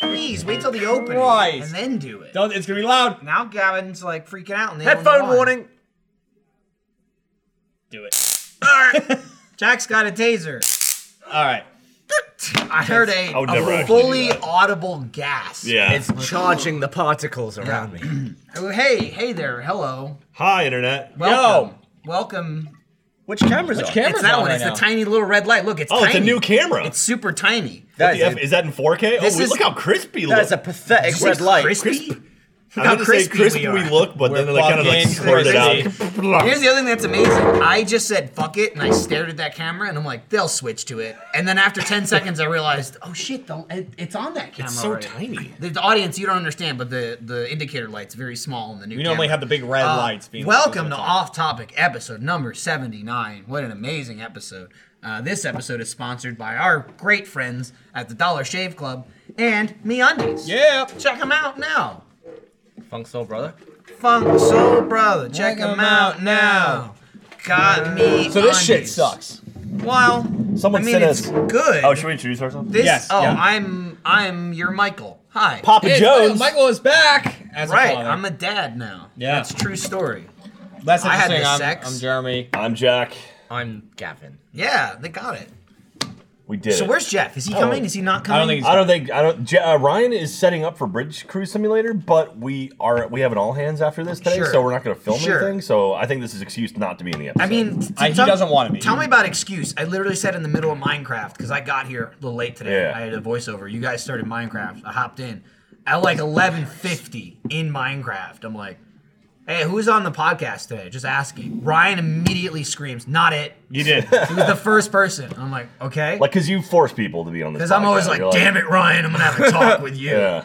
Please wait till the opening Christ. and then do it. Don't, it's gonna be loud. Now Gavin's like freaking out. And the only Headphone one. warning. Do it. Jack's got a taser. All right. I heard a, I would never a actually fully do that. audible gasp. Yeah. It's charging the particles around me. Oh, hey, hey there. Hello. Hi, internet. Welcome. Welcome. Which camera's Which on? camera's It's that on one. right it's now? the tiny little red light. Look, it's Oh, tiny. it's a new camera. It's super tiny. What That the is, F- a, is that in 4K? This oh, wait, is- look how crispy. that is a look. pathetic Did you red say light. crispy? I how was gonna say crispy we crispy are. look, but We're then they kind of like fucking squirted it out. Here's the other thing that's amazing. I just said fuck it, and I stared at that camera, and I'm like, they'll switch to it. And then after 10 seconds, I realized, oh shit, the, it, it's on that camera. It's so already. tiny. The, the audience, you don't understand, but the, the indicator light's very small in the new. We normally camera. have the big red Uh, lights being. welcome to all. Off Topic episode number 79. What an amazing episode. Uh, this episode is sponsored by our great friends at the Dollar Shave Club and MeUndies. Yeah. Check them out now. Funk Soul Brother. Funk Soul Brother. Check Check 'em them out out now. Got me. So this shit undies. sucks. Well, Someone I mean, sent it's us- good. Oh, should we introduce ourselves? This, Yes, Oh, yeah. I'm I'm your Michael. Hi. Papa Hey, Jones. Michael, Michael is back as Right. a father. I'm a dad now. Yeah. That's true story. That's I had interesting. the I'm, sex. I'm Jeremy. I'm Jack. I'm Gavin. Yeah, they got it. We did So it. where's Jeff? Is he Oh. coming? Is he not I coming? don't think he's I don't think I don't. J- Uh, Ryan is setting up for Bridge Crew Simulator, but we are we have an all hands after this today, Sure. so we're not going to film Sure. anything. So I think this is excuse not to be in the episode. I mean, t- I- he tell- doesn't wanna be. Tell me about excuse. I literally said in the middle of Minecraft because I got here a little late today. Yeah. I had a voiceover. You guys started Minecraft. I hopped in at like 11:50 in Minecraft. I'm like, hey, who's on the podcast today? Just asking. Ryan immediately screams, "Not it." you did. He was the first person. I'm like, okay. like because you force people to be on this. Because I'm always like, damn it, Ryan, I'm gonna have a talk with you. Yeah.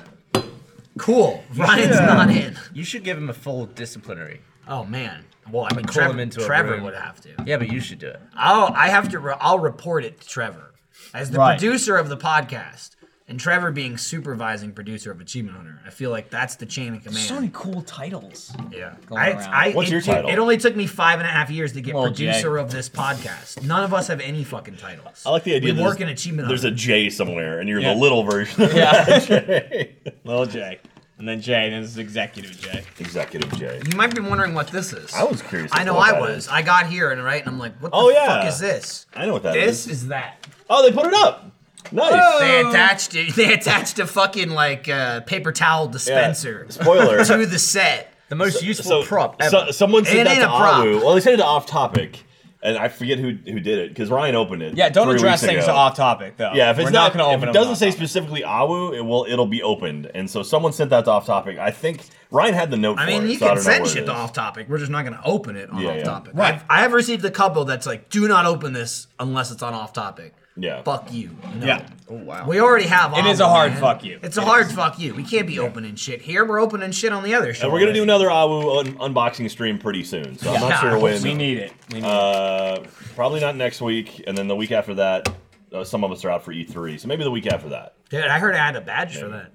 Cool. Ryan's not in. You should give him a full disciplinary. Oh man. Well, I mean, Call him Trevor, into a Trevor room. would have to. Yeah, but you should do it. I'll I have to re- I'll report it to Trevor as the Right. producer of the podcast and Trevor being supervising producer of Achievement Hunter. I feel like that's the chain of command. so many cool titles. yeah. going I, around. I, What's it, your title? It only took me five and a half years to get Well, producer of this podcast. None of us have any fucking titles. I like the idea We that work in there's- Achievement There's a Hunter. J somewhere, and you're Yeah. the little version. of Yeah. Little J. And then J, and then it's Executive J. Executive J. you might be wondering what this is. I was curious. I as know to what I that was. is. I got here and right, and I'm like, what the Oh, yeah. fuck is this? I know what that is. This Oh, is that. Oh, they put it up. Nice. They Oh. attached it. They attached a fucking like uh, paper towel Yeah. dispenser Spoiler. to the set. The most useful prop ever. so- someone said It that ain't to a prop. Awu. Well, they said it to off topic, and I forget who who did it because Ryan opened it. Yeah, don't three address weeks things ago. off topic though. Yeah, if it's We're not, gonna open if it them doesn't off say topic. specifically Awu, it will it'll be opened, and so someone sent that to off topic. I think Ryan had the note. I for mean, it, you so can don't know send what it shit to is. off topic. We're just not going to open it on Yeah, off yeah. topic. Right. I've, I have received a couple that's like, do not open this unless it's on off topic. Yeah. Fuck you. No. Yeah. oh wow. We already have. It is Awu, a hard man. fuck you. It's a It hard fuck you. We can't be opening shit here. We're opening shit on the other show. And we're gonna do already. another Awu un- unboxing stream pretty soon, so I'm Yeah. not sure when. We need it. We need it. uh, probably not next week, and then the week after that, uh, some of us are out for E3, so maybe the week after that. Dude, I heard I had a badge for that.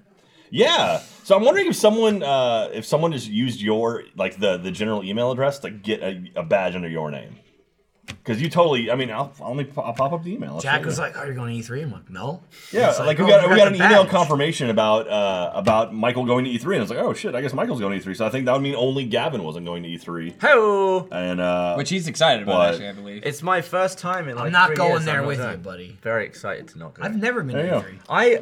Yeah. So I'm wondering if someone uh, if someone just used your like the the general email address to get a, a badge under your name. Because you totally, I mean, I'll, I'll only I'll pop up the email. I'll show Jack you. was like, "Are you going to E3?" I'm like, "No." yeah, He's like, we got "Oh, we got an the email badge." confirmation about uh, about Michael going to E3, and I was like, oh shit, I guess Michael's going to E3. So I think that would mean only Gavin wasn't going to E3, Hello. and uh, Which he's excited about, What? actually, I believe. It's my first time in like I'm not three going years, there I'm with not you, going. buddy. Very excited to not go. I've never been There you to E go. E3. I E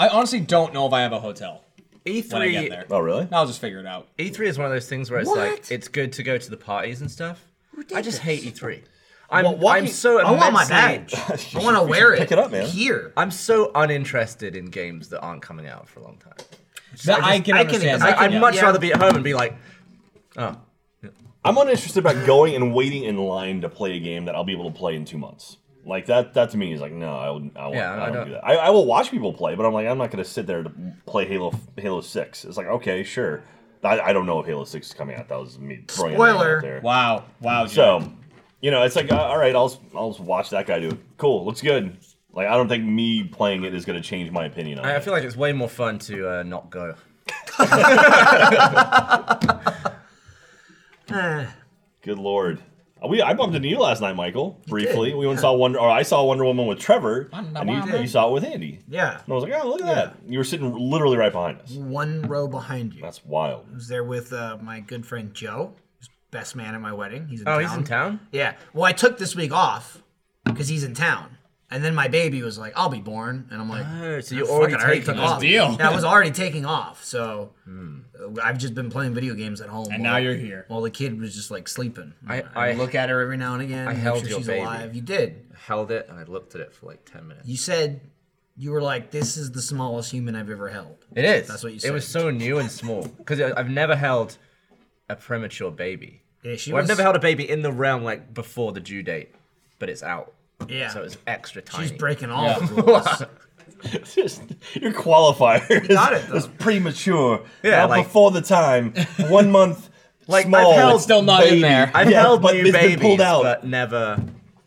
I honestly don't know if I have a hotel when I get E3 there. oh really? I'll just figure it out. E3 E is one of those things where it's What? like it's good to go to the parties and stuff. I just hate E3. I'm, Well, why I'm you- so I want my immensely- badge. I want to wear it. pick it up, man. Here. I'm so uninterested in games that aren't coming out for a long time. That I, just- can I can- understand. I that, can- I'd yeah. much yeah. rather be at home and be like, oh, I'm uninterested about going and waiting in line to play a game that I'll be able to play in two months. Like that, that to me is like no, I would, I, won't, Yeah, I, I don't, don't- do that. I, I will watch people play, but I'm like I'm not gonna sit there to play Halo Halo Six. It's like okay, sure. I, I don't know if Halo Six is coming out. That was me throwing that Spoiler. out there. Wow. Wow. Jack. So, you know, it's like uh, all right, I'll s- I'll just watch that guy do it. Cool, looks good. Like I don't think me playing it is gonna change my opinion on I I it. feel like it's way more fun to uh, not go. Eh. Uh, Good lord. Uh, We I bumped into you last night, Michael. Briefly, we went and saw Wonder, or I saw Wonder Woman with Trevor, Wonder and you, Woman. you saw it with Andy. Yeah. And I was like, oh, look at that! You were sitting literally right behind us. One row behind you. I That's wild. was there with uh, my good friend Joe, who's best man at my wedding. He's in Oh, town. he's in town. Yeah. Well, I took this week off because he's in town. And then my baby was like, I'll be born. And I'm like, Oh, so you fuck, already I already taken took this off. deal. Yeah, I was already taking off. So uh, I've just been playing video games at home. And while- now you're here. While the kid was just like sleeping. I- I- look at her every now and again. I held sure your she's baby. alive. You did. Held it and I looked at it for like ten minutes. You said you were like, this is the smallest human I've ever held. It is. That's what you It was said. so new and small because I've never held a premature baby. Yeah, she Well, was, I've never held a baby in the realm like before the due date, but it's out, Yeah. so it's extra tiny. she's breaking all the rules. What? Just, your qualifier got is, it, though. is premature. Yeah, not like- before the time. One month. Like, small. I've held- It's still not in baby. there. I've Yeah, held but new it's been babies, pulled out. but never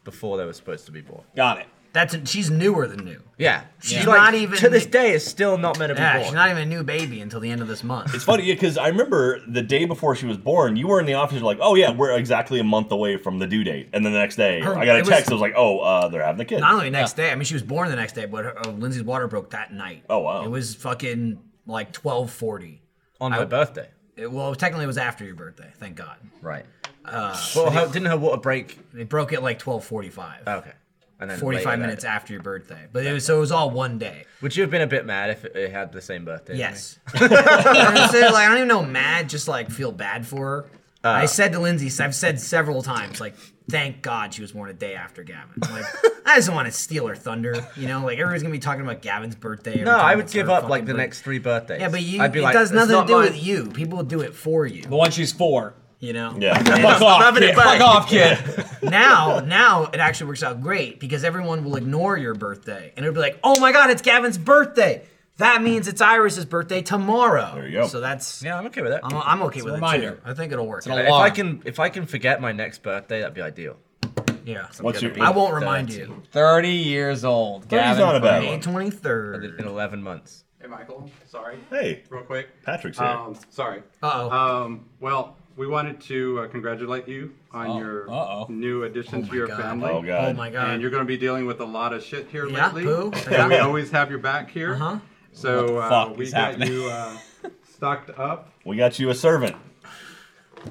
before they were supposed to be born. Got it. That's she's newer than new. Yeah, She's not even- to this day is still not meant to be Yeah, she's born. not even a new baby until the end of this month. It's funny because I remember the day before she was born, you were in the office. You're like, "Oh yeah, we're exactly a month away from the due date." And then the next day, Her- I got a it was- text. I was like, "Oh, uh, they're having the kid." Not only next day, I mean, she was born the next day, but her, uh, Lindsay's water broke that night. Oh, wow. It was fucking like twelve forty. on my birthday, Well, technically, it was after your birthday. Thank God. right? Uh, well, her, didn't her water break? They broke it like twelve forty-five. Okay, and then Forty-five Oh, later- minutes after your birthday, but it was so it was all one day. Would you have been a bit mad if it- it had the same birthday? as me? Yes. And so, like I don't even know. Mad, just like feel bad for her. Uh. I said to Lindsay, I've said several times, like, thank God she was born a day after Gavin. Like, I just want to steal her thunder, you know. Like everybody's gonna be talking about Gavin's birthday. every No, time I would it's her give up fucking like the birthday. next three birthdays. Yeah, but you, I'd be it like, does "It's nothing to not do with mine." you. People do it for you. The one she's four. You know. Yeah. Fuck off, rubbing it kid. back. Fuck off, kid. Now, now it actually works out great because everyone will ignore your birthday and it'll be like, "Oh my God, it's Gavin's birthday." That means it's Iris's birthday tomorrow. There you go. So that's Yeah, I'm okay with that. I'm, I'm okay with reminder. it too. I think it'll work. an if I alarm. can, if I can forget my next birthday, that'd be ideal. yeah. What's your? I won't remind you. 30 years old. Thirty's Gavin not a bad May one. twenty In third. 11 months. Hey, Michael. Sorry. Hey, Real quick. Patrick's here. Um, sorry. Uh oh. Um, well, we wanted to uh, congratulate you on Oh, your uh-oh. new addition to your God. family. oh Oh god. my And God. you're going to be dealing with a lot of shit here Yeah, lately. poo. And we Yeah. always have your back here. Uh-huh. So What the uh, fuck we is got happening? you uh, stocked up. We got you a servant.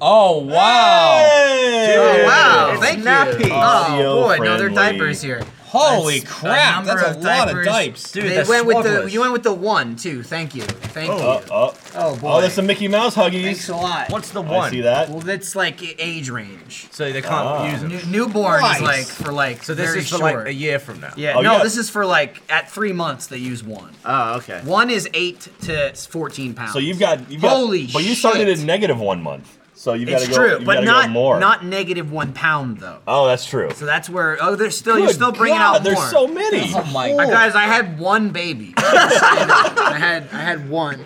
Oh, wow. Hey! Oh wow! Thank you. Snappy. Oh boy, no, Audio-friendly. they're diapers here. Holy That's crap. number That's a lot of diapers. Dude, they they're went with the swaddlers. you went with the one too. Thank you, thank Oh, you. oh. Oh boy, Oh, there's some Mickey Mouse thanks huggies. a lot. What's the one? I see that. well, that's like i- age range. So they can't Ah. use New, them. newborn Nice. is like for like So this very is for short. like a year from now. yeah, Oh, no, yeah. this is for like at three months they use one. Oh, okay. One is eight to fourteen pounds. So you've got you've got- Holy but you started shit. at negative one month, so you've got it's to go. true, you've but gotta go not more. not negative one pound though. Oh, that's true. So that's where oh they're still you're Good still bringing God, out more. There's so many. Oh my Uh, God. Guys, I had one baby. I had I had one.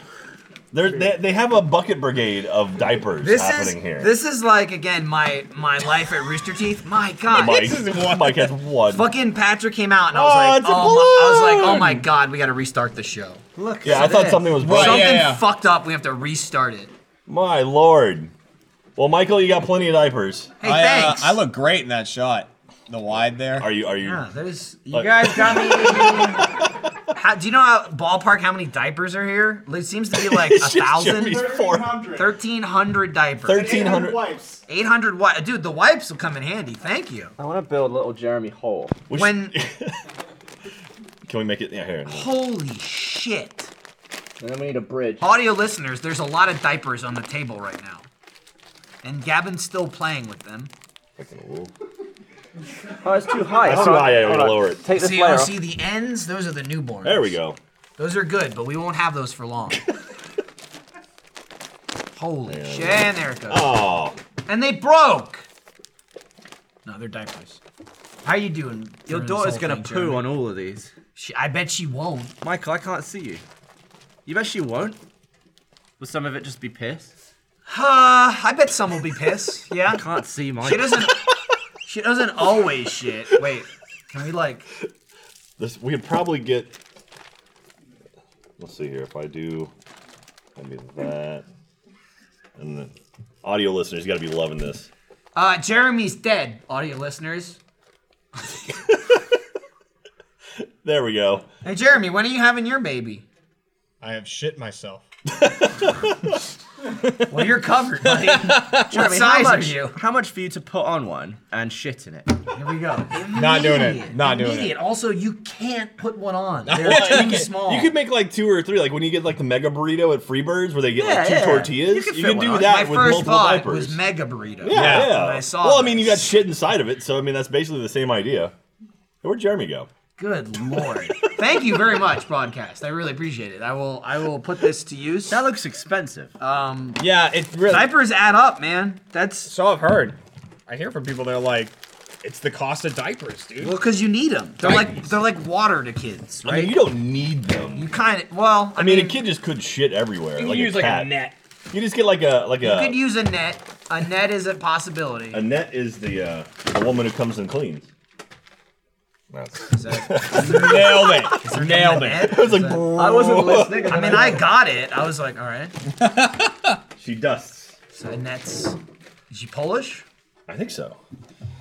They're, they, they have a bucket brigade of diapers This is happening here. this is like again my my life at Rooster Teeth. My God, Mike, Mike has one. fucking Patrick came out and I Oh, was it's a like, oh, my, I was like, oh balloon! my God, we got to restart the show. Look. yeah, I thought something was Right. broken. Something yeah. fucked up. We have to restart it. My lord. Well, Michael, you got plenty of diapers. Hey, I, uh, thanks. I look great in that shot. The wide there. Are you? Are you? Yeah, that is. You Look. guys got me. How, do you know how ballpark how many diapers are here? It seems to be like a It's just thousand. Jeremy's four- 1,300 diapers. 1300 wipes. 800 wipes. Dude, the wipes will come in handy. Thank you. I want to build little Jeremy hole. Which- When- can we make it? Yeah, here. Holy shit. And then we need a bridge. Audio listeners, there's a lot of diapers on the table right now. And Gavin's still playing with them. Oh, it's too high. That's Hold too on, high, yeah, we hold gotta on. lower it. Take this See, layer oh, off. see the ends? Those are the newborns. There we go. Those are good, but we won't have those for long. Holy shit. And there it goes. Oh, And they broke! No, they're diapers. How you doing? Your during this daughter's whole gonna thing, poo Jeremy? on all of these. She, I bet she won't. Michael, I can't see you. You bet she won't. Will some of it just be piss? Uh, I bet some will be pissed. Yeah. I can't see She Michael. doesn't. she doesn't always shit. Wait, can we like? this we could probably get. Let's see here. If I do, maybe that, and the audio listeners got to be loving this. Uh, Jeremy's dead, audio listeners. There we go. Hey, Jeremy, when are you having your baby? I have shit myself. Well, you're covered, buddy. what how size are much, you? how much for you to put on one and shit in it? Here we go. Not doing it. Immediate, Not doing it. immediate. Also, you can't put one on. Well, They're you too could- small. You could make like two or three, like when you get like the mega burrito at Freebirds, where they get Yeah, like two yeah. tortillas. You You could can, fit one do on. that My with first multiple thought diapers. was mega burrito. yeah, Yeah, yeah. when I saw well, I that. mean, you got shit inside of it, so I mean, that's basically the same idea. Hey, Where'd Jeremy go? Good lord. Thank you very much, broadcast. I really appreciate it. I will. I will put this to use. That looks expensive. Uh, Um, Yeah, it really. diapers add up, man. That's so I've heard. I hear from people that are like, it's the cost of diapers, dude. well, because you need them. They're like they're like water to kids, I right? mean, you don't need them. you kind of. Well, I, I mean, a kid just could shit everywhere. You like use a like cat. a net. You just get like a like You a could use a net. A net is a possibility. a net is the uh, a woman who comes and cleans. That's- Is that- Nailed it. Nailed it. net? Is It's like, that- I wasn't listening. I mean, I got it. I was like, all right. she dusts. So Net's. Is she Polish? I think so.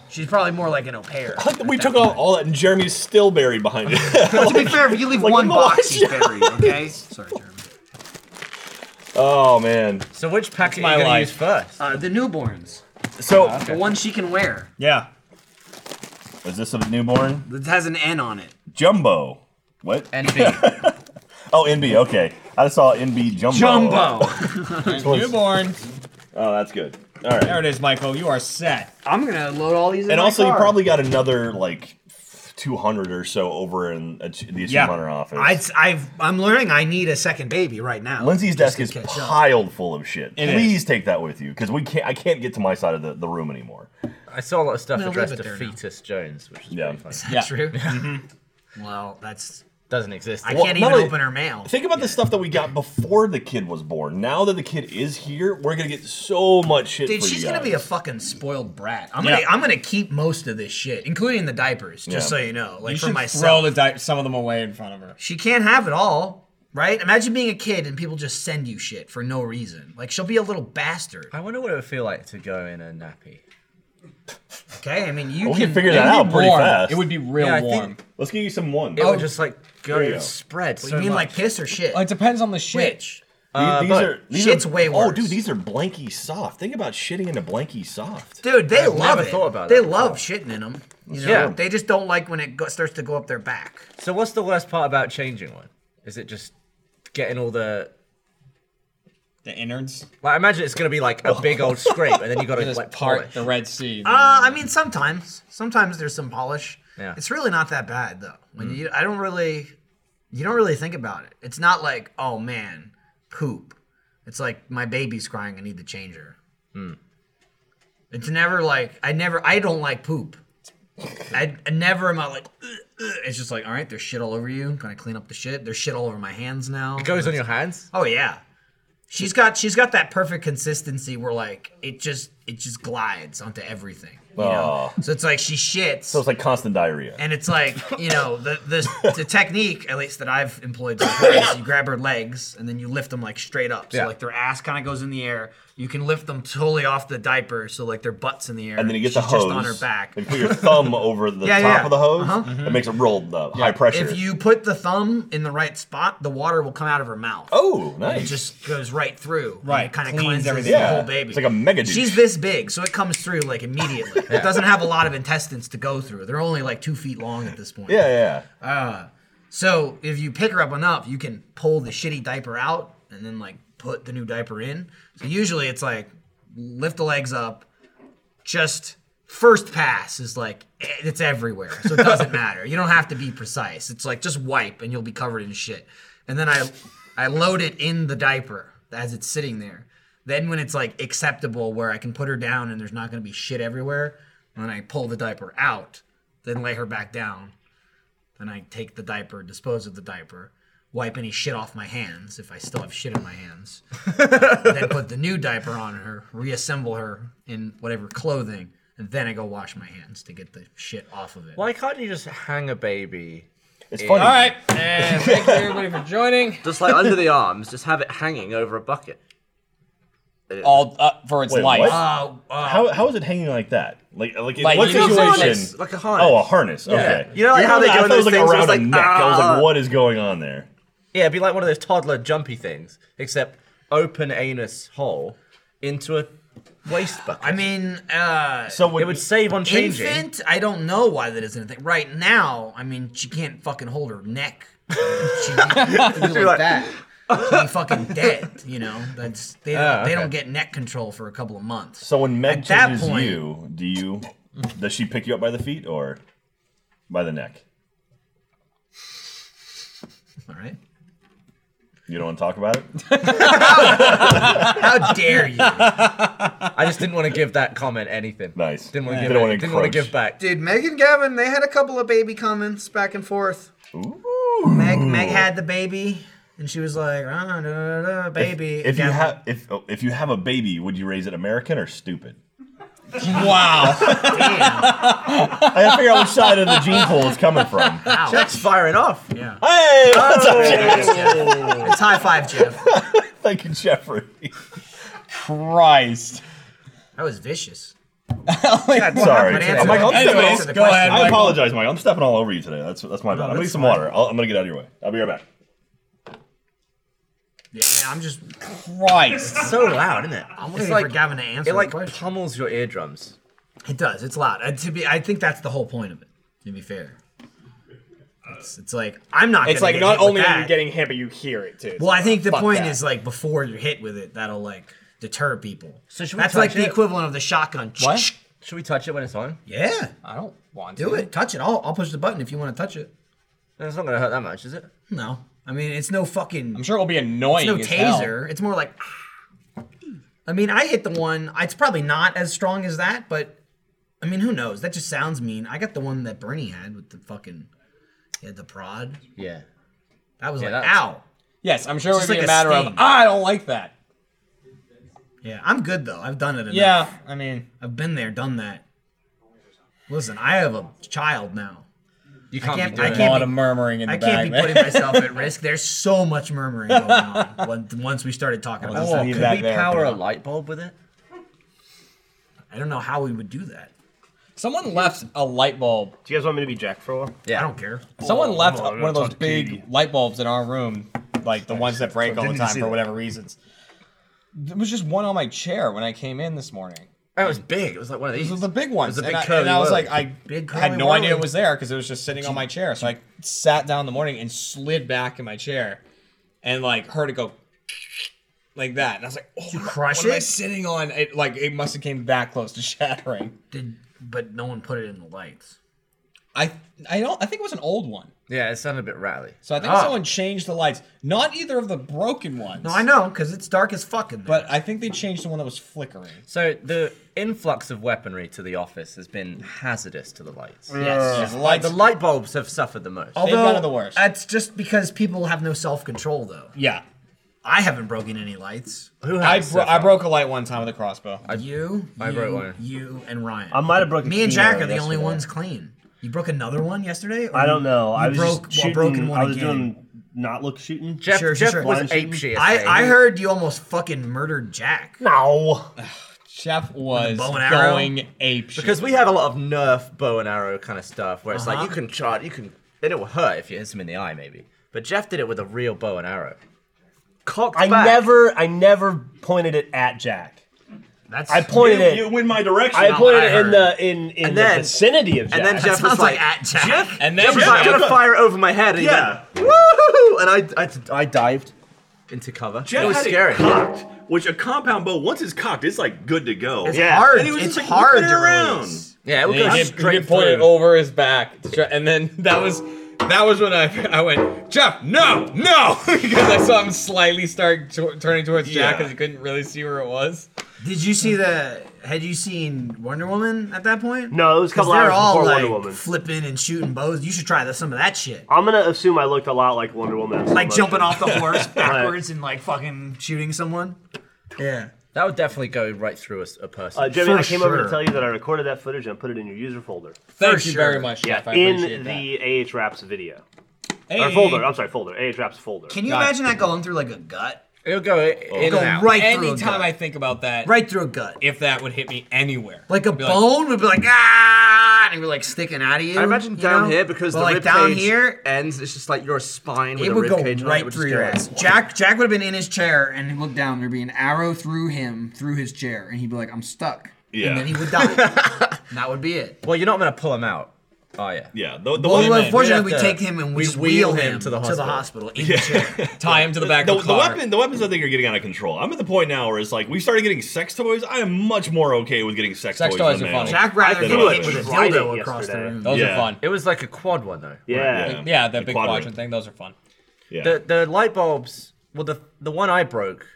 She's probably more like an au pair. I think that we took off all that, and Jeremy's still buried behind it. To be fair, if you leave Like, one watch box, he's buried, okay? Sorry, Jeremy. oh man. So which pack's my my life? life first? Uh, the newborns. Oh, So The one she can wear. Yeah. is this a newborn? That has an N on it. Jumbo. What? NB. Oh, NB. Okay, I saw NB Jumbo. "Oh, Newborn. Oh, that's good. All right. There it is, Michael. You are set. I'm gonna load all these in And my also, you car. probably got another like 200 or so over in ach- the achievement hunter office. I, I've, I'm learning I need a second baby right now. Lindsay's just desk to is catch up. piled full of shit. It Please take that with you because we can't. I can't get to my side of the, the room anymore. I saw a lot of stuff No, leave addressed it to there now. Fetus Jones, which is Yeah. pretty funny. Is that Yeah. true? Well, that's. Doesn't exist. I Well, can't not even only- open her mail. Think about the stuff that we got before the kid was born. Now that the kid is here, we're gonna get so much shit. Dude, for you she's gonna guys. be a fucking spoiled brat. I'm Yeah. gonna, I'm gonna keep most of this shit, including the diapers, just so Yeah. you know, like You for should myself. throw the di- some of them away in front of her. she can't have it all, right? Imagine being a kid and people just send you shit for no reason. Like she'll be a little bastard. I wonder what it would feel like to go in a nappy. Okay, I mean you We can. can figure It that would be out pretty warm. fast. It would be real Yeah, I think- warm. Let's give you some one. It These- would Oh, just like go There you and go. spread Oh. What so you mean much. like piss or shit? It depends on the shit. Which? these but are these uh, shit's are, way Oh, worse. dude, these are blanky soft. Think about shitting into blanky soft. Dude, they I've love never it. thought about they that love shitting in them. You know? Yeah. They just don't like when it go- starts to go up their back. So what's the worst part about changing one? Is it just getting all the The innards. like? I imagine it's gonna be like Oh. a big old scrape, and then you got to Just like part polish. the Red Sea. Uh, I mean, sometimes. Sometimes there's some polish. Yeah. Mm-hmm. It's really not that bad though. When you, I don't really, you don't really think about it. It's not like, oh man, poop. It's like my baby's crying. I need to change her. Hmm. It's never like I never. I don't like poop. I, I never am I like. "Ugh, ugh." It's just like, all right, there's shit all over you. Can I clean up the shit? There's shit all over my hands now. It goes on your hands. Oh yeah. She's got she's got that perfect consistency where like it just it just glides onto everything. You know? Aw. So it's like she shits Oh. So it's like constant diarrhea. and it's like, you know, the the, the technique, at least that I've employed so far, is you grab her legs and then you lift them like straight up. So Yeah. like their ass kinda goes in the air. You can lift them totally off the diaper, so like their butts in the air. and then you get the she's hose. just on her back. And put your thumb over the Yeah, top yeah. of the hose. Uh-huh. It makes it roll uh, high pressure. If you put the thumb in the right spot, the water will come out of her mouth. oh, It nice. just goes right through. Right, Kind of cleans cleanses everything the out. whole baby. It's like a mega douche. She's this big, so it comes through like immediately. It doesn't have a lot of intestines to go through. They're only like two feet long at this point. yeah, yeah. So if you pick her up enough, you can pull the shitty diaper out and then like put the new diaper in. So usually it's like lift the legs up, just first pass is like eh, it's everywhere. So it doesn't matter. You don't have to be precise. It's like just wipe and you'll be covered in shit. And then I I load it in the diaper as it's sitting there. Then when it's like acceptable where I can put her down and there's not going to be shit everywhere, and then I pull the diaper out, then lay her back down. Then I take the diaper, dispose of the diaper, wipe any shit off my hands if I still have shit in my hands. then put the new diaper on her, reassemble her in whatever clothing, and then I go wash my hands to get the shit off of it. Why can't you just hang a baby? It's funny. All right. And thank you everybody for joining. Just like under the arms, just have it hanging over a bucket. all uh, for its Wait, life. what? Uh, uh, How, how is it hanging like that? Like like in Like, what you know, situation? harness, like a harness. Oh, a harness. Okay. You know, like, You're how they not- do I thought it was those like things where around it's a like, neck. I was ah. like, what is going on there? Yeah, it'd be like one of those toddler jumpy things, except open anus hole into a waste bucket. I mean, uh, So when, it would save on changing. infant. I don't know why that isn't a thing right now. I mean, she can't fucking hold her neck. She can't do like, like- that. She'd be fucking dead. You know, that's they. Don't, Ah, They okay. don't get neck control for a couple of months. so when Meg at that touches point- you, do you does she pick you up by the feet or by the neck? All right. You don't want to talk about it. How dare you, I just didn't want to give that comment anything. Nice. Didn't want to You give. don't wanna Didn't want to encroach. give back. dude? Meg and Gavin. They had a couple of baby comments back and forth. Ooh. Meg, Meg had the baby, and she was like, ah, da, da, da, "Baby." If you Gavin- have if oh, if you have a baby, would you raise it American or stupid? Wow. I gotta figure out which side of the gene pool it's coming from. Ow. That's firing off. Yeah. Hey, what's up, Jeff? It's high five, Jeff. Thank you, Jeffrey. Christ. That was vicious. Sorry, Good answer. Mike. Good I'm stepping Anyways, answer to the go question. ahead, I Michael. apologize, Mike. I'm stepping all over you today. That's that's my bad. I'm gonna get some water. I'll, I'm gonna get out of your way. I'll be right back. Yeah, I'm just. Christ. So loud, isn't it? I'm It's waiting like for Gavin to answer it like the question. pummels your eardrums. It does. It's loud. Uh, to be, I think that's the whole point of it. To be fair, it's, it's like I'm not. It's gonna like get not hit with only are you that. getting hit, but you hear it too. Well, I think the Fuck point that. is like before you're hit with it, that'll like deter people. So should we that's like touch the it? equivalent of the shotgun. What? Should we touch it when it's on? Yeah, I don't want do it. Touch it. I'll, I'll push the button if you want to touch it. No, It's not gonna hurt that much, is it? No, I mean it's no fucking. I'm sure it'll be annoying. It's no as hell. taser. It's more like. I mean, I hit the one. It's probably not as strong as that, but I mean, who knows? That just sounds mean. I got the one that Bernie had with the fucking, he had the prod. Yeah. That was Yeah, like, that's- ow. Yes, I'm sure it Just would be like a a matter of "Ah, sting. I don't like that. Yeah, I'm good though. I've done it enough. Yeah, I mean, I've been there, done that. Listen, I have a child now. You can't. can't- be I doing a it. can't lot be- of murmuring in the I back. can't be putting myself at risk. There's so much murmuring going on when- once we started talking about let's that. leave Could that we there for power a now. light bulb with it? I don't know how we would do that. Someone left a light bulb. Do you guys want me to be Jack for a while? Yeah, I don't care. Someone left I'm one gonna of those talk to big Katie. light bulbs in our room, like the ones that break all the didn't time see for that. whatever reasons. There was just one on my chair when I came in this morning. Oh, it was big. It was like one of these. It was the big It one. was a and big I, curly and I was whirly. like, I Big had curly no idea it whirly. was there because it was just sitting on my chair. So I sat down in the morning and slid back in my chair, and like heard it go like that, and I was like, oh, you crush what am I it? sitting on? It like it must have came that close to shattering. Did, but no one put it in the lights. I I don't. I think it was an old one. Yeah, it sounded a bit rattly. So I think Ah. someone changed the lights. Not either of the broken ones. No, I know, because it's dark as fuck in there. But I think they changed the one that was flickering. So the influx of weaponry to the office has been hazardous to the lights. uh, Yes. The lights. The light bulbs have suffered the most. Oh, they've gotten the worst. That's just because people have no self control, though. yeah. I haven't broken any lights. Who I, has? bro- so I far? broke a light one time with a crossbow. you, I you, broke one. You and Ryan. I might have broken. Me and Keno Jack are the only yesterday. ones clean. You broke another one yesterday? Or I you- don't know. I you was broke just shooting. well, broken one I was again. doing not look shooting. Jeff, Sure, Jeff sure. was Blind ape shooting? shit. I, yesterday. I heard you almost fucking murdered Jack. No. Jeff was bow and arrow? going ape shit. because we have a lot of Nerf bow and arrow kind of stuff where it's Uh-huh. like you can charge, you can, and it will hurt if you hit him in the eye maybe. But Jeff did it with a real bow and arrow. Cocked I back. never. I never pointed it at Jack. That's I pointed it. win my direction. I pointed I it in heard. the in in And the then- vicinity of Jack. and then that Jeff sounds was like, like, at Jack. and then Jeff was like, I'm gonna fire it over my head. And Yeah. He went, Woohoo! And I, I, I dived into cover. Jeff it was had scary. It cocked, which a compound bow once it's cocked, it's like good to go. It's hard. And he was it's just, like, hard whipping to it around. release. Yeah, it would go he did, he straight did point it through. over his back, to try- and then that was that was when I I went Jeff, no, no, because I saw him slightly start t- turning towards Jack Yeah. because he couldn't really see where it was. Did you see the? Had you seen Wonder Woman at that point? No, it was a 'Cause couple they're hours all before like Wonder Woman. flipping and shooting bows. You should try the, some of that shit. I'm gonna assume I looked a lot like Wonder Woman. in slow Like jumping motion. off the horse backwards and like fucking shooting someone. Yeah. That would definitely go right through a, s- a person. Uh, Jeremy, For I came over sure. to tell you that I recorded that footage and put it in your user folder. Thank you sure. very much, Jeff. I appreciate in that. the AH Raps video. Hey. Or folder. I'm sorry, folder. AH Raps folder. Can you Gotcha. imagine that going through like a gut? It'll go in Go and out. right through a Anytime gut. I think about that, right through a gut. if that would hit me anywhere, Like a I'd be bone would be like ah, and it'd be like sticking out of you. I imagine you down know? here because but the like rib down cage here, ends. It's just like your spine with it a would rib go cage on it, it right would through just your go ass. like- Jack Jack would have been in his chair and looked down. There'd be an arrow through him through his chair, and he'd be like, "I'm stuck." Yeah. And then he would die. And that would be it. Well, you're not gonna pull him out, are you? Yeah, the, the Well, one man- unfortunately, we have to- take him and we, we just wheel, wheel him, to the hospital, in the chair. like, tie him to the back the, of the the car. weapon, the weapons I think are getting out of control. I'm at the point now where it's like we started getting sex toys. I am much more okay with getting sex, Sex toys than are now. funny. Jack rather I get threw hit a with a trident dildo across the yesterday. room. Oh, Those Yeah. are fun. It was like a quad one though. Yeah. Yeah. Yeah, that The big quadrant. quadrant thing. Those are fun. Yeah. The the light bulbs. Well, the the one I broke,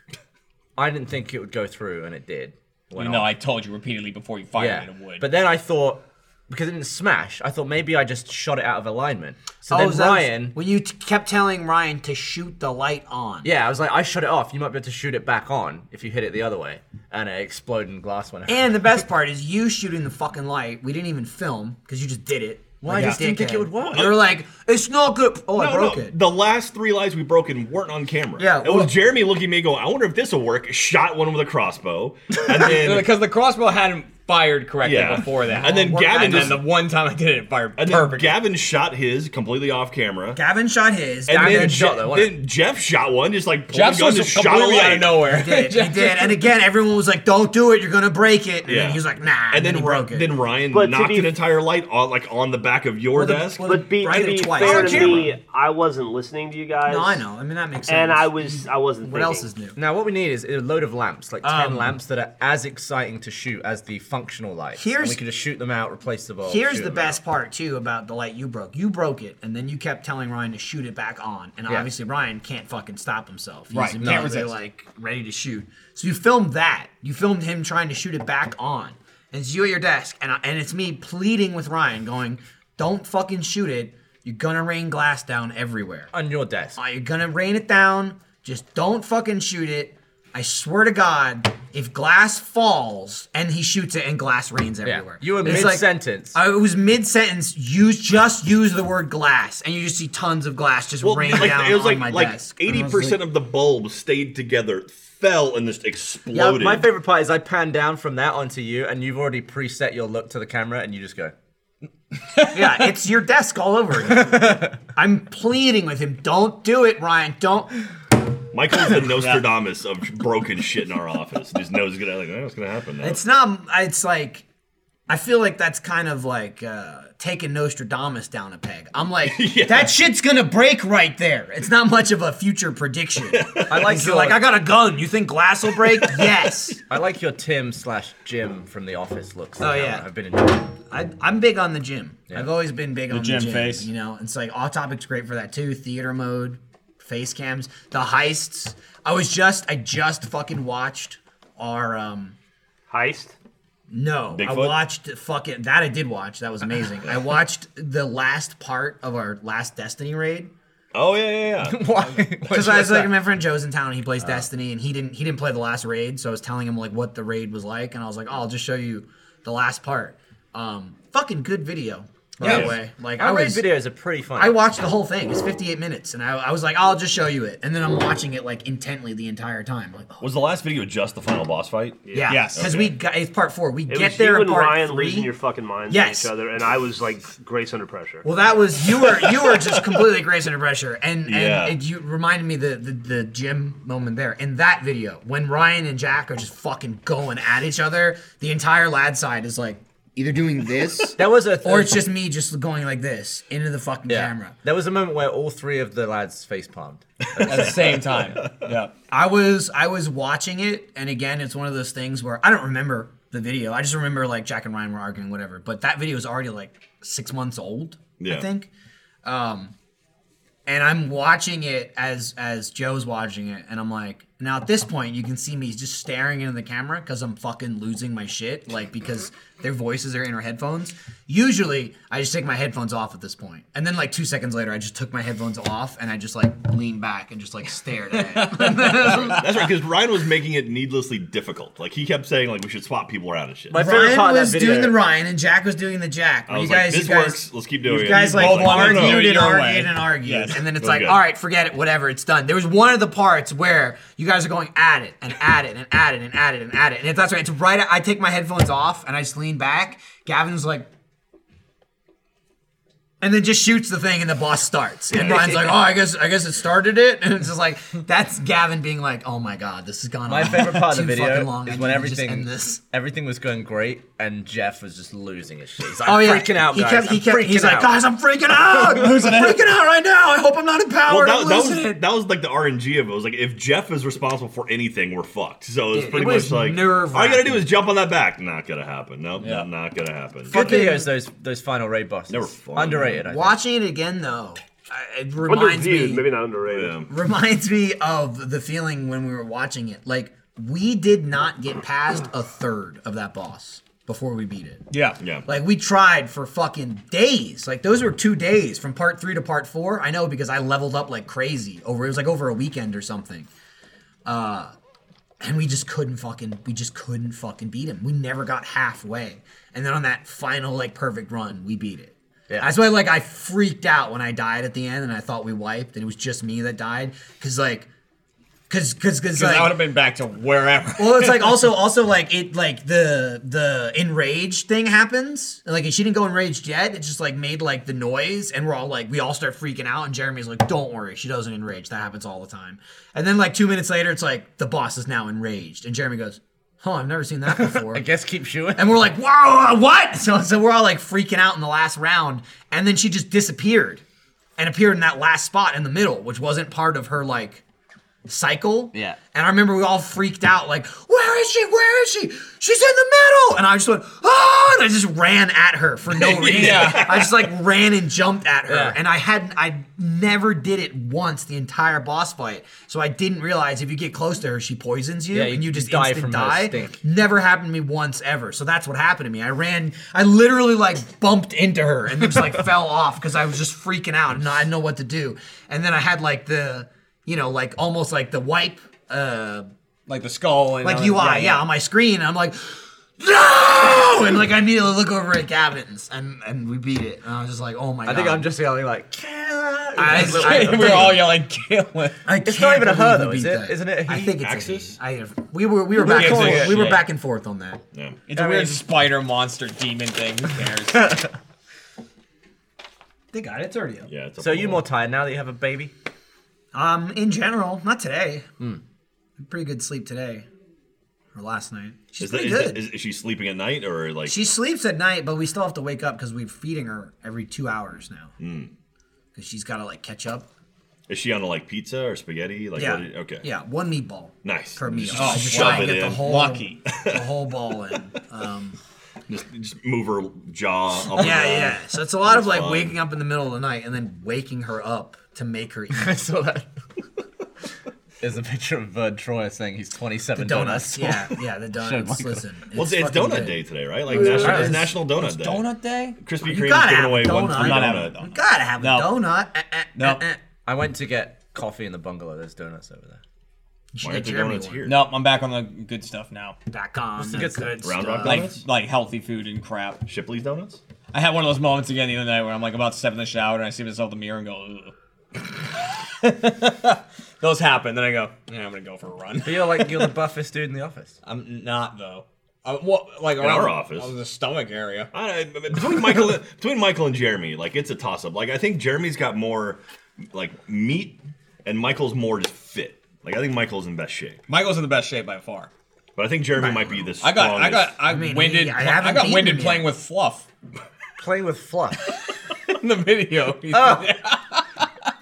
I didn't think it would go through, and it did. Went You know, off. I told you repeatedly before you fired yeah. it, it would. But then I thought because it didn't smash, I thought maybe I just shot it out of alignment. So Oh, then is that- Ryan. Well, you t- kept telling Ryan to shoot the light on. yeah, I was like, I shut it off. You might be able to shoot it back on if you hit it the other way, and it exploded and glass went. out. And the best part is you shooting the fucking light. We didn't even film because you just did it. Well, I just didn't think it would work. You're like, it's not good. Oh, I no, broke no. it. The last three lights we broken weren't on camera. Yeah, it was well- Jeremy looking at me going, "I wonder if this will work." Shot one with a crossbow, and then because the crossbow hadn't fired correctly Yeah. before that. And then Oh, Gavin and just- then the one time I did it, it fired and then perfect. Gavin shot his completely off camera, Gavin shot his. and Gavin then, Je- shot then Jeff shot one, just like pulled Jeff's the gun, was just shot completely away. out of nowhere. He did. He did. And again, everyone was like, "Don't do it. You're gonna break it." And Yeah, then he was like, "Nah." And, then he Ri- broke it. then Ryan But to knocked be- an entire light on like on the back of your the- desk. well, But be, Right to be there twice. fair On to camera. me, I wasn't listening to you guys. no, I know. I mean, that makes sense. And I was, I wasn't. What thinking. else is new? Now what we need is a load of lamps, like ten Um, lamps that are as exciting to shoot as the functional lights. and Here's- we can just shoot them out, replace the bulb. Here's shoot the them out. best part too about the light you broke. You broke it, and then you kept telling Ryan to shoot it back on, and Yeah. obviously Ryan can't fucking stop himself. He's Right, can't immediately resist. like ready to shoot. So you filmed that. You filmed him trying to shoot it back on, and it's you at your desk, and I, and it's me pleading with Ryan, going, "Don't fucking shoot it. You're gonna rain glass down everywhere. on your desk. Uh, you're gonna rain it down. Just don't fucking shoot it. I swear to God, if glass falls and he shoots it and glass rains everywhere, You were It's like- mid-sentence. I Uh, was mid sentence. You just use the word glass, and you just see tons of glass just Well, rain like, down it was on like my like desk. And I eighty was percent like, of the bulbs stayed together, fell, and just Yeah, exploded. my favorite part is I pan down from that onto you, and you've already preset your look to the camera, and you just go. yeah, it's your desk all over again. I'm pleading with him. Don't do it, Ryan. Don't. Michael's the Nostradamus of broken shit in our office. Just knows it's gonna like that's gonna happen. Now. It's not. It's like. I feel like that's kind of like uh, taking Nostradamus down a peg. I'm like, that shit's gonna break right there. It's not much of a future prediction. I like You're your like, I got a gun. You think glass will break? yes. I like your Tim slash Jim from The Office looks. Oh, now. yeah. I've been enjoying. I, I'm big on the gym. I've always been big on gym the gym face. You know, it's like all topics great for that too. Theater mode, face cams, the heists. I was just, I just fucking watched our um. Heist. No, I Bigfoot? watched fucking that. I did watch. That was amazing. I watched the last part of our last Destiny raid oh yeah, yeah, yeah. Why? because I was like, my friend Joe's in town. and He plays Destiny, and he didn't he didn't play the last raid. So I was telling him like what the raid was like, and I was like, oh, I'll just show you the last part. Um, fucking good video. By the Yeah. way, like I Our raid was. videos are pretty fun. I watched the whole thing. It's 58 minutes, and I, I was like, I'll just show you it, and then I'm watching it like intently the entire time. Like, oh, Was the last video just the final boss fight? yeah, Yes. because we got it's part four. We It get was there you in and part Ryan three. losing your fucking minds Yes. on each other, and I was like Grace under pressure. well, that was you were you were just completely grace under pressure, and and Yeah. it, you reminded me the, the the gym moment there in that video when Ryan and Jack are just fucking going at each other. The entire lad side is like either doing this, There was a or it's just me just going like this into the fucking yeah. camera. There was a moment where all three of the lads face palmed. at the same time. Yeah. I was I was watching it, and again, it's one of those things where I don't remember the video. I just remember like Jack and Ryan were arguing, whatever. But that video is already like six months old, I Yeah. think. Um, and I'm watching it as as Joe's watching it, and I'm like, now at this point, you can see me just staring into the camera because I'm fucking losing my shit, like because their voices are in our headphones. Usually, I just take my headphones off at this point, and then like two seconds later, I just took my headphones off and I just like leaned back and just like stared at it. That's right, because Ryan was making it needlessly difficult. Like he kept saying, like we should swap people around and shit. My favorite part Ryan of that was video- doing the Ryan and Jack was doing the Jack. I you was guys, like, this you guys, works. Let's keep doing you it. guys like both wanted to do argued it and your argued way. and argued. Yes. it, and then it's We're like, good. all right, forget it, whatever, it's done. There was one of the parts where you guys are going at it and at it and at it and at it and at it, and it's that's right. It's right. at- I take my headphones off and I just lean back. Gavin's like. And then just shoots the thing, and the boss starts. And Brian's like, "Oh, I guess, I guess it started it." And it's just like that's Gavin being like, "Oh my god, this has gone My on favorite part of the too fucking video long. I is when need to just end everything this. everything was going great and Jeff was just losing his shit. He's like, Oh yeah, freaking out, He guys. kept, he I'm kept, freaking he's like, out." guys, I'm freaking out. I'm freaking out right now. I hope I'm not Well, empowered. that, I'm that losing was it. that was like the RNG of it. it. Was like if Jeff is responsible for anything, we're fucked. So it's Dude, pretty it was much like all you nerve-wracking. gotta do is jump on that back. Not gonna happen. Nope, not, not gonna happen. Good videos, those those final raid bosses. They were fun. Underrated. I think. Watching it again though, I- it reminds Underviewed, me maybe not underrated. Yeah. reminds me of the feeling when we were watching it. Like we did not get past a third of that boss before we beat it. Yeah. Yeah. Like we tried for fucking days. Like those were two days from part three to part four. I know because I leveled up like crazy over. It was like over a weekend or something. Uh, and we just couldn't fucking. We just couldn't fucking beat him. We never got halfway. And then on that final like perfect run, we beat it. That's why like I freaked out when I died at the end, and I thought we wiped, and it was just me that died. Cause like, cause cause cause Because like, I would have been back to wherever. well, it's like also also like it like the the enraged thing happens. And, Like she didn't go enraged yet. It just like made like the noise, and we're all like we all start freaking out. And Jeremy's like, "Don't worry, she doesn't enrage. That happens all the time." And then like two minutes later, it's like the boss is now enraged, and Jeremy goes, "Huh, I've never seen that before." I guess keep shooting. And we're like, whoa, uh, what? So, so we're all like freaking out in the last round. And then she just disappeared and appeared in that last spot in the middle, which wasn't part of her like cycle. Yeah. And I remember we all freaked out, like, where is she? Where is she? She's in the middle. And I just went, oh, and I just ran at her for no reason. I just like ran and jumped at her. And I hadn't, I never did it once the entire boss fight. So I didn't realize if you get close to her, she poisons you Yeah, and you just die instant from her die. stink. Never happened to me once ever. So that's what happened to me. I ran, I literally like bumped into her and then just like fell off because I was just freaking out and I didn't know what to do. And then I had like the, you know, like almost like the wipe, uh, Like the skull and like all UI, yeah, that. on my screen. And I'm like, no! And like I immediately look over at Gavin's and and we beat it. And I was just like, oh my god. I think I'm just yelling like, I, I, we were all yelling, kill it. I It's can't not even a her, believe we though, beat is it? Isn't that. it a I he? think it's Axis? A he. I, we were we were back and it's a forth. We were shit. back and forth on that. yeah. It's a weird spider monster demon thing. Who cares? They got it. It's already up. Yeah, it's a So are you full- more tired now that you have a baby? Um, in general, not today. Hmm. Pretty good sleep today, or last night. She's Is, that, pretty is, good. that, is, is she sleeping at night or like? she sleeps at night, but we still have to wake up because we're feeding her every two hours now. Hmm. Because she's got to like catch up. is she on like pizza or spaghetti? Like Yeah. What is, okay. Yeah, one meatball. Nice. Per meal. Just I shove try and it get the in. whole Lucky. the whole ball in. Um, Just, just move her jaw. Up and Oh, yeah, down. yeah. So it's a lot of That's like fun. waking up in the middle of the night and then waking her up to make her eat I saw that. There's a picture of uh, Troy saying he's 27 donuts. Yeah, yeah, the donuts. Listen, Well, it's, it's fucking donut good. day today, right? Like national, it's National Donut Day. day? Krispy You Kreme's gotta giving have a away one donut. free not donut. having a You gotta have No. a donut. Eh, eh, No. eh, eh. I went to get coffee in the bungalow. There's donuts over there. You should Why aren't get there Jeremy donuts one. here? Nope, I'm back on the good stuff now. Back on the good good Round stuff. Rock Like Donuts? like healthy food and crap. Shipley's Donuts. I had one of those moments again the other night where I'm like about to step in the shower and I see myself in the mirror and go, Ugh. Those happen. Then I go, yeah, I'm gonna go for a run. But you're like you're the buffest dude in the office. I'm not though. i well, like around our office. the stomach area. I, don't know, between Michael, between Michael and Jeremy, like it's a toss-up. Like I think Jeremy's got more, like meat, and Michael's more just fit. Like I think Michael's in best shape, Michael's in the best shape by far. but I think Jeremy might be the I strongest. got, I got, I, mean, winded. he- I I, haven't got beaten winded him playing yet. with fluff Playing with fluff. in the video. He's-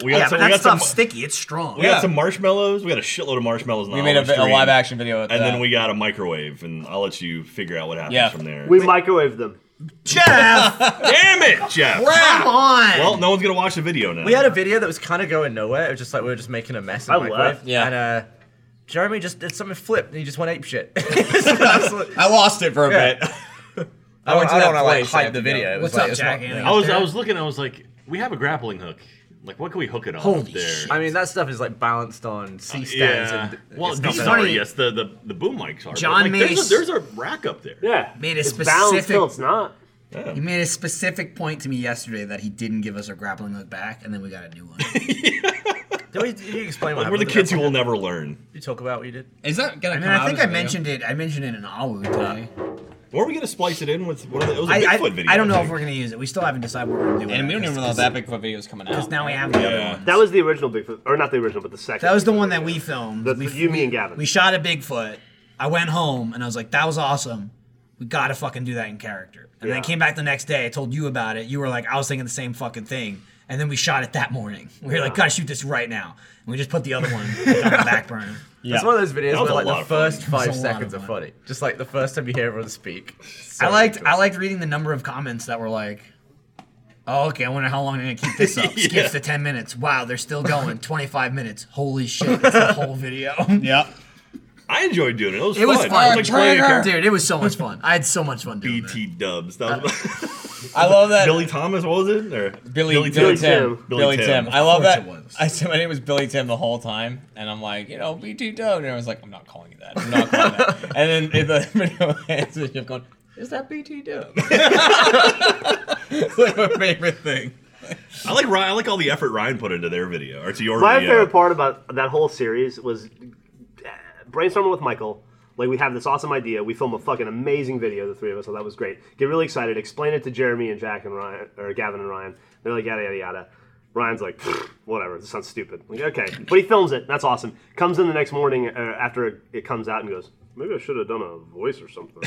We got Yeah, some, but that we got some, stuff's sticky. It's strong. we Yeah. got some marshmallows. We got a shitload of marshmallows. we made a, vi- a live action video. With and that. then we got a microwave. And I'll let you figure out what happens Yeah. from there. We microwave them. Jeff, Damn it, Jeff! come on. Well, no one's gonna watch the video now. We had a video that was kind of going nowhere. It was just like we were just making a mess in I the microwave. left. Yeah. And uh, Jeremy just did something flipped and he just went ape shit. I, I lost it for a Yeah. bit. I went to that don't wanna, like place hype after the that. video. It was What's like, up, it's Jack? not- Anthony? I was I was looking. I was like, we have a grappling hook. Like, what can we hook it on Holy up there? shit. I mean, that stuff is like balanced on C stands. Yeah. and Well, it's these not are funny. yes, the, the the boom mics are. but, John like, there's, Mace- a, there's a rack up there. Yeah. Made a It's balanced specific- till it's not. He made a specific point to me yesterday that he didn't give us our grappling hook back, and then we got a new one. Did, we, did you explain what We're the happened? kids who will never learn. Did you talk about what you did? Is that gonna and come then I out think as I a video? mentioned it. I mentioned it in Awu today. Were we gonna splice it in with one of the, it was a I, I, Bigfoot video? I don't know if think. we're gonna use it. We still haven't decided what we're gonna do. with And it, we don't even know 'cause- that Bigfoot video is coming out. Now we have the other Yeah. one. That was the original Bigfoot, or not the original, but the second. That was the one that we filmed. That's we, you, me, and Gavin. we shot a Bigfoot. I went home and I was like, that was awesome. We gotta fucking do that in character. And then I Yeah. came back the next day. I told you about it. You were like, I was thinking the same fucking thing. And then we shot it that morning. We were like, gotta shoot this right now. And we just put the other one on the back burner. It's one of those videos That was where a like lot the of fun. first It five was a lot of seconds are fun. funny. Just like the first time you hear everyone speak. So I liked good. I liked reading the number of comments that were like, "Oh, okay. I wonder how long they're gonna keep this up. Skips to ten minutes. Wow, they're still going. Twenty five minutes. Holy shit, that's the whole video. Yeah. I enjoyed doing it. It was It fun. was fun, It was like playing a character. dude. It was so much fun. I had so much fun doing BT Dubs. That was I love that. Billy Thomas. What was it? Or Billy, Billy, Billy Tim. Tim. Billy Billy Tim. Tim. I love course that. it was. I said my name was Billy Tim the whole time, and I'm like, you know, BT Dub, and everyone's like, I'm not calling you that. I'm not calling you that. and then in the video ends with Jeff going, "Is that BT Dub?" it's like my favorite thing. I like Ryan. I like all the effort Ryan put into their video or to your My video. favorite part about that whole series was uh, brainstorming with Michael. Like we have this awesome idea, we film a fucking amazing video, the three of us. So that was great. Get really excited, explain it to Jeremy and Jack and Ryan, or Gavin and Ryan. They're like yada yada yada. Ryan's like, "Pfft, whatever, this sounds stupid. Like, okay, but he films it. That's awesome. Comes in the next morning uh, after it comes out and goes, maybe I should have done a voice or something.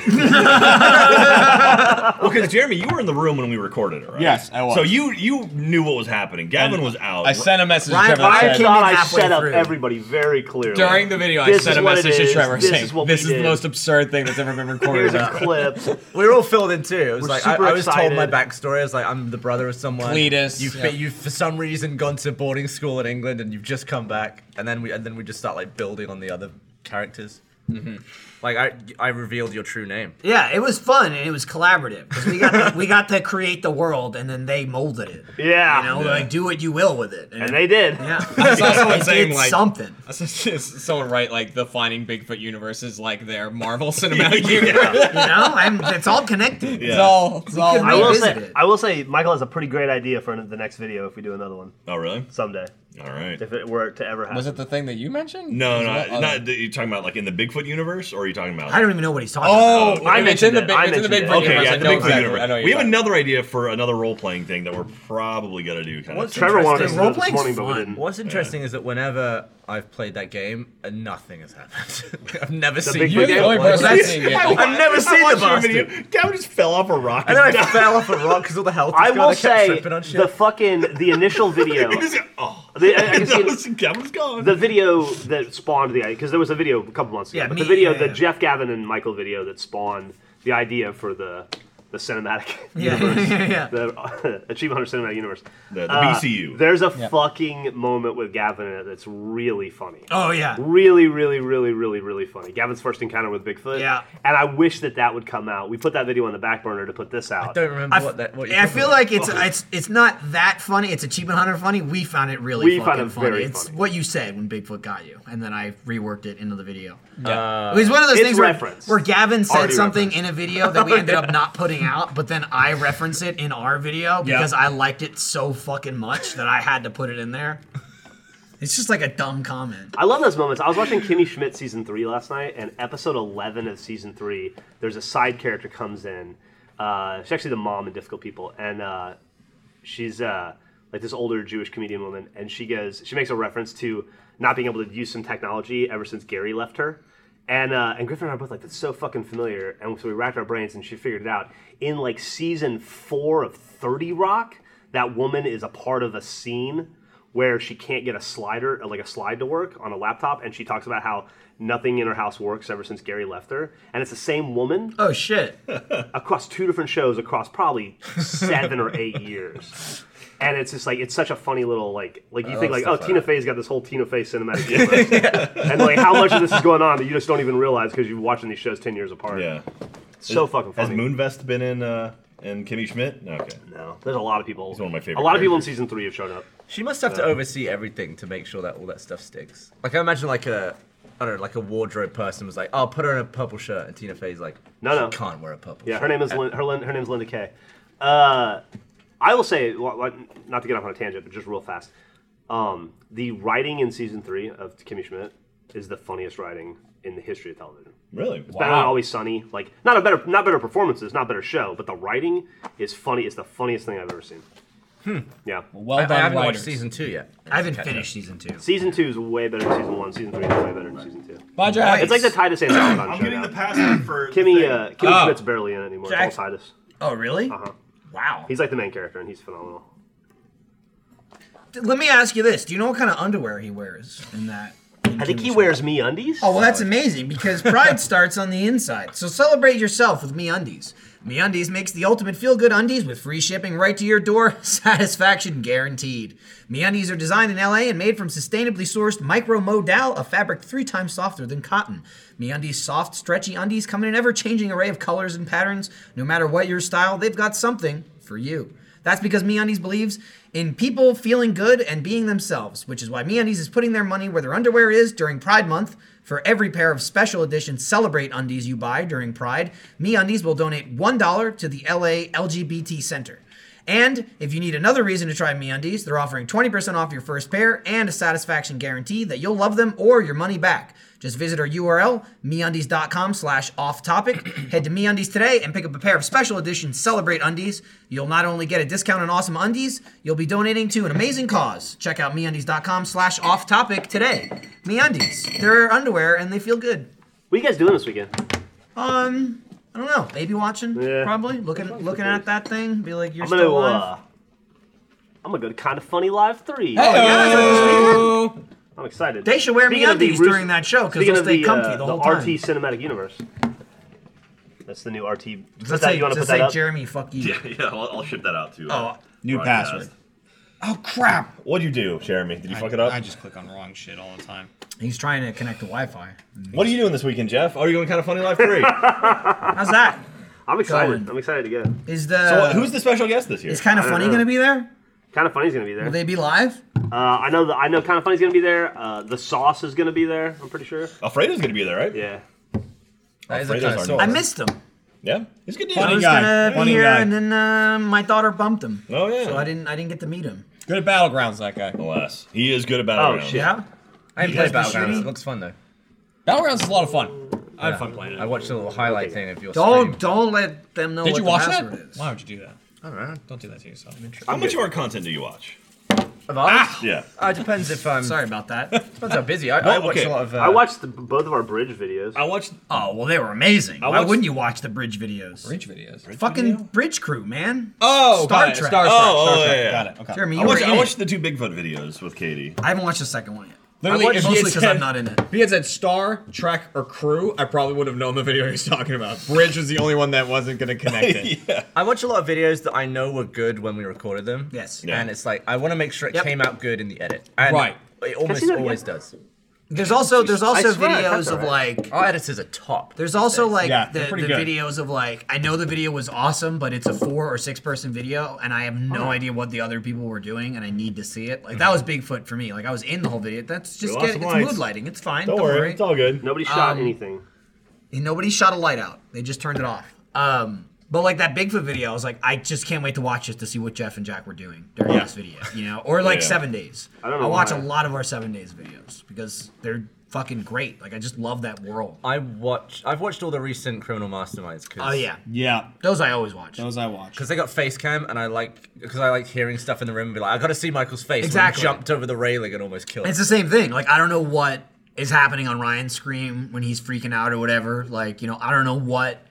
Well, because Jeremy, you were in the room when we recorded it, right? Yes, I was. So you you knew what was happening. Gavin was out. I sent a message Ryan to Trevor. that Fire I said- came thought in I halfway set up through. everybody very clearly during the video, I This sent is a what it message to is. Trevor This saying, is what we "This is the did. most absurd thing that's ever been Here's recorded." a clip. We were all filled in too. It was We're like I, super I was told my excited. backstory. I was like, I'm the brother of someone. Cletus, You've yeah. you've for some reason gone to boarding school in England and you've just come back. And then we and then we just start like building on the other characters. Mm-hmm. Like I I revealed your true name. Yeah, it was fun and it was collaborative 'cause we got to, we got to create the world and then they molded it. Yeah. you know, like do what you will with it. and they did. yeah, I saw someone They saying did like something. I saw someone write like the Finding Bigfoot universe is like their Marvel cinematic universe. You know, I'm, it's all connected. Yeah. It's all. It's all. could I will Revisit say, it. I will say, Michael has a pretty great idea for the next video if we do another one Oh, really? someday, All right. if it were to ever happen. Was it the thing that you mentioned? No, Was no, it- oh, not that you're talking about like in the Bigfoot universe, or are you talking about? I don't even know what he's talking about. Oh, okay. I mentioned mentioned the it. big. I It's in the mentioned big. it. okay, yeah, the Bigfoot universe. I know we have exactly. another idea for another role playing thing that we're probably gonna do. Kind What's of. Trevor wanted us to do it this Roleplaying's morning, but we fun. didn't. What's interesting is that whenever I've played that game, uh, nothing has happened. I've never seen big you. You're the get only one. person I've seen yet. I've never seen the bastard. video. Gavin just fell off a rock. And then I fell off a rock because all the health. was I gone, will I kept say tripping on shit. the fucking the initial video, oh, The- I- I can see it. was, Gavin's gone. the video that spawned the idea, because there was a video a couple months ago, Yeah, but me- the video, yeah, the yeah. Jeff Gavin and Michael video that spawned the idea for the the cinematic Yeah, universe, yeah, yeah. the uh, Achievement Hunter cinematic universe. the the Uh, BCU. There's a fucking moment with Gavin in it that's really funny. Oh yeah, really, really, really, really, really funny. Gavin's first encounter with Bigfoot. Yeah. And I wish that that would come out. We put that video on the back burner to put this out. don't remember I, f- what that. What you're yeah, I talking feel about. like it's it's it's not that funny. It's achievement hunter funny. We found it really We fucking found it funny. very it's funny. what you said when Bigfoot got you, and then I reworked it into the video. it was one of those it's things where, referenced. where Gavin said Already something in a video that we ended up not putting out, but then I reference it in our video because I liked it so fucking much that I had to put it in there. It's just like a dumb comment. I love those moments. I was watching Kimmy Schmidt season three last night, and episode eleven of season three, there's a side character comes in. Uh, she's actually the mom in Difficult People, and uh, she's uh, like this older Jewish comedian woman, and she goes, she makes a reference to not being able to use some technology ever since Gary left her. And, uh, and Griffin and I are both like, that's so fucking familiar. And so we racked our brains and she figured it out. In like season four of 30 Rock, that woman is a part of a scene where she can't get a slider, like a slide to work on a laptop. And she talks about how nothing in her house works ever since Gary left her. And it's the same woman Oh shit. across two different shows across probably seven or eight years. And it's just like it's such a funny little like like you think like oh Tina Fey's got this whole Tina Fey cinematic universe. and like how much of this is going on that you just don't even realize because you're watching these shows ten years apart. yeah. It's so fucking Has funny. Moonvest been in uh in Kimmy Schmidt? Okay. no, there's a lot of people. He's one of my favorite A lot of people in characters. season three have shown up. She must have to oversee everything to make sure that all that stuff sticks. Like I imagine, like a I don't know, like a wardrobe person was like, "I'll put her in a purple shirt," and Tina Fey's like, No, no. she can't wear a purple." Yeah, shirt. her name is Uh, Lin- her, Lin- her name's Linda Kay. Uh, I will say, well, well, not to get off on a tangent, but just real fast, um, the writing in season three of Kimmy Schmidt is the funniest writing in the history of television. Really? It's better than Always Sunny. Like, not a better, not better performances, not better show, but the writing is funny. It's the funniest thing I've ever seen. Yeah, Well I, I done, haven't watched writers. season two yet. I haven't finished season two. season two is way better than season one. Season three is way better than season two. Bye, Jack. It's like the Titus and Abaddon I'm show getting now. the password for the Kimmy, thing. uh, Kimmy Oh. Schmidt's barely in it anymore. Jack- It's all Titus. Oh, really? Wow. He's like the main character, and he's phenomenal. Let me ask you this: Do you know what kind of underwear he wears in that? I think he wears me undies. Oh well, that's amazing because pride starts on the inside. So celebrate yourself with Me Undies. Me Undies makes the ultimate feel-good undies with free shipping right to your door, satisfaction guaranteed. Me Undies are designed in LA and made from sustainably sourced micromodal, a fabric three times softer than cotton. Me Undies soft, stretchy undies come in an ever-changing array of colors and patterns. No matter what your style, they've got something for you. That's because MeUndies believes in people feeling good and being themselves, which is why MeUndies is putting their money where their underwear is during Pride Month. For every pair of special edition Celebrate undies you buy during Pride, MeUndies will donate $1 to the LA LGBT Center. And if you need another reason to try MeUndies, they're offering 20% off your first pair and a satisfaction guarantee that you'll love them or your money back. Just visit our URL, meundies.com slash off topic. Head to MeUndies today and pick up a pair of special edition Celebrate undies. You'll not only get a discount on awesome undies, you'll be donating to an amazing cause. Check out meundies.com slash off topic today. MeUndies, they're underwear and they feel good. What are you guys doing this weekend? Um, I don't know, baby watching, Yeah. probably. Looking looking at that thing, be like, you're I'm still gonna. alive. Oh, Uh, I'm gonna go to Kind of Funny Live Three. I'm excited. They should wear Speaking of the MeUndies Rus- during that show, 'cause speaking they'll of stay the, comfy uh, the whole RT cinematic universe. That's the new RT. Let's Is that- say, you want to just put say that up? Jeremy, fuck you. Yeah, yeah, I'll, I'll ship that out to. Oh, New broadcast. password. Oh crap! uh, What'd you do, Jeremy? Did you fuck it up? I just click on wrong shit all the time. He's trying to connect to Wi-Fi. What are you doing this weekend, Jeff? Are you going kind of funny life three? How's that? I'm excited. Going. I'm excited to go. Is the so, who's the special guest this year? is kind of I don't funny know. going to be there? Kind of Funny's gonna be there. Will they be live? uh, I know. The, I know. Kind of Funny's gonna be there. Uh, the Sauce is gonna be there. I'm pretty sure. Alfredo's going to be there, right? Yeah. That is a Alfredo's kind of our I sauce. missed him. Yeah, he's a good dude. I Funny was guy, gonna be funny here, guy. and then uh, my daughter bumped him. Oh yeah. So I didn't. I didn't get to meet him. Good at battlegrounds, that guy. Alas, he is good at Oh battlegrounds. shit. Yeah. I haven't guys played be Battlegrounds. shooting? It looks fun though. Battlegrounds is a lot of fun. I had fun playing I it. watched a little highlight thing of your Don't stream. don't let them know Did what you the watch password that? is. Why would you do that? I don't know. Don't do that to yourself. How much of our content do you watch? Of ours? Yeah. Uh, it depends if I'm Sorry about that. depends how busy. I, I Well, watch okay. a lot of. Uh, I watched the, both of our bridge videos. I watched oh well, they were amazing. Why watched- wouldn't you watch the bridge videos? Bridge videos. Fucking bridge crew, man. Uh, Oh, Star got it. Trek. Star, Trek. Oh, Star oh, Trek. yeah, yeah. Got it. Okay. Jeremy, I you were watched, in I watched it. the two Bigfoot videos with Katie. I haven't watched the second one yet. Literally, I watched if he mostly had 'cause said- I'm not in it. If he had said Star Trek or Crew, I probably would have known the video he was talking about. Bridge was the only one that wasn't going to connect it. I watch a lot of videos that I know were good when we recorded them. Yes. Yeah. And it's like I want to make sure it Yep. came out good in the edit. And Right. It almost see that again? always does. There's also there's also swear I cut videos that of right. like Our editors are top. There's also like Yeah, the, they're the pretty good. videos of like I know the video was awesome, but it's a four or six person video, and I have no idea what the other people were doing, and I need to see it. Like that was Bigfoot for me. Like I was in the whole video. That's just lost get, some it's lights. mood lighting. It's fine. Don't, worry, it's all good. Nobody Um, shot anything. And nobody shot a light out. They just turned it off. Um, but like that Bigfoot video, I was like, I just can't wait to watch this to see what Jeff and Jack were doing during this video. You know, or like Yeah. Seven Days. I don't know watch why. a lot of our Seven Days videos because they're fucking great. Like I just love that world. I watch. I've watched all the recent Criminal Masterminds. Cause, Oh yeah, Yeah, those I always watch. those I watched. Because they got face cam, and I like because I like hearing stuff in the room and be like, I got to see Michael's face. when he Exactly. jumped over the railing and almost killed. It's the same thing. Like I don't know what is happening on Ryan's screen when he's freaking out or whatever. Like you know, I don't know what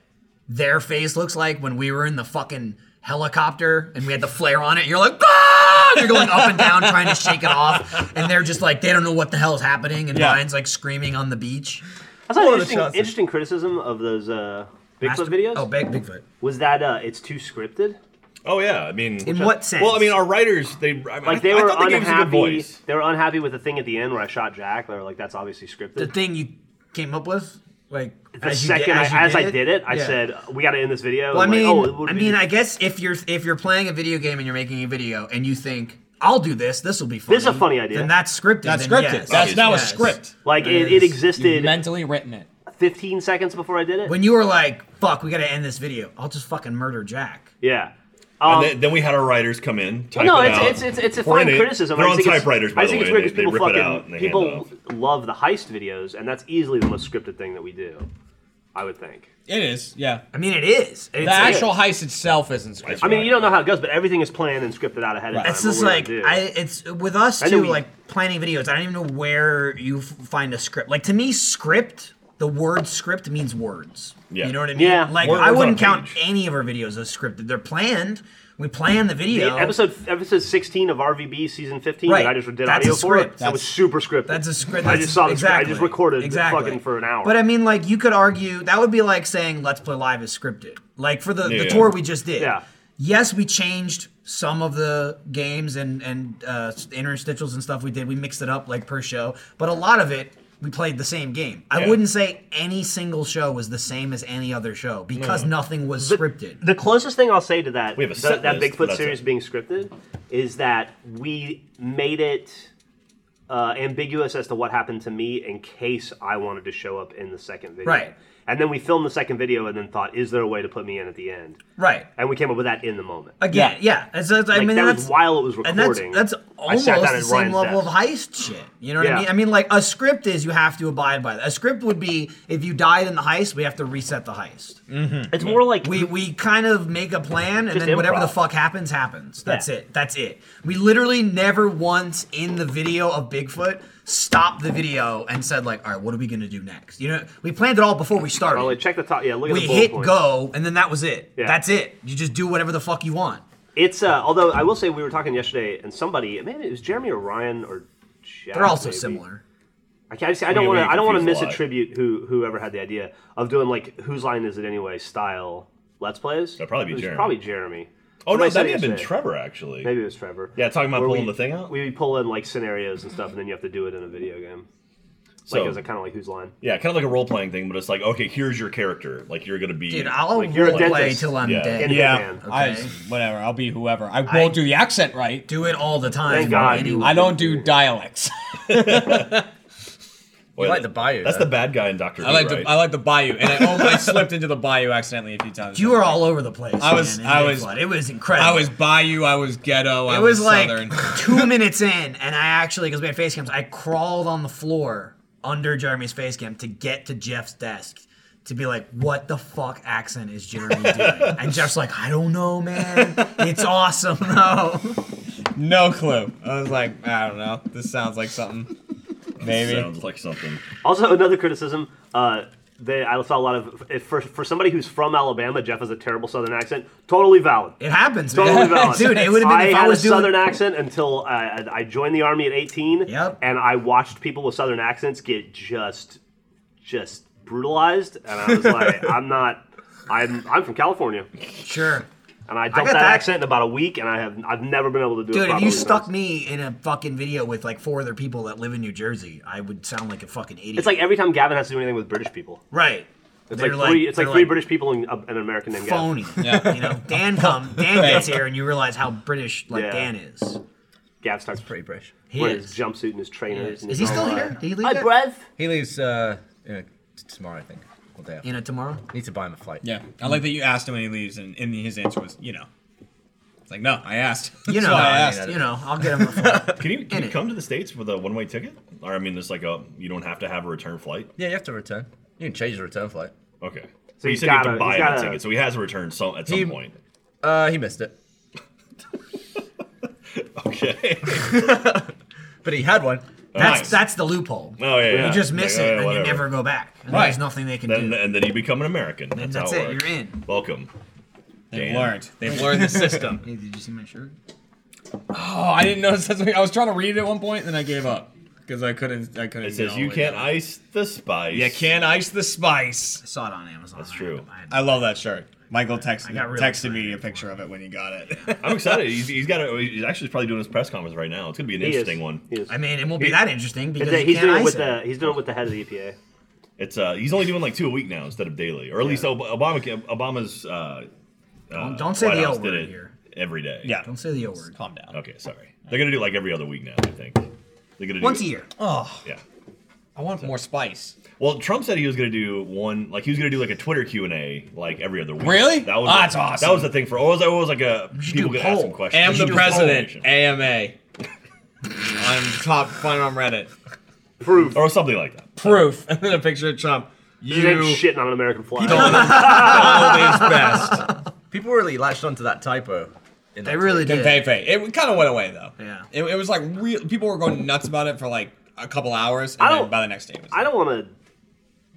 their face looks like when we were in the fucking helicopter and we had the flare on it. And you're like, ah! And you're going up and down trying to shake it off, and they're just like, they don't know what the hell is happening, and Ryan's like screaming on the beach. That's an One of the interesting, shots is- interesting criticism of those uh, Bigfoot Master- videos. Oh, Big, Bigfoot. was that uh, it's too scripted? Oh yeah, I mean. In what sense? Well, I mean, our writers they I, Like they were I thought they gave us a good unhappy. voice. They were unhappy with the thing at the end where I shot Jack. They were like, "That's obviously scripted." the thing you came up with, like the as you did- second I, as you I did it, I Yeah. said, "We got to end this video." Well, I And mean, like, oh, it would I be- mean, I guess if you're if you're playing a video game and you're making a video and you think I'll do this. This will be funny. This is a funny idea. Then that's scripted. That's then scripted. yes. That's now Yes. a script. Like it, Yes. it You've existed mentally written it. 15 seconds before I did it. When you were like, "Fuck, we gotta end this video," I'll just fucking murder Jack. yeah. And Um, then, then we had our writers come in. Type no, it it's, out. it's it's it's a We're fine in it. criticism. They're I on think it's- typewriters, by I the think way. it's weird They, because they people rip fucking it out and they hand it people off. love the heist videos, and that's easily the most scripted thing that we do. I would think. It is, yeah. I mean, it is. It's, The actual heist itself isn't scripted. I mean, you don't know how it goes, but everything is planned and scripted out ahead of time. It's just what we're like gonna do. I. It's with us I know too. we- like planning videos, I don't even know where you f- find a script. Like to me, script. The word script means words. Yeah. You know what I mean? Yeah. Like Words I on a wouldn't count page. any of our videos as scripted. They're planned. We plan the The video. episode episode 16 of RVB season 15 Right. that I just did That's audio a for script. it. That was super scripted. That's a script. I That's just saw the exactly. script. I just recorded exactly. fucking for an hour. But I mean, like, you could argue that would be like saying "Let's Play Live" is scripted. Like for the, the Yeah. tour we just did. Yeah. Yes, we changed some of the games and and uh, interstitials and stuff we did. We mixed it up like per show, but a lot of it. We played the same game. I Yeah. wouldn't say any single show was the same as any other show because nothing was scripted. The closest thing I'll say to that, We have a th- set that list, but Bigfoot that's series it. being scripted, is that we made it uh, ambiguous as to what happened to me in case I wanted to show up in the second video. Right. And then we filmed the second video and then thought, is there a way to put me in at the end? right. And we came up with that in the moment. Again, yeah. And so it's- I Like, mean, that that's was while it was and that's recording. that's I almost sat down the at same Ryan's level of desk. heist shit. You know what I Yeah. mean? I mean, like a script is you have to abide by that. A script would be if you died in the heist, we have to reset the heist. It's more like We we kind of make a plan, and Just then whatever the improv. fuck happens, happens. That's Yeah. it. That's it. We literally never once in the video of Bigfoot stopped the video and said like, all right, what are we gonna do next? You know, we planned it all before we started. Oh, like, check the top. Yeah, look at we the bullet hit points. go, and then that was it. Yeah. That's it. You just do whatever the fuck you want. It's uh, although I will say we were talking yesterday, and somebody, man, it was Jeremy or Ryan or. Jack, They're also maybe. similar. I can't. I, just, I don't We- want to. we I don't want to confuse a lot. misattribute who whoever had the idea of doing like whose line is it anyway style let's plays. That'd probably be It was Jeremy. Probably Jeremy. Oh no, Somebody that said may have been yesterday. Trevor actually. Maybe it was Trevor. Yeah, talking about Where pulling we- the thing out? We pull in like scenarios and stuff, and then you have to do it in a video game. Like So- it was kind of like whose line. Yeah, kind of like a role playing thing, but it's like, okay, here's your character. Like you're gonna be. Dude, I'll Like, you're a play dentist. till I'm Yeah. dead. And- yeah, Man, I okay. whatever. I'll be whoever. I won't do the accent right. do it all the time. Thank God. Anyway. I don't do dialects. Wait, like the bayou, That's though. the bad guy in Doctor Who. I like right? the I like the bayou, and I, oh, I slipped into the bayou accidentally a few times. You were all over the place. I was- man, in I Big was- Flood. It was incredible. I was bayou. I was ghetto. I It was like southern. two minutes in, and I actually, because we had face cams, I crawled on the floor under Jeremy's face cam to get to Jeff's desk to be like, "What the fuck accent is Jeremy doing?" and Jeff's like, "I don't know, man. It's awesome though." No clue. I was like, I don't know. This sounds like something. Maybe. Sounds like something. Also, another criticism. Uh, they, I saw a lot of if- for for somebody who's from Alabama. Jeff has a terrible Southern accent. Totally valid. It happens, man. Totally valid. dude. It would have been I if had I was a doing Southern accent until I, I joined the army at 18. Yep. And I watched people with Southern accents get just, just brutalized, and I was like, I'm not. I'm I'm from California, sure. and I dealt got that, that. accent in about a week, and I have I've never been able to do it. Dude, if properly you stuck since. me in a fucking video with like four other people that live in New Jersey, I would sound like a fucking idiot. It's like every time Gavin has to do anything with British people. right. It's They're like, three. It's like they're three British people and uh, an American named Gavin. phony. You know, Dan come, Dan gets here, and you realize how British like Yeah. Dan is. Gav starts Pretty British. He wearing his is. jumpsuit and his trainers. and Is he his- still here? Did he leave Hi, yet? Brev. He leaves uh, you know, t- tomorrow, I think. Or day after. You know, tomorrow. Need to buy him a flight. Yeah, I like that you asked him when he leaves, and, and his answer was, you know. It's like, no, I asked. You know, so I how it is. asked. you know, I'll get him. A flight. Can you, In can you it. come to the states with a one way ticket? Or I mean, there's like a you don't have to have a return flight. Yeah, you have to return. You can change the return flight. Okay. So So you he's said you have gotta- to buy he's him a gotta- ticket, so he has a return some at some He- point. Uh, he missed it, Okay. but he had one. that's Nice. that's the loophole. Oh yeah. yeah. You just miss Like, it oh, yeah, and you whatever. never go back. And Right. There's nothing they can Then do. and then you become an American. That's, that's how it, it, works. you're in. Welcome. They've Dan. learned. They've learned the system. Hey, did you see my shirt? oh, I didn't notice that's what I was trying to read it at one point, and then I gave up because I couldn't. I couldn't. It get says all you the way can't down. ice the spice. You can't ice the spice. I saw it on Amazon. That's true. I love that shirt. Michael texted, got really texted me a picture of it when he got it. I'm excited. He's, he's got. A, he's actually probably doing his press conference right now. It's gonna be an He is. interesting one. He is. I mean, it won't be that interesting because It's a- you he's can't doing it ice with it. the he's doing it with the E head of the EPA. It's uh, he's only doing like two a week now instead of daily, or at least Ob- Obama Obama's uh, Don't- don't say White the L House did word it. here. every day. Yeah. Don't say the O word. Calm down. Okay, sorry. They're gonna do like every other week now. I think they're gonna do Once a year. Oh, Yeah. I want more spice. Well, Trump said he was gonna do one, like he was gonna do like a Twitter Q and A, like every other week. Really? That was Ah, that's awesome. That was the thing for. Or was that was like a should people do a gonna ask poll. him questions? Am You the should do a president. poll. AMA. on top fun on Reddit. Proof. or something like that. Proof. And then a picture of Trump. You ain't You shitting on an American flag. always best. People really latched onto that typo. In They that really Then did. Fei Fei. It kind of went away though. Yeah. It, it was like real. People were going nuts about it for like a couple hours, I and then don't- by the next day, it was. I don't want to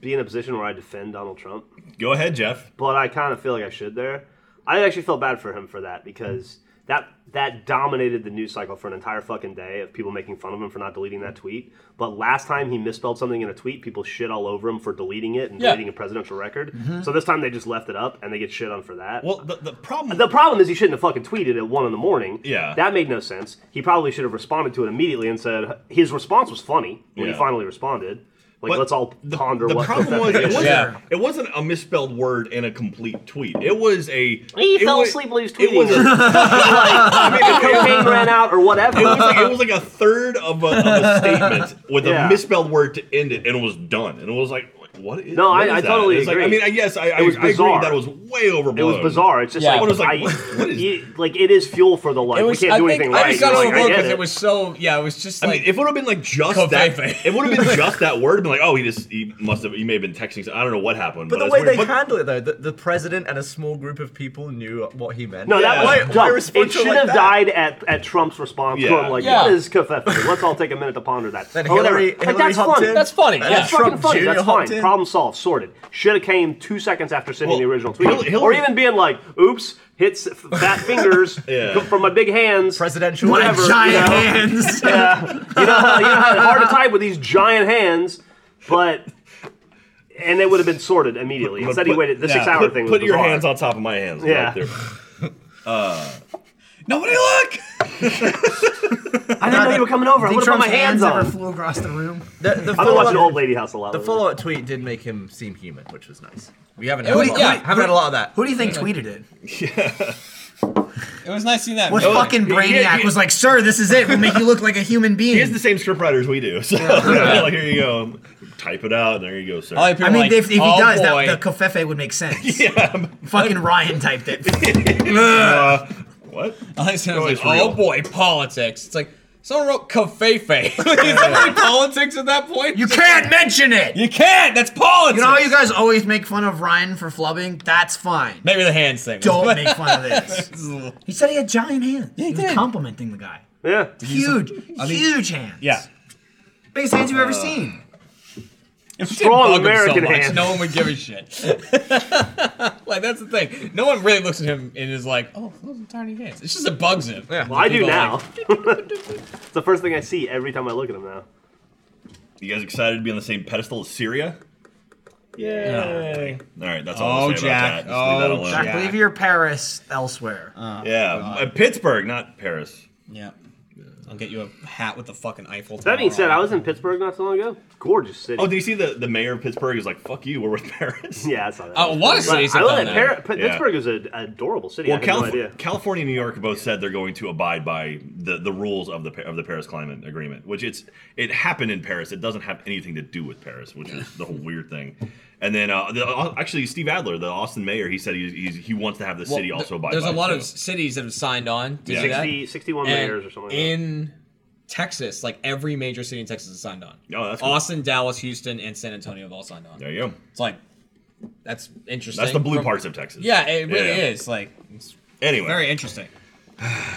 be in a position where I defend Donald Trump, Go ahead, Jeff. but I kind of feel like I should there. I actually felt bad for him for that because that that dominated the news cycle for an entire fucking day of people making fun of him for not deleting that tweet. But last time he misspelled something in a tweet, people shit all over him for deleting it and Yeah. deleting a presidential record. So this time they just left it up and they get shit on for that. Well, the, the problem. The problem is he shouldn't have fucking tweeted at one in the morning. Yeah. That made no sense. He probably should have responded to it immediately and said his response was funny when Yeah. he finally responded. Like But let's all the, ponder the what problem was it wasn't, Yeah. it wasn't a misspelled word in a complete tweet. It was a He it fell wa- asleep while he was It tweeting. was, a, it I mean, cocaine ran out or whatever. was like it was like a third of a, of a statement with Yeah. a misspelled word to end it, and it was done. And it was like, what is? No, what I- is I that? totally It's like- agree. I mean, I guess I, I, It was I agree bizarre. that was way It overblown. was bizarre. It's just Yeah. like, I was like, I- what- what is- you- like it is fuel for the It life. was, we can't do I think, anything I right. just got Like, I overwhelmed get because it. it was so. Yeah, it was just I like. mean, if it would have been like just that, Kofefe. it would have been just that word. Been like, oh, he just he must have he may have been texting. some- I don't know what happened. But the it's way weird. they But- handle it, though, the, the president and a small group of people knew what he meant. No, that Yeah. was Why- dumb. why respond it to it should like have that? died at, at Trump's response to Yeah. him, like, Yeah. what is kafeffin? Let's all take a minute to ponder that. Oh, Then or whatever. Hillary- Like, Hillary that's hopped funny. in. That's funny. And Yeah. That's fucking Trump funny. Jr. That's hopped fine. in. Problem solved. Sorted. Should have came two seconds after sending Well, the original tweet, Hil- Hillary- or even being like, "Oops, hits fat fingers Yeah. come from my big hands." Presidential. What a whatever. giant Giant you know? hands. you know, how- you know how hard to type with these giant hands, but and they would have been sorted immediately. but Instead, he put- waited. The six-hour put, thing was put your bizarre. hands on top of my hands. Yeah. Like, they're- Nobody look. I didn't know you were coming over. I Think would have put Trump's my hands on. ever flew across the room? The, the I've been watching Old follow-up, Lady House a lot. the lately. follow-up tweet did make him seem human, which was nice. We haven't It had, was- a, lot, yeah, haven't had a lot of that. Who do you think tweeted it? It was nice seeing that. What video. fucking brainiac yeah, yeah. was like, "Sir, this is it. We'll make you look like a human He has being." the same script writers we do. So like, here you go. Type it out. And there you go, sir. I, like people I mean, like, if, if he oh, does, boy. that, the Kofefe would make sense. Fucking Ryan typed it. Uh, what? I was like, it's oh real. boy, politics. It's like someone wrote kafefe. Is that really politics at that point? You can't mention it. You can't. That's politics. You know how you guys always make fun of Ryan for flubbing? That's fine. Maybe the hands thing. Don't make fun of this. This is a little- He said he had giant hands. he was did. complimenting the guy. Yeah. Huge, huge hands. yeah. Biggest hands you've ever seen. If we Strong didn't bug him American so much, hands. no one would give a shit. like that's the thing. No one really looks at him and is like, "Oh, those are tiny hands." It's just it bugs him. Yeah. Well, I do now. it's the first thing I see every time I look at him now. You guys excited to be on the same pedestal as Syria? Yeah. All right, that's all Oh, I'm say about Jack. that. Just Oh, leave that Jack, alone. Yeah. leave your Paris elsewhere. yeah, uh, Pittsburgh, not Paris. yeah. I'll get you a hat with the fucking Eiffel Tower. That being said, on it. I was in Pittsburgh not so long ago. Gorgeous city. Oh, did you see the, the mayor of Pittsburgh is like, "Fuck you, we're with Paris." yeah, I saw that. Uh, a lot of But cities I have love done that. that. Par- P- Yeah. Pittsburgh is an adorable city. Well, I had Calif- no idea. California and New York both said they're going to abide by the, the rules of the Pa- of the Paris Climate Agreement, which it's it happened in Paris. It doesn't have anything to do with Paris, which is the whole weird thing. And then uh, the, uh, actually, Steve Adler, the Austin mayor, he said he's, he's, he wants to have the Well, city also th- abide. There's by a it, lot too. of cities that have signed on. Did you see Yeah. that? 60, 61 And mayors or something like that. in Texas, like every major city in Texas has signed on. Oh, that's cool. Austin, Dallas, Houston, and San Antonio have all signed on. There you go. It's like that's interesting. That's the blue From- parts of Texas. Yeah, it really Yeah. is. Like it's Anyway, very interesting.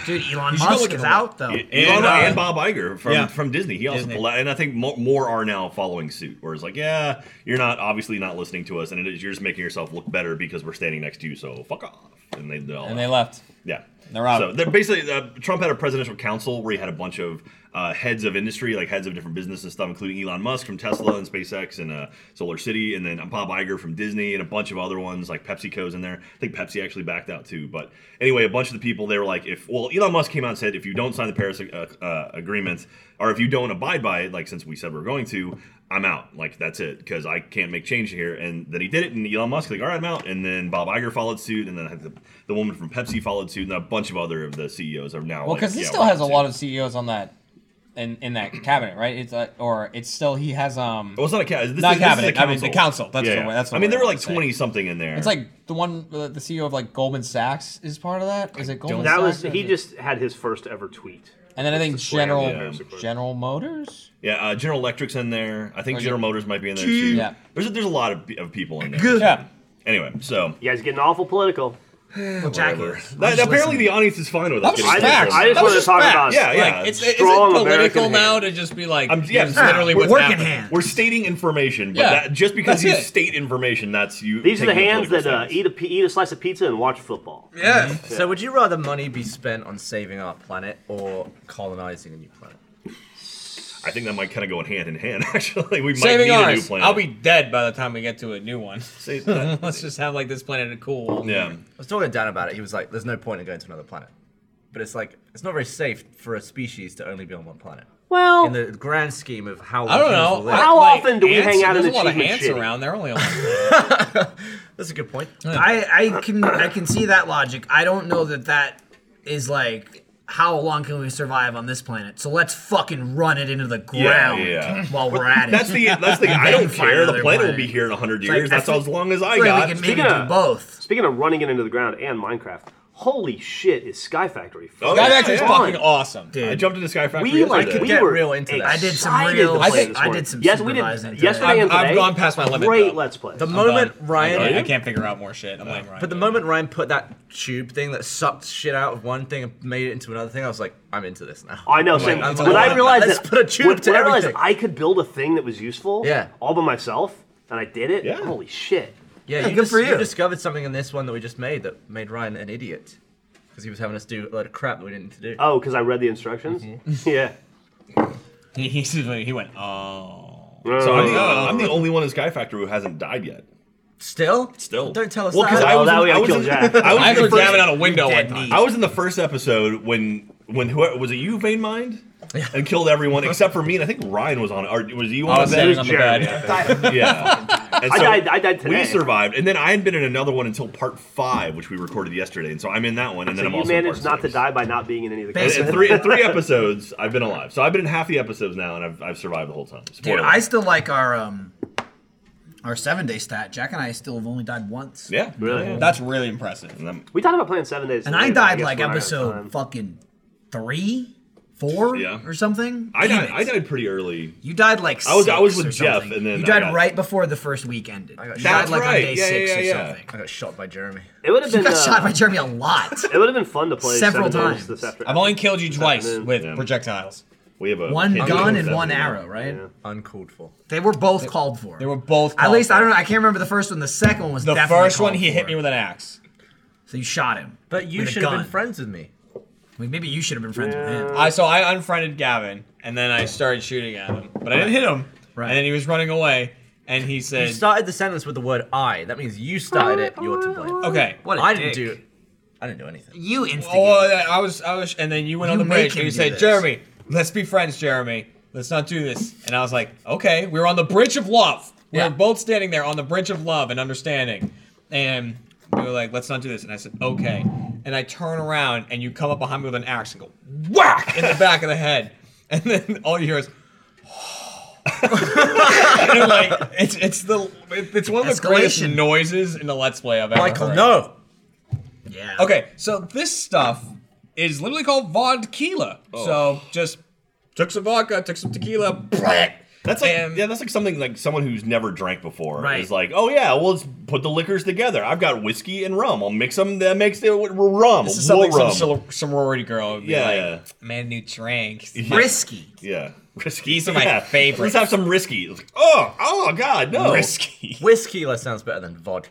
Dude, Elon You should go Musk look is at him. out though. And, Elon Musk. and Bob Iger from, uh, Yeah. from Disney. He also, Disney. and I think more, more are now following suit. Where it's like, yeah, you're not obviously not listening to us, and it is, you're just making yourself look better because we're standing next to you. So fuck off. And they, they all And they left. yeah. They're out. So they're basically, uh, Trump had a presidential council where he had a bunch of uh, heads of industry, like heads of different businesses and stuff, including Elon Musk from Tesla and SpaceX and uh, Solar City, and then Bob Iger from Disney and a bunch of other ones like PepsiCo's in there. I think Pepsi actually backed out too. But anyway, a bunch of the people they were like, if well, Elon Musk came out and said, if you don't sign the Paris uh, uh, agreement or if you don't abide by it, like since we said we are going to. I'm out. Like that's it because I can't make change here. And then he did it, and Elon Musk like, all right, I'm out. And then Bob Iger followed suit, and then I think the, the woman from Pepsi followed suit, and a bunch of other of the CEOs are now. Well, like, because he yeah, still we're has a out, too. lot of CEOs on that, in in that cabinet, right? It's uh, or it's still he has um. Well, it's not a cabinet. This, Not is- this is cabinet, a I mean, the council. That's the way- that's the I mean, way there I were wanna like say it. twenty something in there. It's like the one uh, the CEO of like Goldman Sachs is part of that. Is it Goldman? That was Sachs? or he is it- just had his first ever tweet. And then I think It's the slam, General yeah. General Motors. yeah, uh, General Electric's in there. I think Okay. General Motors might be in there too. Yeah. There's a, there's a lot of, of people in there. Yeah. Anyway, so You guys getting awful political. Well, Jack is. That- apparently the audience is fine with us. That was getting just I facts. political. just, I just That was wanted to just talk facts. about Yeah, yeah. Like, it's, it's- is it Strong political American now hand. to just be like, I'm- yeah, here's ah, literally we're what's working happening? hand. We're stating information, but Yeah. that, just because That's you it. state information, that's you. These are the taking a hands that political uh, stance. eat a pi- eat a slice of pizza and watch football. Yeah. So, would you rather money be spent on saving our planet or colonizing a new planet? I think that might kind of go in hand in hand. Actually, we might Saving need a new ours. planet. I'll be dead by the time we get to a new one. Say that- Let's just have like this planet cool. yeah. I was talking to Dan about it. He was like, "There's no point in going to another planet." But it's like it's not very safe for a species to only be on one planet. Well, In the grand scheme of how I don't know. Live. How often do we ants- hang out in There's the a lot of achievement ants shitty? around. They're only on. Like, That's a good point. I, I can I can see that logic. I don't know that that is like how long can we survive on this planet? So let's fucking run it into the ground yeah. while we're at it. That's the that's the. Then I don't find care. The another planet will planet. be here in hundred like, years. I that's think- as long as I Like, got. we can maybe Speaking do of- both. Speaking of running it into the ground and Minecraft, holy shit is Sky Factory. Oh, that yeah, actually yeah. fucking awesome. I jumped into Sky Factory. We like yesterday. we get were real into that. I did some excited real- to I play think- this I did morning. some Yes, we did. supervising today. Yesterday I've- and I've today, gone past my limit, Great, though. let's play. The moment done. Ryan, I can't figure out more shit. I'm like, right. but the moment Ryan put that tube thing that sucked shit out of one thing and made it into another thing, I was like, I'm into this now. I know. Same. I'm when all I about realized that. that, Let's put a tube when, to when I realized everything. I could build a thing that was useful, Yeah. all by myself, and I did it. Yeah. Holy shit! Yeah, you, good dis- for you. discovered something in this one that we just made that made Ryan an idiot because he was having us do a lot of crap that we didn't need to Uh, do. Oh, because I read the instructions. yeah. he, he, he went, oh. So I'm, Uh, the, I'm the only one in Sky Factory who hasn't died yet. Still, Still, don't tell us Well, that. because I was, Oh, that in- way I I was, killed in- I was Jack. I in the actually first- jamming out a window Dead one time. meat. I was in the first episode when when who was it you Vane Mind and killed everyone except for me and I think Ryan was on it. or was you Oh, on I was it? sitting was on the Jeremy. bed. yeah. And I so died- I died today. We survived, and then I had been in another one until part five, which we recorded yesterday, and so I'm in that one, and So then I'm you also in managed part not to six. die by not being in any of the. In, Basically, classes. in three in three episodes, I've been alive. So I've been in half the episodes now, and I've, I've survived the whole time. Dude, Spoiler. I still like our um our seven day stat. Jack and I still have only died once. yeah, really. That's really impressive. And I'm- We talked about playing seven days. And Today, I but died guess like we're not out of episode time. fucking three, four, Yeah. or something. I Damn died. it. I died pretty early. You died like I was- six I was or with Jeff, something. and then you I died got- right before the first week ended. got you shot. died That's like on right. day Yeah, six yeah, or yeah. something. I got shot by Jeremy. It would have You been. got shot by Uh, Jeremy a lot. it would have been fun to play Several seven times. Days this after- I've only killed you twice afternoon. with Yeah. projectiles. We have a one can't gun do and that one anymore. arrow, right? Yeah. Uncalled for. They were both called for. They were both. At called least I for. don't know. I can't remember the first one. The second one was The definitely first one, called he hit for. me with an axe. So you shot him. But you With a should have been gun. friends with me. Like, maybe you should have been friends with him. I so I unfriended Gavin, and then I started shooting at him, but I didn't hit him. Right. And then he was running away, and he You said, started the sentence with the word "I." That means you started it. You're to blame. "Okay." Oh, What a I dick. didn't do. I didn't do anything. You instigated. Oh, I was, I was, and then you went on You the bridge, make him and you do said, this. "Jeremy, let's be friends, Jeremy. Let's not do this." And I was like, "Okay." We were on the bridge of love. We Yeah. were both standing there on the bridge of love and understanding, and we were like, "Let's not do this." And I said, "Okay." And I turn around, and you come up behind me with an axe and go whack in the back of the head, and then all you hear is. and like it's it's the it's one of the greatest Escalation. noises in the let's play I've ever Michael, heard. no. yeah. uh, Okay, so this stuff is literally called vodka. So just Oh. took some vodka, took some tequila. That's like And- yeah, that's like something like someone who's never drank before Right. is like, oh yeah, well let's put the liquors together. I've got whiskey and rum. I'll mix them. That makes it w- rum. This is War something some rum. sor- sorority girl would be Yeah, like, yeah. man, new drinks. Risky. yeah, risky. These are my yeah. favorites. Let's have some risky. It's like, oh, oh God, no. Risky. Whiskeyla sounds better than vodka.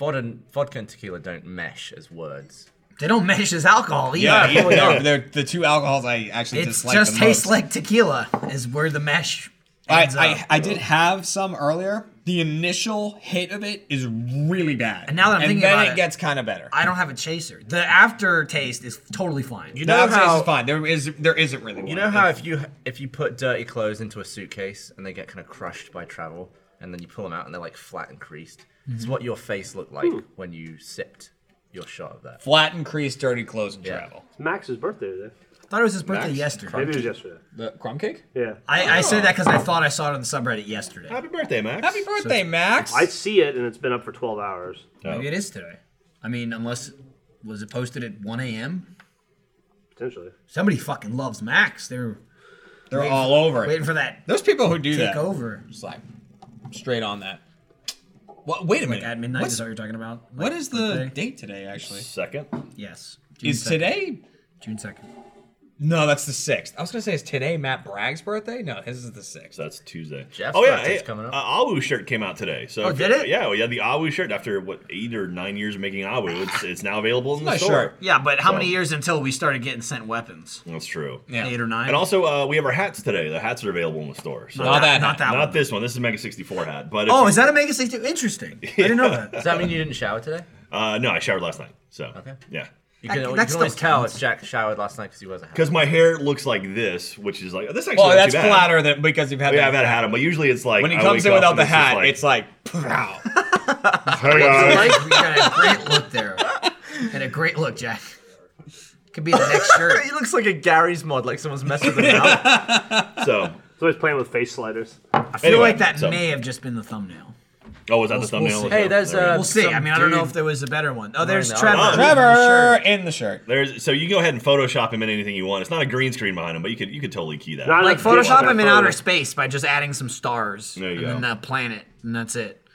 Vod and, vodka and tequila don't mesh as words. They don't mesh as alcohol either. Yeah, even though they're the two alcohols I actually It dislike just the tastes most. like tequila is where the mesh I, ends I, up. I did have some earlier, The initial hit of it is really bad. And now that I'm thinking then about it, it- gets kind of better. I don't have a chaser. The aftertaste is totally fine. You know how is fine. There is there isn't really. One. You know how if you if you put dirty clothes into a suitcase and they get kind of crushed by travel, and then you pull them out and they're like flat and creased. It's Mm-hmm. Mhm. what your face looked like Ooh. when you sipped your shot of that. flat and crease, dirty clothes, and Yeah. travel. It's Max's birthday today. I thought it was his birthday yesterday. Maybe it was yesterday. The crumb cake? Yeah. I, I Oh. say that because I thought I saw it on the subreddit yesterday. Happy birthday, Max. Happy birthday, Max. I see it and it's been up for 12 hours. Maybe it is today. I mean, unless was it posted at 1 a.m. Potentially. Somebody fucking loves Max. They're They're waiting- all over it. Waiting for that. There's people who do take that. over. Just like straight on that. What, wait a minute. At midnight What's- is what you're talking about. what is the birthday? date today? Actually, second. Yes. Is today? June second. No, that's the sixth. I was gonna say is today Matt Bragg's birthday? No, his is the sixth. That's Tuesday. Jeff's Oh yeah, birthday's hey, Uh, Awu shirt came out today. So Oh, if did you're- it? Yeah, we had the Awu shirt after what eight or nine years of making Awu. It's it's now available in the Nice store. shirt. Yeah, but how So, many years until we started getting sent weapons? That's true. Yeah. Eight or nine? And also, uh, we have our hats today. The hats are available in the store. So Not that Not Not hat. that one. this one. This is Mega sixty four hat. But oh, is that a Mega 60? Interesting. I didn't know that. Does that mean you didn't shower today? Uh, no, I showered last night. So yeah. You That- can, you that can always still tell counts. if Jack showered last night because he wasn't. Because my hair looks like this, which is like this actually. Well, not Oh, that's too bad. flatter than because you've had. yeah, that. I've had a hat on, but usually it's like when he I comes wake in up without and the it's just hat, like- it's like, pow. Hey, guys. you got a great look there. And a great look, Jack. Could be the next shirt. he looks like a Gary's mod, like someone's messing with him out. So It's always playing with face sliders. I feel like that may have just been the thumbnail. Oh, was that We'll- the thumbnail? We'll see. Hey, there's, There we go. uh, We'll see. I some mean, I don't know dude if there was a better one. Oh, there's wearing the Trevor. outfit. Trevor in the shirt. There's so you can go ahead and Photoshop him in anything you want. It's not a green screen behind him, but you could you could totally key that. Like Photoshop him in outer space by just adding some stars There you and go. then that planet, and that's it.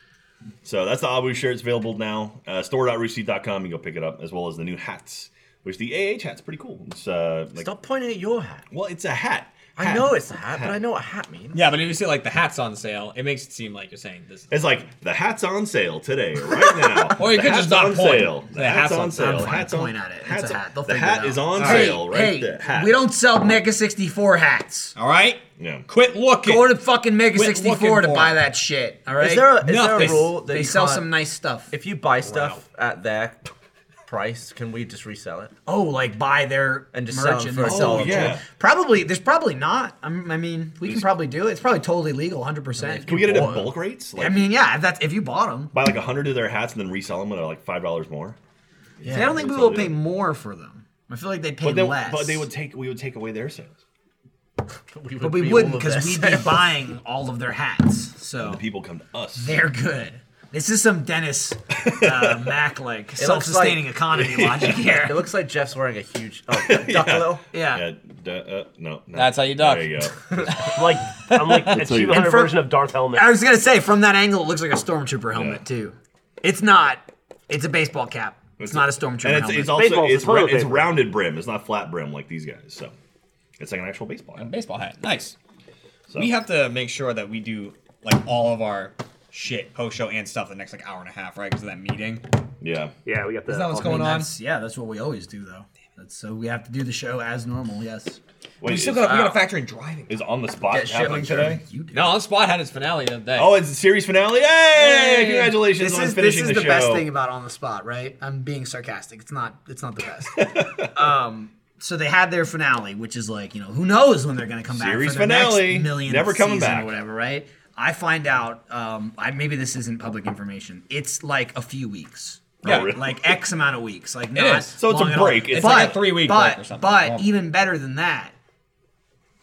So that's the Abu shirt. It's available now. Uh, store.roosterteeth.com. You can go pick it up, as well as the new hats, which the AH hat's pretty cool. It's, uh, like, Stop pointing at your hat. Well, it's a hat. I know it's a hat, but I know what hat means. Yeah, but if you say like the hat's on sale, it makes it seem like you're saying this. It's like the hat's on sale today, right now. Or you The could hat's just not on point. sale. Say The hat's on I'm sale. fine. Hat's Point on at it. hat's it's a on- hat. They'll The figure hat it out. is on Hey, sale hey, right there. Hat. We don't sell Mega 64 hats. All right. Yeah. Quit looking. Go to fucking Mega Quit 64 looking to for buy it. that shit. All right. Is there a, is there a rule that they you sell can't- some nice stuff? If you buy stuff at their price, can we just resell it? Oh, like buy their And just sell merch them and for a sell Oh, them. solid yeah. Probably there's probably not. I'm- I mean, we can probably do it. It's probably totally legal, 100. percent Can we get it at bulk rates? I mean, yeah, if that's if you bought them. buy like hundred of their hats and then resell them at like five dollars more. See, I don't think we will pay more for them. I feel like they'd pay but they, less. But they would take we would take away their sales. but we wouldn't because we'd be buying all of their hats. So The people come to us. they're good. This is some Dennis uh, Mac like It looks self-sustaining like- economy logic here. It looks like Jeff's wearing a huge. Oh, duck a little. Yeah. duh, uh, no, no. That's how you duck. There you go. Like, I'm like a That's how you- 200 And for- version of Darth Helmet. I was gonna say from that angle, it looks like a stormtrooper helmet too. It's not. It's a baseball cap. It's, not a stormtrooper And it's, helmet. it's also it's, ra- rounded. it's rounded brim. It's not flat brim like these guys. So it's like an actual baseball. A Hat. baseball hat. Nice. So- We have to make sure that we do like all of our shit post show and stuff the next like hour and a half, right? Because of that meeting. Yeah. Yeah, we got the. Is that what's I going mean, on? that's- yeah, that's what we always do though. That's, so we have to do the show as normal. Yes. Wait, we still is- got to we got to factor in driving. Is on the spot Get shit happening like today? No, on spot had its finale the other day. Oh, it's the series finale! Yay! Yay! Congratulations This on is this finishing is the, the, show. best thing about on the spot, right? I'm being sarcastic. It's not. It's not the best. um. So they had their finale, which is like you know who knows when they're going to come Series back for the next finale. millionth Never coming season back. or whatever, right? I find out. Um. I maybe this isn't public information. It's like a few weeks. Yeah. right? really? like X amount of weeks. Like It not is. So it's a long at all. break. It's like a three-week but, break or something. But Long. even better than that,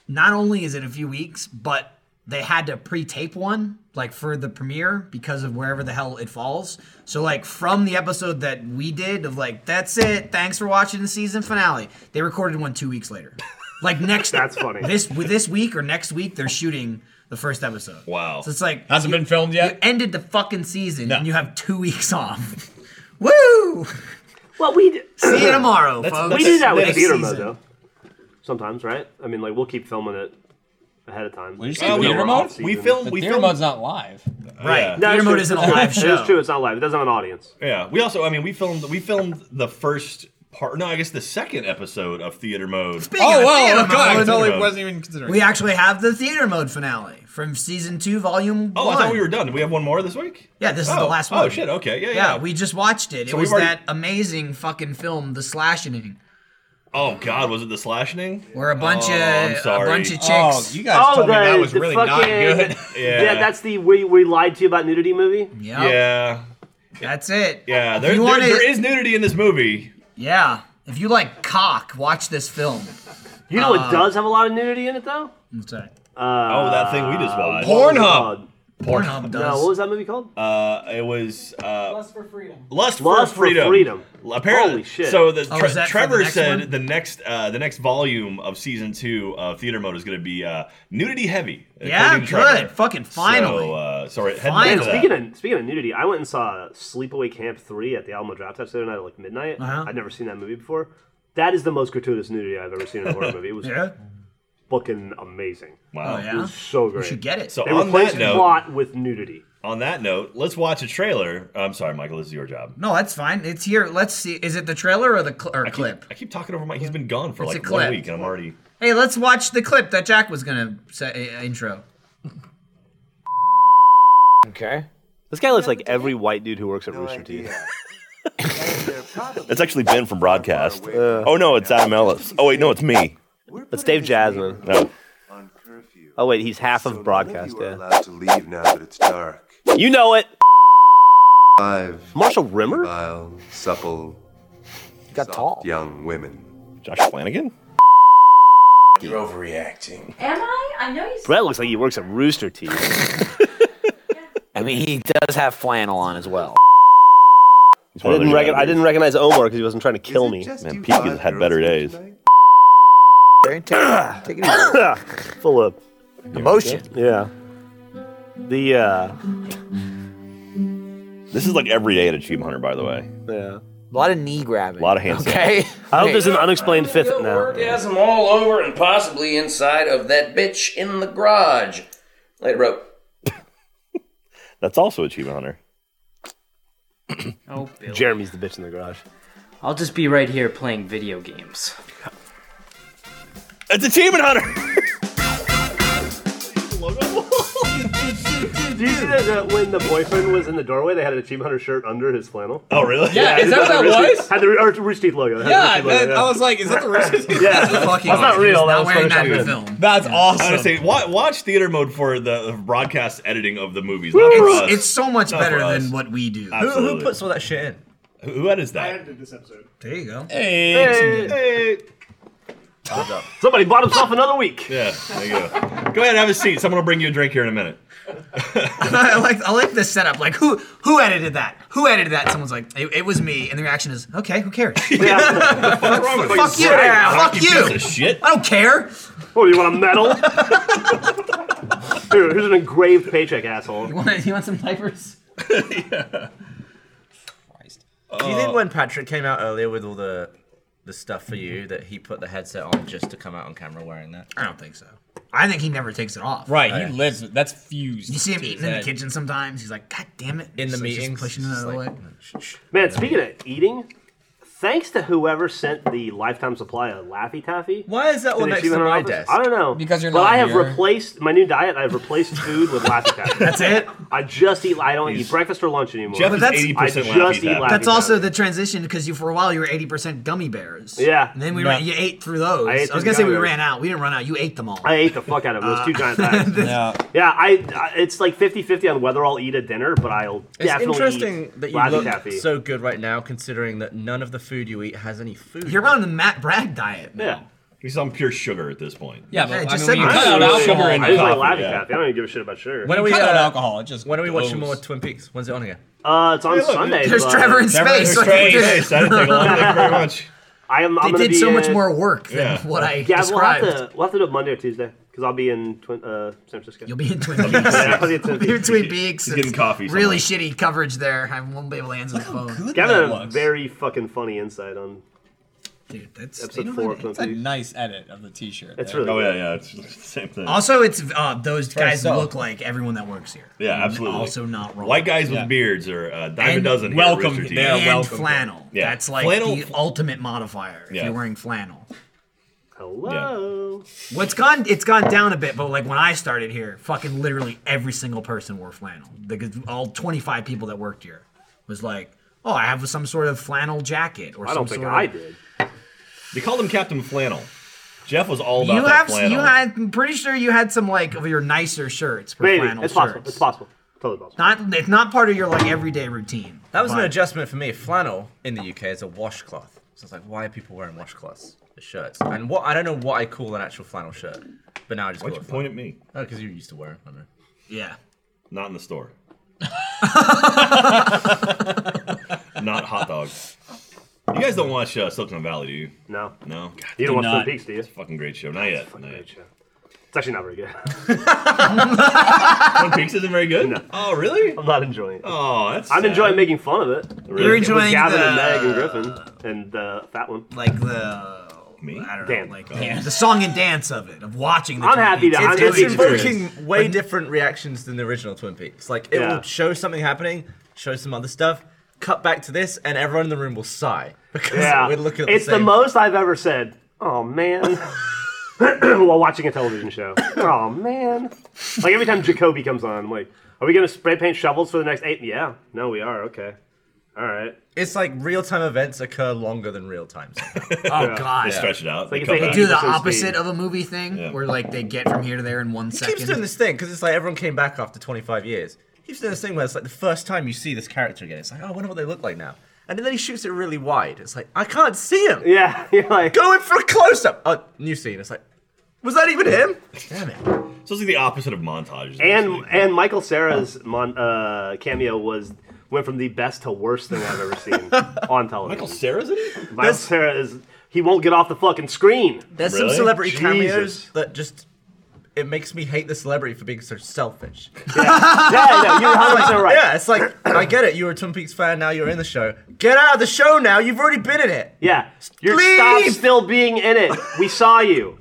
not only is it a few weeks, but they had to pre-tape one like for the premiere because of wherever the hell it falls. So like from the episode that we did of like that's it, thanks for watching the season finale. They recorded one 2 weeks later. Like next That's funny. This with this week or next week they're shooting the first episode. Wow. So it's like Hasn't been filmed yet. you ended the fucking season and you have 2 weeks off. Woo! Well, we d- See you tomorrow, folks. we do that with Next theater season. mode though. Sometimes, right? I mean, like we'll keep filming it ahead of time. What did you No, say? we're Theater off mode? season. But theater mode's not live. Right. Yeah. No, Theater it's mode true. isn't a live show. It is true. It's not live. It doesn't have an audience. Yeah. We also, I mean, we filmed we filmed the first part. No, I guess the second episode of Theater Mode. Speaking of wow, theater God, Oh, I mode, totally Mode. wasn't even considering. we actually have the theater mode finale from season two, volume Oh, I one. thought we were done. Did we have one more this week? Yeah, this is Oh, the last oh, one. shit, okay, yeah, yeah. we just watched it. It So we've was already- that amazing fucking film, The Slashing, Oh God, was it the slashing? where a bunch Oh, of I'm a sorry. bunch of chicks. Oh, you guys told me that was really not good. Yeah. yeah, that's the we we lied to you about nudity movie. Yeah. That's it. Yeah, If there, you there- wanna- there is nudity in this movie. Yeah. If you like cock, watch this film. You know Uh, it does have a lot of nudity in it though. What's that? oh, that thing we Uh, just watched. Pornhub. Pornhub does. No, what was that movie called? Uh, it was uh, Lust for Freedom. Lust, Lust for for Freedom. Freedom. Apparently, Holy shit. So the, Oh, Tre- is that for Trevor the next said one? the next uh, the next volume of season two of Theater Mode is going to be uh, nudity heavy. Yeah, according to Trevor. good. Fucking finally. So, uh, sorry, heading Man, into that. speaking of speaking of nudity, I went and saw Sleepaway Camp three at the Alamo Draft House the other night at like midnight. Uh-huh. I'd never seen that movie before. That is the most gratuitous nudity I've ever seen in a horror movie. It was Yeah? fucking amazing. Wow. Oh, yeah? it was so You great. should get it. So they on that replaced note- plot with nudity. on that note, let's watch a trailer. I'm sorry, Michael. This is your job. No, that's fine. It's here. Let's see. Is it the trailer or the cl- or clip? I keep talking over Mike. He's been gone for It's a like one clip. week, and I'm already. Hey, let's watch the clip that Jack was gonna say, uh, intro. Okay. This guy looks like every white dude who works at Rooster Teeth. It's actually Ben from Broadcast. oh no, it's Adam Ellis. Oh wait, no, it's me. It's Dave Jasmine. No. Oh wait, he's half of broadcast. Yeah. Allowed to leave now that it's dark. You know it. Five. Marshall Rimmer. Vile, supple. Got tall. Young women. Josh Flanagan. You're overreacting. Am I? I know you. Brett looks like he works at Rooster Teeth. I mean, he does have flannel on as well. I didn't, recog- I didn't recognize Omar because he wasn't trying to kill me. Man, Peak has had better days. Take it easy. Full of Emotion. Yeah. The uh This is like every day at Achievement Hunter, by the way. Yeah. A lot of knee grabbing. A lot of hands. I hope there's an unexplained fifth now. Orgasm all over and possibly inside of that bitch in the garage. Later, bro. That's also Achievement Hunter. Oh, Bill. Jeremy's the bitch in the garage. I'll just be right here playing video games. It's Achievement Hunter! Did you see that, that when the boyfriend was in the doorway, they had an Achievement Hunter shirt under his flannel? Oh, really? Yeah, is that what that was? Had the Ro- or Rooster Teeth logo. Had the Yeah, Rooster Teeth logo, that- I was like, is that the Rooster Teeth? Yeah, That's fucking that's not awesome. real. He's That not was wearing that in Photoshop. the film. That's awesome. I'm gonna say, watch, watch theater mode for the broadcast editing of the movies. Not for It's- us. it's so much Not for better us. than what we do. Who- who Absolutely. puts all that shit in? Who, who edits that? edited this episode. There you go. Hey, Hey, Somebody bought himself another week. Yeah, there you go. Go ahead, have a seat. Someone will bring you a drink here in a minute. I like I like this setup. Like who who edited that? Who edited that? Someone's like, it, it was me, and the reaction is, okay, who cares? Yeah. fuck fuck you! fuck you! Shit. I don't care. Oh, you want a medal? Here, here's an engraved paycheck, asshole. You want, you want some diapers? Do you think when Patrick came out earlier with all the the stuff for you that he put the headset on just to come out on camera wearing that? I don't think so. I think he never takes it off. Right, Oh, he yeah. lives. That's fused. You see him to eating his in the head. kitchen sometimes. He's like, God damn it! In the Just, like, just meetings, pushing it he's out of the way. Man, speaking of eating, thanks to whoever sent the lifetime supply of Laffy Taffy. Why is that to one the next to Achievement my Hunter office, desk? I don't know. Because you're But not I have here. replaced my new diet. I've replaced food with Laffy Taffy. That's it. I just eat. I don't eat breakfast or lunch anymore. Jeff is But that's- I 80% just Laffy eat Laffy That's Taffy. also the transition because you for a while you were eighty percent gummy bears. Yeah. and then we No. ran, you ate through those. I I, ate was through gonna say gummy we bears. ran out. We didn't run out. You ate them all. I ate the fuck out of it. It was two Uh, giant bags. Yeah. Yeah, I, I it's like 50-50 on whether I'll eat a dinner, but I'll It's definitely interesting eat that you Laffy look Taffy. so good right now, considering that none of the food you eat has any food. You're on the Matt Bragg diet. Yeah. He's on pure sugar at this point. Yeah, but, Yeah, I just mean, when you cut out alcohol- I just like coffee, Laffy yeah. Taffy. I don't even give a shit about sugar. When are we uh, uh, alcohol, it just when are we watching goes. more Twin Peaks? When's it on again? Uh, it's on Hey, look, Sunday. there's but- Trevor in Trevor in space. space. Space. I didn't think along with that very much. I am. They I'm gonna did be so much in- more work than Yeah. what I Yeah, we'll have, to, described. we'll have to do it Monday or Tuesday because I'll be in twin, uh, San Francisco. You'll be in Twin Peaks. yeah, I'll be in Twin Peaks. Between Peaks, He's getting it's coffee Really shitty coverage there. I won't be able to answer the phone. Gavin had a very fucking funny insight on. Dude, that's episode four of Twin It's a Peaks. nice edit of the T-shirt. It's there. really good. Oh, it's the same thing. Also, it's uh, those For guys yourself. look like everyone that works here. Yeah, And absolutely. Also, not wrong. White guys with beards are uh, dime a And dozen. here at welcome. Rooster Teeth. They are And welcome. flannel. That's like flannel. the ultimate modifier if Yeah. you're wearing flannel. Hello. Well, it's gone. It's gone down a bit, but like when I started here, fucking literally every single person wore flannel. Like all 25 people that worked here was like, "Oh, I have some sort of flannel jacket or I some don't think sort I of." did. They called him Captain Flannel. Jeff was all about You that have. flannel. You had. I'm pretty sure you had some like of your nicer shirts. For Maybe. flannel It's shirts. possible. It's possible. Totally possible. Not. It's not part of your like everyday routine. That was an but- adjustment for me. Flannel in the UK is a washcloth. So it's like, why are people wearing washcloths as shirts? And what I don't know what I call an actual flannel shirt, but now I just. Why'd call you it flannel. point at me? Oh, because you used to wear it. I know. Yeah. Not in the store. Not hot dogs. You guys don't watch uh, Silicon Valley, do you? No. No. God, You don't do watch Twin not. Peaks, do you? It's a fucking great show. Not yet. Not yet. It's actually not very good. Twin Peaks isn't very good. Oh, really? I'm not enjoying it. Oh, that's. I'm sad. enjoying making fun of it. Really? With- You're with enjoying Gavin the- and Meg and Griffin and the fat one. Like the. Me? I don't Dan. know. Oh. Like the song and dance of it, of watching the. I'm Twin happy Peaks. to- It's, I'm it's happy to do invoking way different reactions than the original Twin Peaks. Like it Yeah. will show something happening, show some other stuff, cut back to this, and everyone in the room will sigh because Yeah. we're looking at it's the the, same. most I've ever said, oh man, while watching a television show. Oh man. Like every time Jacoby comes on, I'm like, are we going to spray paint shovels for the next eight? Yeah. No, we are. Okay. All right. It's like real time events occur longer than real time. somehow. Oh god! Yeah. They, do the opposite of a movie thing, where like they get from here to there in one He second. keeps doing this thing because it's like everyone came back after 25 years. He keeps doing this thing where it's like the first time you see this character again, it's like, oh, I wonder what they look like now. And then he shoots it really wide. It's like, I can't see him. Yeah, you're like, go in for a close up. Oh, new scene. It's like, was that even him? Damn it. So it's like the opposite of montages. And and Michael Sarah's mon, uh, cameo was went from the best to worst thing I've ever seen on television. Michael Sarah's in it. Michael Sarah is. He won't get off the fucking screen. There's some celebrity Jesus. cameos that just. It makes me hate the celebrity for being so selfish. yeah, no, you're 100% right. Yeah, it's like, I get it. You're a Twin Peaks fan, now you're in the show. Get out of the show now. You've already been in it. Yeah, you're stop Leave! still being in it. We saw you.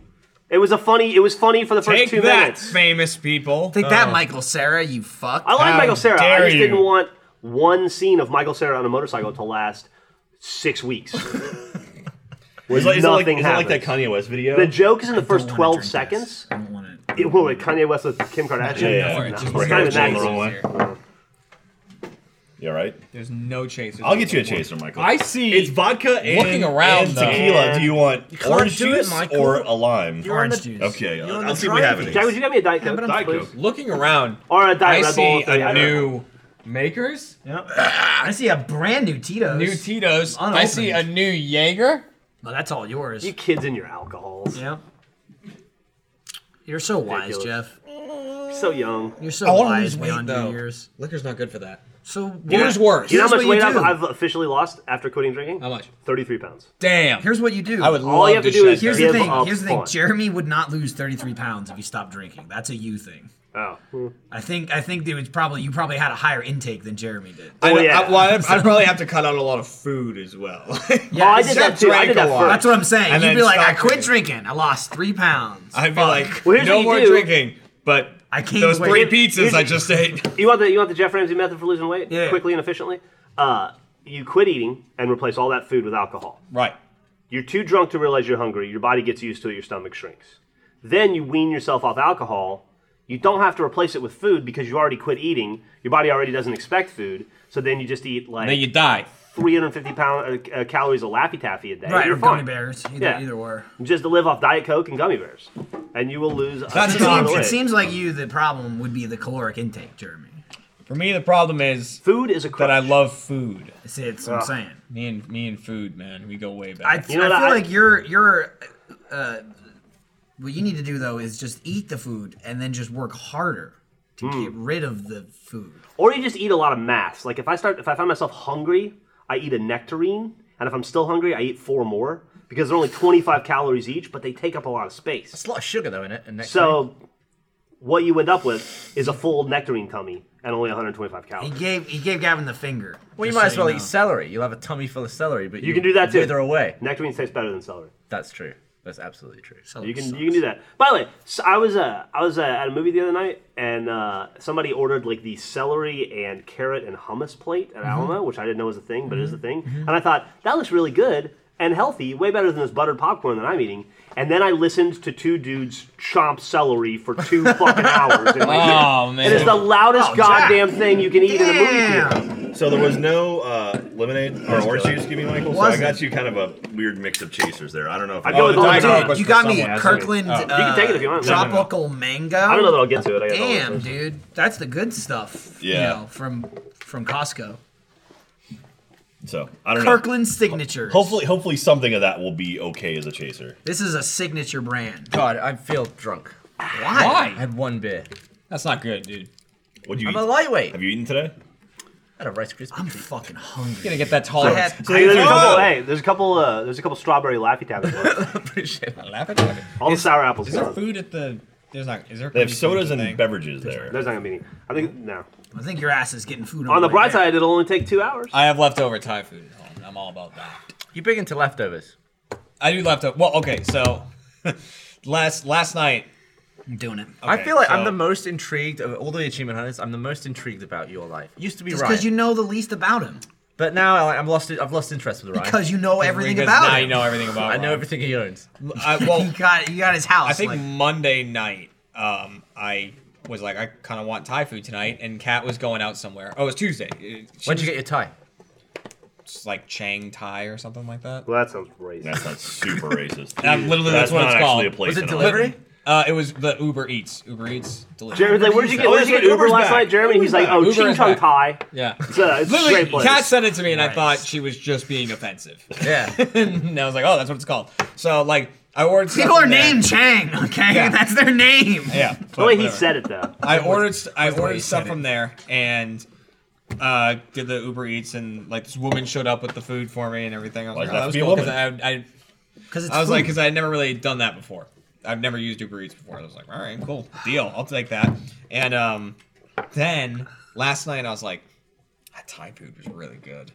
It was a funny. It was funny for the first Take two that, minutes. famous people. Take that, Michael Sarah, you fuck. I like How Michael Sarah. I dare just you. didn't want one scene of Michael Sarah on a motorcycle to last six weeks. Where Is, it like, is, it like, nothing is it like that happens. Kanye West video? The joke is in the first 12 seconds. It- well, like Kanye West with Kim Kardashian. Yeah, yeah, No, yeah. it's Just not right here, even that it's easy. all the You all right? There's no chasers. I'll get you a chaser, Michael. I see. It's vodka and, Looking around, and though. tequila. Do you want You can't orange do it, juice Michael. or a lime? You're on Orange the- juice. Okay, you're on I'll the see if we have driving. any. Jack, would you get me a Diet Yeah, Coke? but I'm Diet supposed- Coke. Looking around, Or a Diet I Red see Bull, yeah, a I don't new makers. I see a brand new Tito's. New Tito's. I Unopened. see a new Jaeger. Well, that's all yours. You kids and your alcohols. Yeah. You're so wise, Ridiculous. Jeff. So young. You're I so wanna wise lose weight, beyond though. your years. Liquor's not good for that. So Beer's worse. You know how Here's much what weight you I've, do. I've officially lost after quitting drinking? How much? 33 pounds. Damn. Here's what you do. I would All love you have to to do is shut here's give the thing. up Here's the thing. on. Jeremy would not lose 33 pounds if he stopped drinking. That's a you thing. Oh. I think I think it was probably you probably had a higher intake than Jeremy did. I, Oh, know- I, well, I'd, I'd probably have to cut out a lot of food as well. Yeah, I did that Jeff too. I drank did a that lot. first. That's what I'm saying. And You'd then be like, I stopped quit drinking. I lost three pounds. I'd be Fuck. like, Well, here's what no you more do. drinking. But I can't those wait. three Here- pizzas here's- I just ate. You want the you want the Jeff Ramsey method for losing weight? Yeah. Quickly and efficiently? Uh, you quit eating and replace all that food with alcohol. Right. You're too drunk to realize you're hungry. Your body gets used to it. Your stomach shrinks. Then you wean yourself off alcohol. You don't have to replace it with food because you already quit eating. Your body already doesn't expect food. So then you just eat like Then you die. 350 pound uh, uh, calories of Laffy Taffy a day. Right, You're or fine. gummy bears. Either, Yeah. either or. Just to live off Diet Coke and gummy bears, and you will lose. a It ton of seems, weight. it seems like you, the problem would be the caloric intake, Jeremy. For me, the problem is food is a that I love food. See, that's what I'm saying. Me and me and food, man, we go way I, back. I feel like you're you're. Uh, what you need to do though is just eat the food and then just work harder to Hmm. get rid of the food. Or you just eat a lot of mass. Like if I start, if I find myself hungry, I eat a nectarine, and if I'm still hungry, I eat four more because they're only 25 calories each, but they take up a lot of space. That's a lot of sugar though in it. And next so, what you end up with is a full nectarine tummy and only 125 He calories. gave he gave Gavin the finger. Well, you just uh, might so as well know. eat celery. You'll have a tummy full of celery, but You can do that too. Either away. Nectarine tastes better than celery. That's true. That's absolutely true. you can you can do that. By the way, so I was uh, I was uh, at a movie the other night, and uh, somebody ordered like the celery and carrot and hummus plate at Mhm. Alamo, which I didn't know was a thing, but it is a thing. Mhm. And I thought that looks really good. and healthy, way better than this buttered popcorn that I'm eating. And then I listened to two dudes chomp celery for two fucking hours. In my Oh, ear. man. It is the loudest Oh, Jack. goddamn thing you can eat in a movie theater. So there was no uh, lemonade or orange juice, give me Michael. So I Wasn't. got you kind of a weird mix of chasers there. I don't know if Oh, I'd go with the Diet Coke was You got me Kirkland. Oh. You can uh, take it if you want. No, no, no. Tropical mango. I don't know that I'll get to it. I got all Damn, those. dude, that's the good stuff. Yeah. You know, from from Costco. So I don't know. Kirkland signature. Hopefully, hopefully something of that will be okay as a chaser. This is a signature brand. God, I feel drunk. Why? I had one beer. That's not good, dude. What you? I'm eat? a lightweight. Have you eaten today? I had a Rice Krispie. I'm fucking hungry. Gonna get that So there's a Oh. couple, hey, there's a couple. Uh, there's a couple strawberry laffy taffy. Appreciate that. Laugh at All the sour apples. Is there gone. food at the? There's not. Is there? They have sodas and beverages There's not gonna be any. I think no. I think your ass is getting food On the way bright there. side, it'll only take two hours. I have leftover Thai food at home. I'm all about that. You big into leftovers? I do leftover. Well, okay, so last last night. I'm doing it. I feel like I'm the most intrigued of all the achievement hunters. I'm the most intrigued about your life. Used to be Just Ryan, because you know the least about him. but now I- I'm lost. I've lost interest with Ryan Because you know everything about him. I know everything he owns. I, well, you got you got his house. I think like- Monday night, um, I was like, I kind of want Thai food tonight, and Kat was going out somewhere. Oh, it was Tuesday. When'd you get your Thai? It's like Chang Thai or something like that. Well, that sounds racist. That sounds super racist. And I'm literally, That's that's, what not it's called. actually a place Was it in Ireland. delivery? Uh, it was the Uber Eats. Uber Eats delivery. Jeremy's like, where did you get, where did you get Uber last night, Jeremy? He's like, oh, Ching Chong Thai. Yeah. It's a, it's a Literally, great place. Kat said it to me, and I thought she was just being offensive. Yeah. and I was like, oh, that's what it's called. So, like, I ordered stuff people are from there. named Chang. Okay, Yeah. that's their name. Yeah. The way he said it, though. I ordered I the way ordered he stuff said from there and uh, did the Uber Eats and like this woman showed up with the food for me and everything. I was Why'd like, it oh, that have was to be a cool woman? because I, I, 'Cause it's I was like, food. because I had never really done that before. I've never used Uber Eats before. I was like, all right, cool deal, I'll take that. And um, then last night I was like, that Thai food was really good.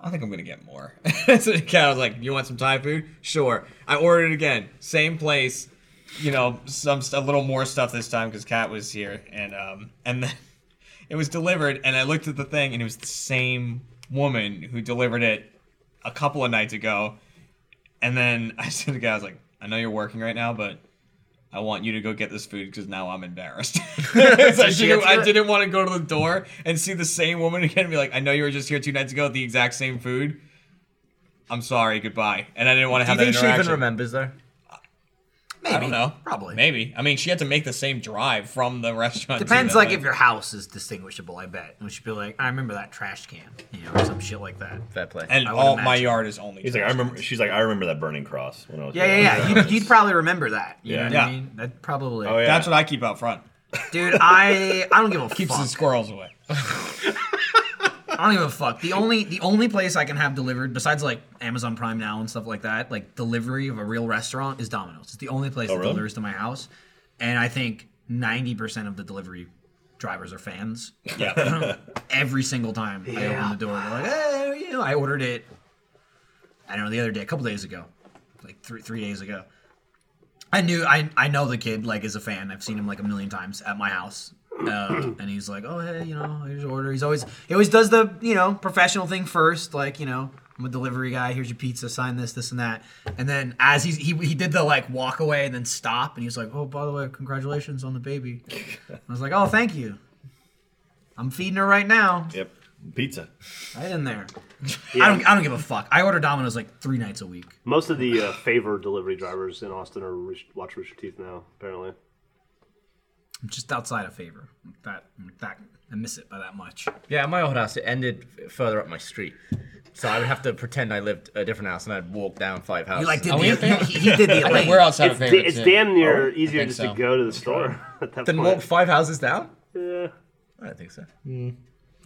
I think I'm gonna get more. so the cat was like, "You want some Thai food? Sure." I ordered it again, same place. You know, some st- a little more stuff this time because Kat was here, and um, and then it was delivered, and I looked at the thing, and it was the same woman who delivered it a couple of nights ago, and then I said to the guy, "I was like, I know you're working right now, but." I want you to go get this food because now I'm embarrassed. So I, Did she get didn't, to I it? didn't want to go to the door and see the same woman again and be like, I know you were just here two nights ago with the exact same food. I'm sorry, goodbye. And I didn't want to Do you have that think she interaction. even remembers though? I don't know. Probably. Maybe. I mean, she had to make the same drive from the restaurant. to Depends, the- like if your house is distinguishable. I bet. We should be like, I remember that trash can, you know, or some shit like that. Fair play. And I would all my imagine. yard is only. He's like, I remember. She's like, I remember that burning cross when I was. Yeah, yeah, yeah. You'd, you'd probably remember that. You Yeah. know what Yeah. I mean? That probably. Oh, yeah. That's what I keep out front. Dude, I I don't give a Keeps fuck. the squirrels away. I don't give a fuck. The only the only place I can have delivered besides like Amazon Prime now and stuff like that, like delivery of a real restaurant is Domino's. It's the only place Oh, that really? delivers to my house, and I think ninety percent of the delivery drivers are fans. Yeah. Every single time I open Yeah. the door, they're like, "Hey, you know, I ordered it." I don't know the other day, a couple days ago, like three three days ago. I knew I I know the kid like is a fan. I've seen him like a million times at my house, uh, and he's like, oh hey, you know, here's your order. He's always he always does the you know professional thing first, like you know. I'm a delivery guy. Here's your pizza. Sign this, this, and that. And then as he's, he he did the like walk away and then stop, and he was like, "Oh, by the way, congratulations on the baby." I was like, "Oh, thank you. I'm feeding her right now." Yep. Pizza. Right in there. Yeah. I don't I don't give a fuck. I order Domino's like three nights a week. Most of the uh, favored delivery drivers in Austin are Roosh- watch Rooster Teeth now, apparently. I'm just outside of favor. That that I miss it by that much. Yeah, at my old house, it ended f- further up my street. So I would have to pretend I lived at a different house and I'd walk down five houses. You like did Are we the- in favor? he- he did the I think Elaine. we're outside of It's da- favor, it's too. damn near easier just to go to the store at that Then point. walk five houses down? Yeah. I don't think so.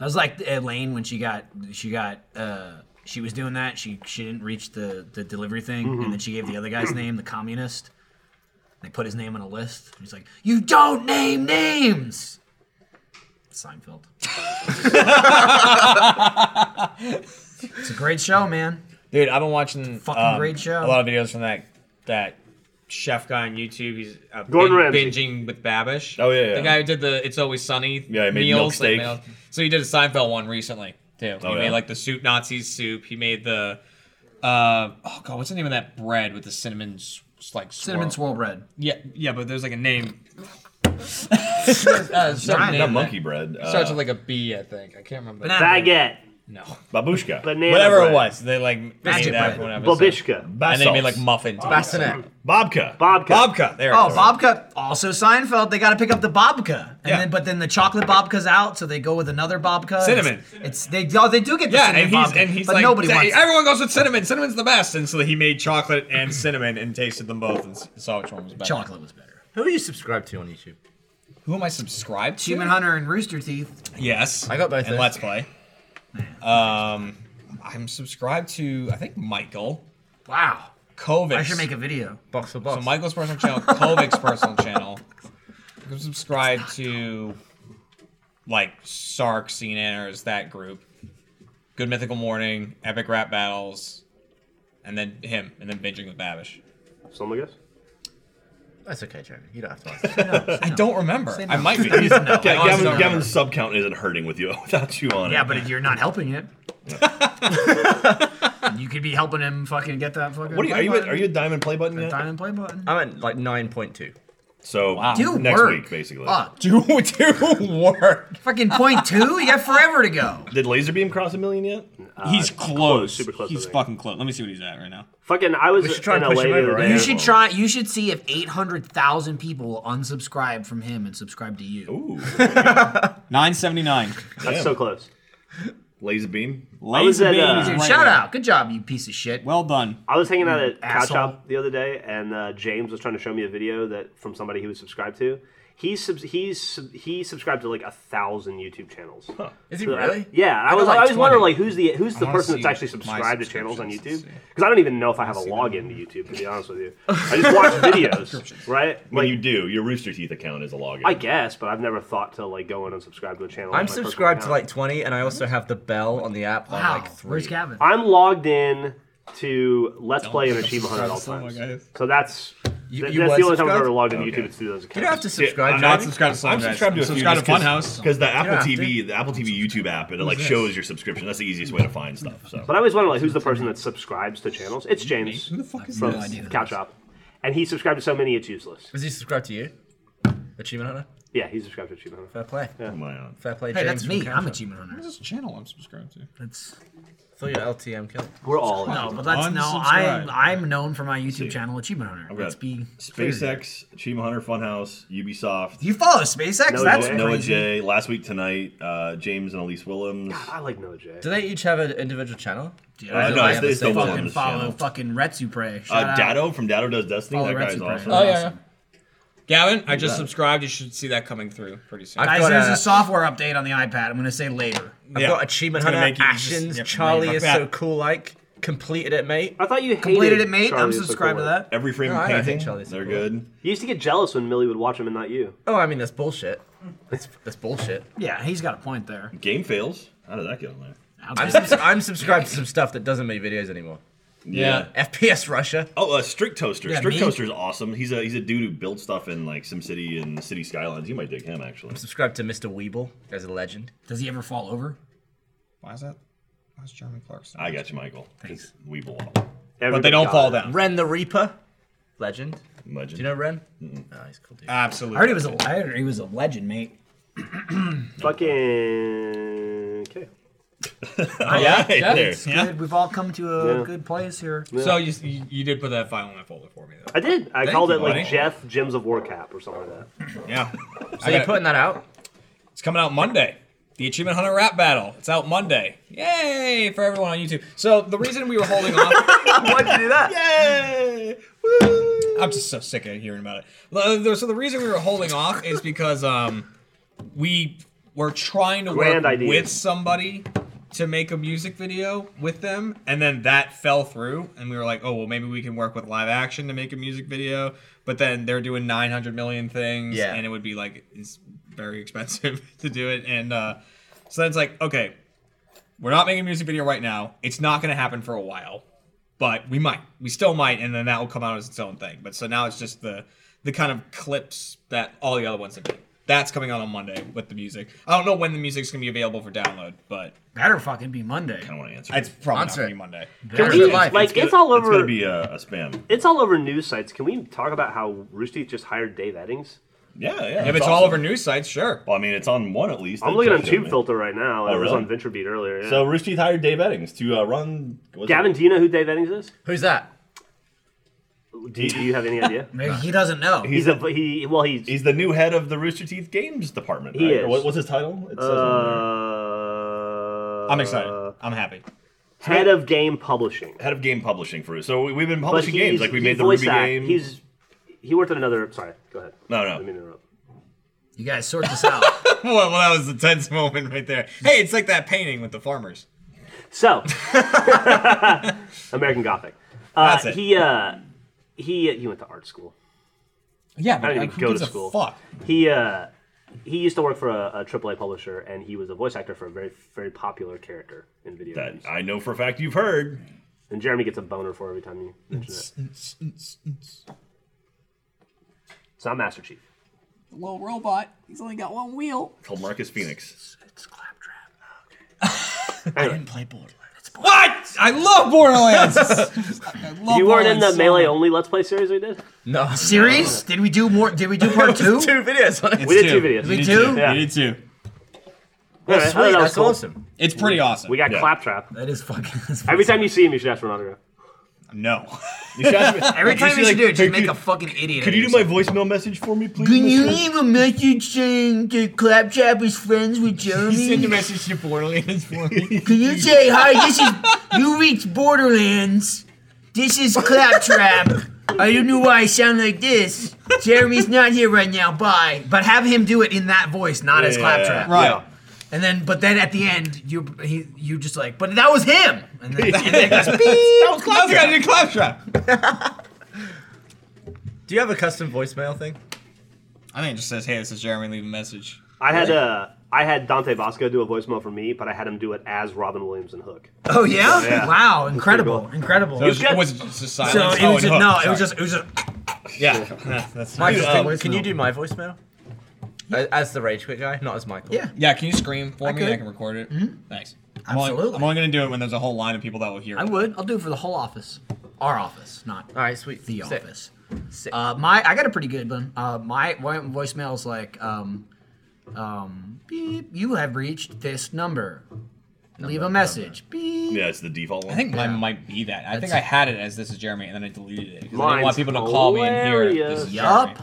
I was like Elaine when she got she got uh she was doing that. She she didn't reach the the delivery thing, Mhm. and then she gave the other guy's name, the communist. They put his name on a list. He's like, "You don't name names." Seinfeld. it's a great show, man. Dude, I've been watching Fucking um, great show. A lot of videos from that that chef guy on YouTube. He's uh, Gordon bin- Ramsay. binging with Babish. Oh, yeah, yeah. the guy who did the It's Always Sunny. Yeah, he made meals, like, milkshake. meals. So he did a Seinfeld one recently too. Oh, he yeah? made like the soup Nazis soup. He made the Uh, oh god, what's the name of that bread with the cinnamon s- s- like swirl? Cinnamon swirl bread. Yeah, yeah, but there's like a name. Not monkey bread, It starts uh, with like a B, I think. I can't remember. Baguette. No. Babushka. Whatever it was, they like Magic made that bread. for whatever. Babushka. And they made like muffins. Bassinet. Bobka. Bobka. Bobka. There. it oh, is. Bobka. Also Seinfeld. They got to pick up the Bobka, and then but then the chocolate Bobka's out, so they go with another Bobka. Cinnamon. It's, it's they. Oh, they do get the Yeah, cinnamon and he's Bobka, and he's but like nobody say, wants. it. everyone goes with cinnamon. Cinnamon's the best, and so he made chocolate and cinnamon and tasted them both and s- saw which one was better. Chocolate was better. Who are you subscribed to on YouTube? Who am I subscribed to? Human Hunter and Rooster Teeth. Yes, I got both. And Let's Play. Um, I'm subscribed to I think Michael. Wow. Kovics. I should make a video. Box to box. So Michael's personal channel, Kovics personal channel. I'm subscribed to like Sark, CNN, or is that group? Good Mythical Morning, Epic Rap Battles, and then him, and then binging with Babish. Slumbagus? That's okay, Jeremy. You don't have to I don't remember. Say I no. might be. Say no. I honestly don't Gavin, remember. Gavin's sub count isn't hurting with you without you on it. Yeah, but if you're not helping it. you could be helping him fucking get that fucking. What are you? Are play you, a, button. are you a diamond play button The yet? diamond play button? I'm at like nine point two. So Do next work. week, basically. Fuck. Do do work. Fucking point two? You got forever to go. Did Laserbeam cross a million yet? he's close, close. super close, I He's think. fucking close. Let me see what he's at right now. Fucking, I was We should try in and LA push him the over, other right? day. You should try. You should see if eight hundred thousand people will unsubscribe from him and subscribe to you. Ooh. Nine seventy nine. That's so close. Laserbeam. uh, Dude, shout out. Good job, you piece of shit. Well done. I was hanging out Mm, You at Cow asshole. Chop the other day, and uh, James was trying to show me a video that from somebody he was subscribed to. He's sub- he's sub- he subscribed to like a thousand YouTube channels. Is he So I- really? yeah, I I was got, like, I was wondering 20. like who's the who's the I wanna person that's see actually my subscribed to channels on YouTube subscriptions, because I don't even know if I have a login to YouTube to be honest with you. I just watch videos, right? Well, you do. Your Rooster Teeth account is a login. I guess, but I've never thought to like go in and subscribe to a channel. I'm on my personal subscribed to account. like 20, and I also have the bell on the app on like three. Gavin? I'm logged in to Let's Don't Play and Achieve 100 all the subscribe to time. So that's You- th- you that's were the only time I've subscribed? ever logged into Okay. YouTube. It's through those accounts. I'm not subscribed to I'm Sunrise. subscribed to a I'm subscribed to Funhouse. because the You Apple don't have TV, the Apple TV YouTube app, it like this? shows your subscription. That's the easiest way to find stuff. So. But I always wonder like who's the person that subscribes to channels. It's James Who the fuck is from this? No idea who Couch Shop, and he subscribed to so many it's useless. Is he subscribed to you? Achievement Hunter? Yeah, he subscribed to Achievement Hunter. Fair play. Oh Fair play, Hey, James. that's from me. I'm Counter. achievement hunter. What's this channel I'm subscribed to? That's So you're LTM killer. We're all no, but that's no. I'm I'm known for my YouTube channel, achievement hunter. I've Let's got be clear. SpaceX, Achievement Hunter, Funhouse, Ubisoft. You follow SpaceX? Noah That's J- Noah crazy. J. Last week tonight, uh, James and Elise Willems. I like Noah J. Do they each have an individual channel? Dude, Uh, no, I it's- it's the fucking Willems follow channel. fucking Retsu Prey. Shout Uh, out. Dado from Dado Does Destiny. Follow that guy's Retsu Prey. awesome. Oh yeah, yeah. Gavin, I You just got it. subscribed. You should see that coming through pretty soon. Guys, there's a, software update on the iPad. I'm gonna say later. I've got Achievement It's gonna Hunter make it easy. actions. Yep, Charlie right. is Fuck so that. cool, like. Completed it, mate. I thought you hated Completed it, mate. I'm Charlie is so subscribed cool. to that. Every frame No, I of don't hate painting, Charlie's they're good. You used to get jealous when Millie would watch him and not you. Oh, I mean, that's bullshit. That's, that's bullshit. Yeah, he's got a point there. Game fails. How did that get on there? I'm, subs- I'm subscribed to some stuff that doesn't make videos anymore. Yeah. FPS Russia. Oh, uh, Strict Toaster. Yeah, Strict me. Toaster is awesome. He's a he's a dude who builds stuff in like SimCity and City Skylines. You might dig him actually. I'm subscribed to Mr. Weeble. There's a legend. Does he ever fall over? Why is that? Why is Jeremy Clarkson? I got you, Michael. Thanks. We belong. But they don't fall down. Ren the Reaper. Legend. Legend. Do you know Ren? Oh, he's cool dude. Absolutely. I heard he was a I heard he was a legend, mate. Fucking okay. Oh, yeah, yeah, It's good. We've all come to a Yeah. good place here. So you, you you did put that file in my folder for me though. I did. I Thank called you, it like buddy. Jeff Gems of War Cap or something like that. Yeah. So you putting that out? It's coming out Monday. The Achievement Hunter Rap Battle. It's out Monday. Yay for everyone on YouTube. So the reason we were holding off. Why'd you do that? Yay! I'm just so sick of hearing about it. Well, there- So the reason we were holding off is because um, we were trying to Grand work idea. with somebody to make a music video with them, and then that fell through, and we were like, oh well, maybe we can work with live action to make a music video. But then they're doing 900 million things, Yeah. and it would be like it's very expensive to do it, and uh, so then it's like, okay, we're not making a music video right now. It's not going to happen for a while, but we might. We still might, and then that will come out as its own thing. But so now it's just the the kind of clips that all the other ones have been. That's coming out on Monday with the music. I don't know when the music's gonna be available for download, but better fucking be Monday. I don't want to answer. It's probably Answer not it. gonna be Monday. Can we, like, it's, all over. gonna be a, a spam. It's all over news sites. Can we talk about how Rooster Teeth just hired Dave Eddings? Yeah, yeah. If that's it's all awesome. over news sites, sure. Well, I mean, it's on one at least. I'm They looking on checked it, Tube man. Filter right now. Oh, and It was really? on Venture Beat earlier. Yeah. So Rooster Teeth hired Dave Eddings to uh, run. was it- Gavin, do you know who Dave Eddings is? Who's that? Do you, do you have any idea? Maybe he doesn't know. He's a he. Well, he's he's the new head of the Rooster Teeth Games department. He right? is. Or What, what's his title? It says uh, on there. I'm excited. I'm happy. uh, Head of Game Publishing. Head of Game Publishing for so we, we've been But publishing he's- games like we he made the voice Ruby act- game. He's he worked on another. Sorry, go ahead. no, no. Let me interrupt. You guys sort this out. well, well, that was the tense moment right there. Hey, it's like that painting with the farmers. So, American Gothic. Uh, That's it. He uh, he he went to art school. Yeah, I but didn't like, even who go gives to a school. fuck? He uh, he used to work for a, a AAA publisher, and he was a voice actor for a very very popular character in video That games. I know for a fact you've heard. And Jeremy gets a boner for every time you mention it. It's not Master Chief. Little robot. He's only got one wheel. Called Marcus Phoenix. I didn't play Borderlands. What? I love Borderlands. you weren't in Borderlands the so melee only Let's Play series we did. No series? Did we do more? Did we do part two? two videos. On We did two videos. We do. Yeah. did too. All right, I thought that was cool. It's pretty awesome. We got Claptrap. That is fucking. Every time you see him, you should ask for an autograph. No. You should ask me- Every you time see, you should like, do it, hey, just make a fucking idiot. Could out you of do my voicemail message for me, please? Can you leave a message saying that Claptrap is friends with Jeremy? Send a message to Borderlands for me. Can you say hi? This is you reached Borderlands. This is Claptrap. I don't know why I sound like this. Jeremy's not here right now. Bye. But have him do it in that voice, not as Yeah. Claptrap. Right. Yeah. And then, but then at the end, you he, you just like, but that was him. And then, and then it goes, beep. That was Claptrap. I did Claptrap. Do you have a custom voicemail thing? I think it just says, "Hey, this is Jeremy. Leave a message." I had uh, I had Dante Bosco do a voicemail for me, but I had him do it as Robin Williams and Hook. Oh yeah! So, Wow! Incredible! Incredible! So it was- it was just a silence. So it Oh, was just and hook. no. It Sorry. was just it was just. Yeah, that's Michael, uh, Dude, can, um, can you do my voicemail? Uh, A- As the Rage Quit guy, not as Michael. Yeah. Yeah, can you scream for I me? could. Mm-hmm. I can record it. Thanks. I'm only, Absolutely. I'm only gonna do it when there's a whole line of people that will hear. I it. would. I'll do it for the whole office. Our office, not all right. Sweet. The Sick. office. Uh, my I got a pretty good one. Uh, my vo- voicemail's like, um, um, beep. You have reached this number. Leave a message. Beep. Yeah, it's the default one. I think mine might be that. I think I had it as this is Jeremy, and then I deleted it because I didn't Mine's want people to call me and hear it. This hilarious. is Jeremy. Yup.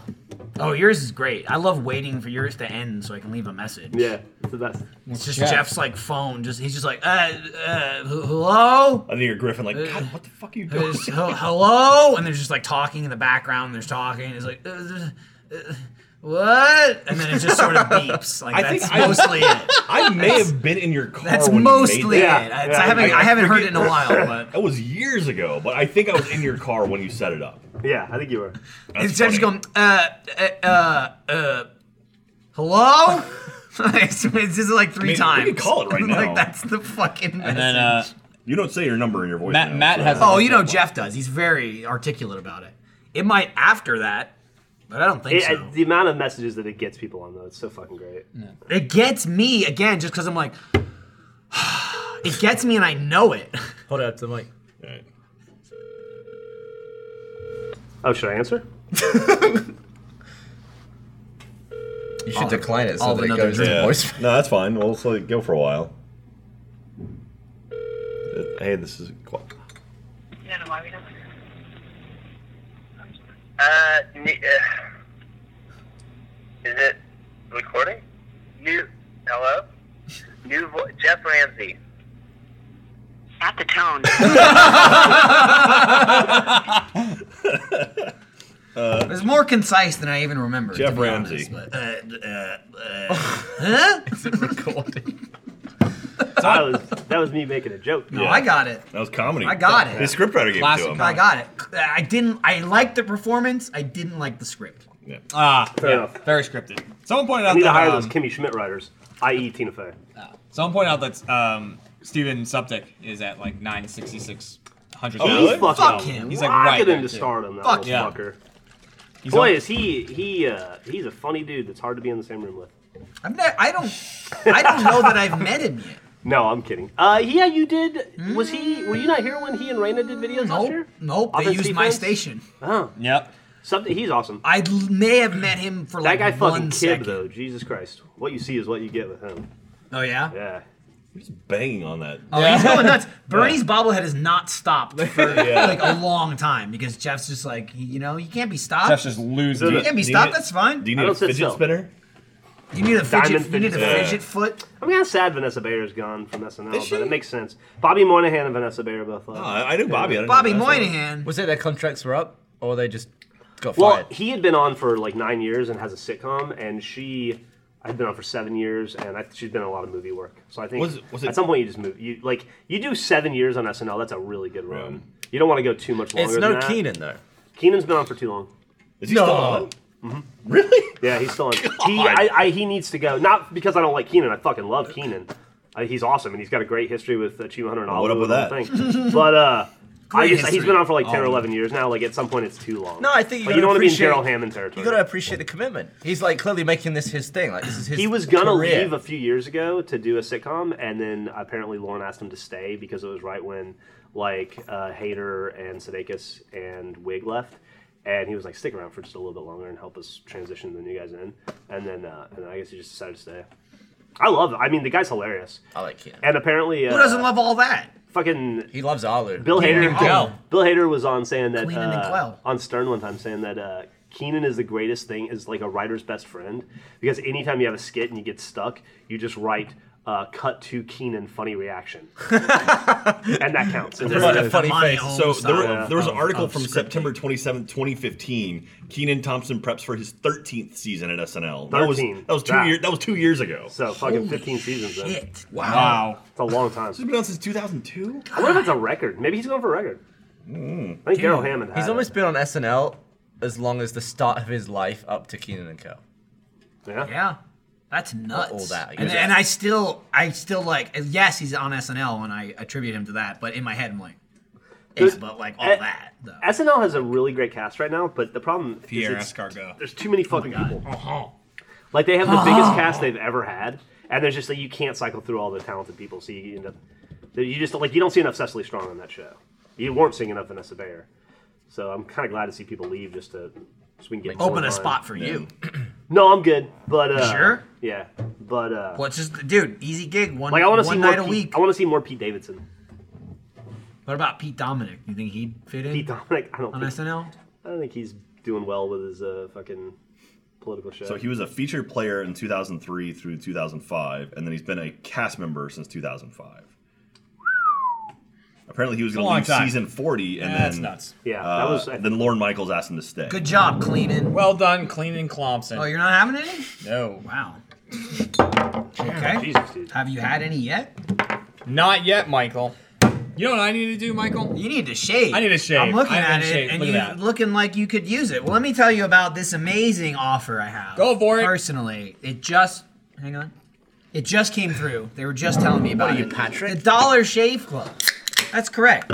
Oh, yours is great. I love waiting for yours to end so I can leave a message. Yeah, it's the best. It's just Jeff. Jeff's like phone. Just he's just like, uh, uh, h- hello. I think you're Griffin. Like, God, what the fuck are you doing? Uh, There's, "Hel- hello, and they're just like talking in the background. There's talking. And it's like, uh, uh, uh, what? And then it just sort of beeps. Like I that's think I- mostly it. I may That's- have been in your car. that's when you made mostly that. it. I- it's- I haven't- I haven't heard it in a while, but- that was years ago. But I think I was in your car when you set it up. Yeah, I think you were. That's it's Jeff's funny. going, uh, uh, uh, uh, hello. it's, it's just like three I mean, we times. can call it right now. uh, like that's the fucking. Message. you don't say your number in your voice. uh, Matt- Matt has a oh, you know Jeff does. He's very articulate about it. It might after that, but I don't think It- so. The amount of messages that it gets people on though, it's so fucking great. It gets me again just because I'm like, it gets me and I know it. Hold it up to the mic. Oh, should I answer? You should decline it so I'll that it another goes to drink. voicemail. No, that's fine. We'll just let it go for a while. Uh, Hey, this is cool. Uh, ne- uh, is it recording? New, hello? New vo- Jeff Ramsey. At the tone. it was more concise than I even remember. Jeff to be honest, Ramsey. but, uh, uh, uh, huh? that was that was me making a joke. No, I got it. That was comedy. I got it. His scriptwriter gave it to him. I got it. I didn't. I liked the performance. I didn't like the script. Ah, Fair yeah, enough. very scripted. Someone pointed I out need to that hire um, those Kimmy Schmidt writers, i.e. Tina Fey. someone pointed out that um, Steven Suptic is at like nine sixty six hundred. He's fucking He's He's like right into there, too. stardom, that Fuck little yeah. fucker. He's Boy, on- is he he uh, he's a funny dude that's hard to be in the same room with. I've ne- I don't. I don't know that I've met him yet. No, I'm kidding. Uh, yeah, you did. Was he? Were you not here when he and Raina did videos last year? Nope, they Offense, used my defense? station. Oh, Yep. Something. He's awesome. I l- may have met him for like that guy one fucking kid second. though. Jesus Christ, what you see is what you get with him. Oh yeah. Yeah. He's banging on that. Oh, he's going nuts. Bernie's bobblehead has not stopped for Yeah. like a long time because Jeff's just like, you know, you can't be stopped. Jeff's just losing You it. can't be Do you stopped. need- That's fine. do you need I don't a sit fidget still. spinner? You need a fidget. Diamond you need a spinner. fidget foot. I'm kind of sad Vanessa Bayer's gone from SNL, Is she? but it makes sense. Bobby Moynihan and Vanessa Bayer both. Oh, I, I knew Bobby. I Was it their contracts were up, or they just got Well, fired? he had been on for like nine years and has a sitcom, and she had been on for seven years, and I, she's been in a lot of movie work. So I think Was it- was it- at some point you just move. You like you do seven years on SNL. That's a really good run. You don't want to go too much longer. It's than no that. Keenan though. Keenan's been on for too long. Is he No. still on? hmm Really? Yeah, he's still on. He, I, I, he needs to go. Not because I don't like Keenan. I fucking love Keenan. Uh, he's awesome, and he's got a great history with uh, Chiba Hunter and all What up with that. that? Thing. But uh, I Great just, he's history. been on for like ten or Oh. eleven years now. Like at some point, it's too long. No, I think you, like, gotta you don't want to be in appreciate. Daryl Hammond territory. You gotta appreciate the commitment. He's like clearly making this his thing. Like this is his. he was gonna career. leave a few years ago to do a sitcom, and then apparently Lauren asked him to stay because it was right when like uh, Hader and Sudeikis and Wig left, and he was like, "Stick around for just a little bit longer and help us transition the new guys in." And then, uh, and then I guess he just decided to stay. I love. I mean, the guy's hilarious. I like him. And apparently, uh, Uh, Who doesn't love all that? fucking he loves Alu. Bill Keenan and Hader. Clell. Bill Hader was on saying that Keenan and uh, Clell. on Stern one time saying that uh, Keenan is the greatest thing is like a writer's best friend because anytime you have a skit and you get stuck, you just write. Uh, cut to Keenan funny reaction, and that counts. And there's- Oh, So there, Yeah. there was an article from September 27th, 2015. Keenan Thompson preps for his 13th season at SNL. That was 13. that was two Wow. years. That was two years ago. So fucking 15 seasons. Then. shit. Wow. Wow. it's a long time. He's been on since 2002. I wonder if it's a record. Maybe he's going for a record. I think Daryl Hammond. He's had almost been on SNL as long as the start of his life up to Keenan and Kel. Yeah. Yeah. That's nuts. all that, And, yeah. and I still, I still like. Yes, he's on SNL, and I attribute him to that. But in my head, I'm like, eh, There's- but like all eh, that. though. SNL has a really great cast right now, but the problem Pierre is it's- Escargot. there's too many fucking people. Like they have the biggest cast they've ever had, and there's just like you can't cycle through all the talented people, so you end up you just like you don't see enough Cecily Strong on that show. You weren't seeing enough Vanessa Bayer, so I'm kind of glad to see people leave just to so we can get more Open a time. spot for you. No, I'm good, but uh, Sure? yeah, but uh, Well, it's just, dude, easy gig. One, like I want to see one more night a Pete- week. I want to see more Pete Davidson. What about Pete Dominic? You think he'd fit in? Pete Dominic, I don't on think, SNL. I don't think he's doing well with his uh, fucking political show. So he was a featured player in 2003 through 2005, and then he's been a cast member since 2005. Apparently, he was going Long to leave time. season 40, and Yeah, then that's nuts. Yeah, uh, that was- then Lauren Michaels asked him to stay. Good job, cleaning. Well done, cleaning Clompson. Oh, you're not having any? No. Wow. Okay. Have you had any yet? Not yet, Michael. You know what I need to do, Michael? You need to shave. I need to shave. I'm looking I at haven't it, shaved. and Look at you that. looking like you could use it. Well, let me tell you about this amazing offer I have. Go for it. Personally, it just hang on. It just came through. They were just telling me about are you, it. Patrick? The Dollar Shave Club. That's correct.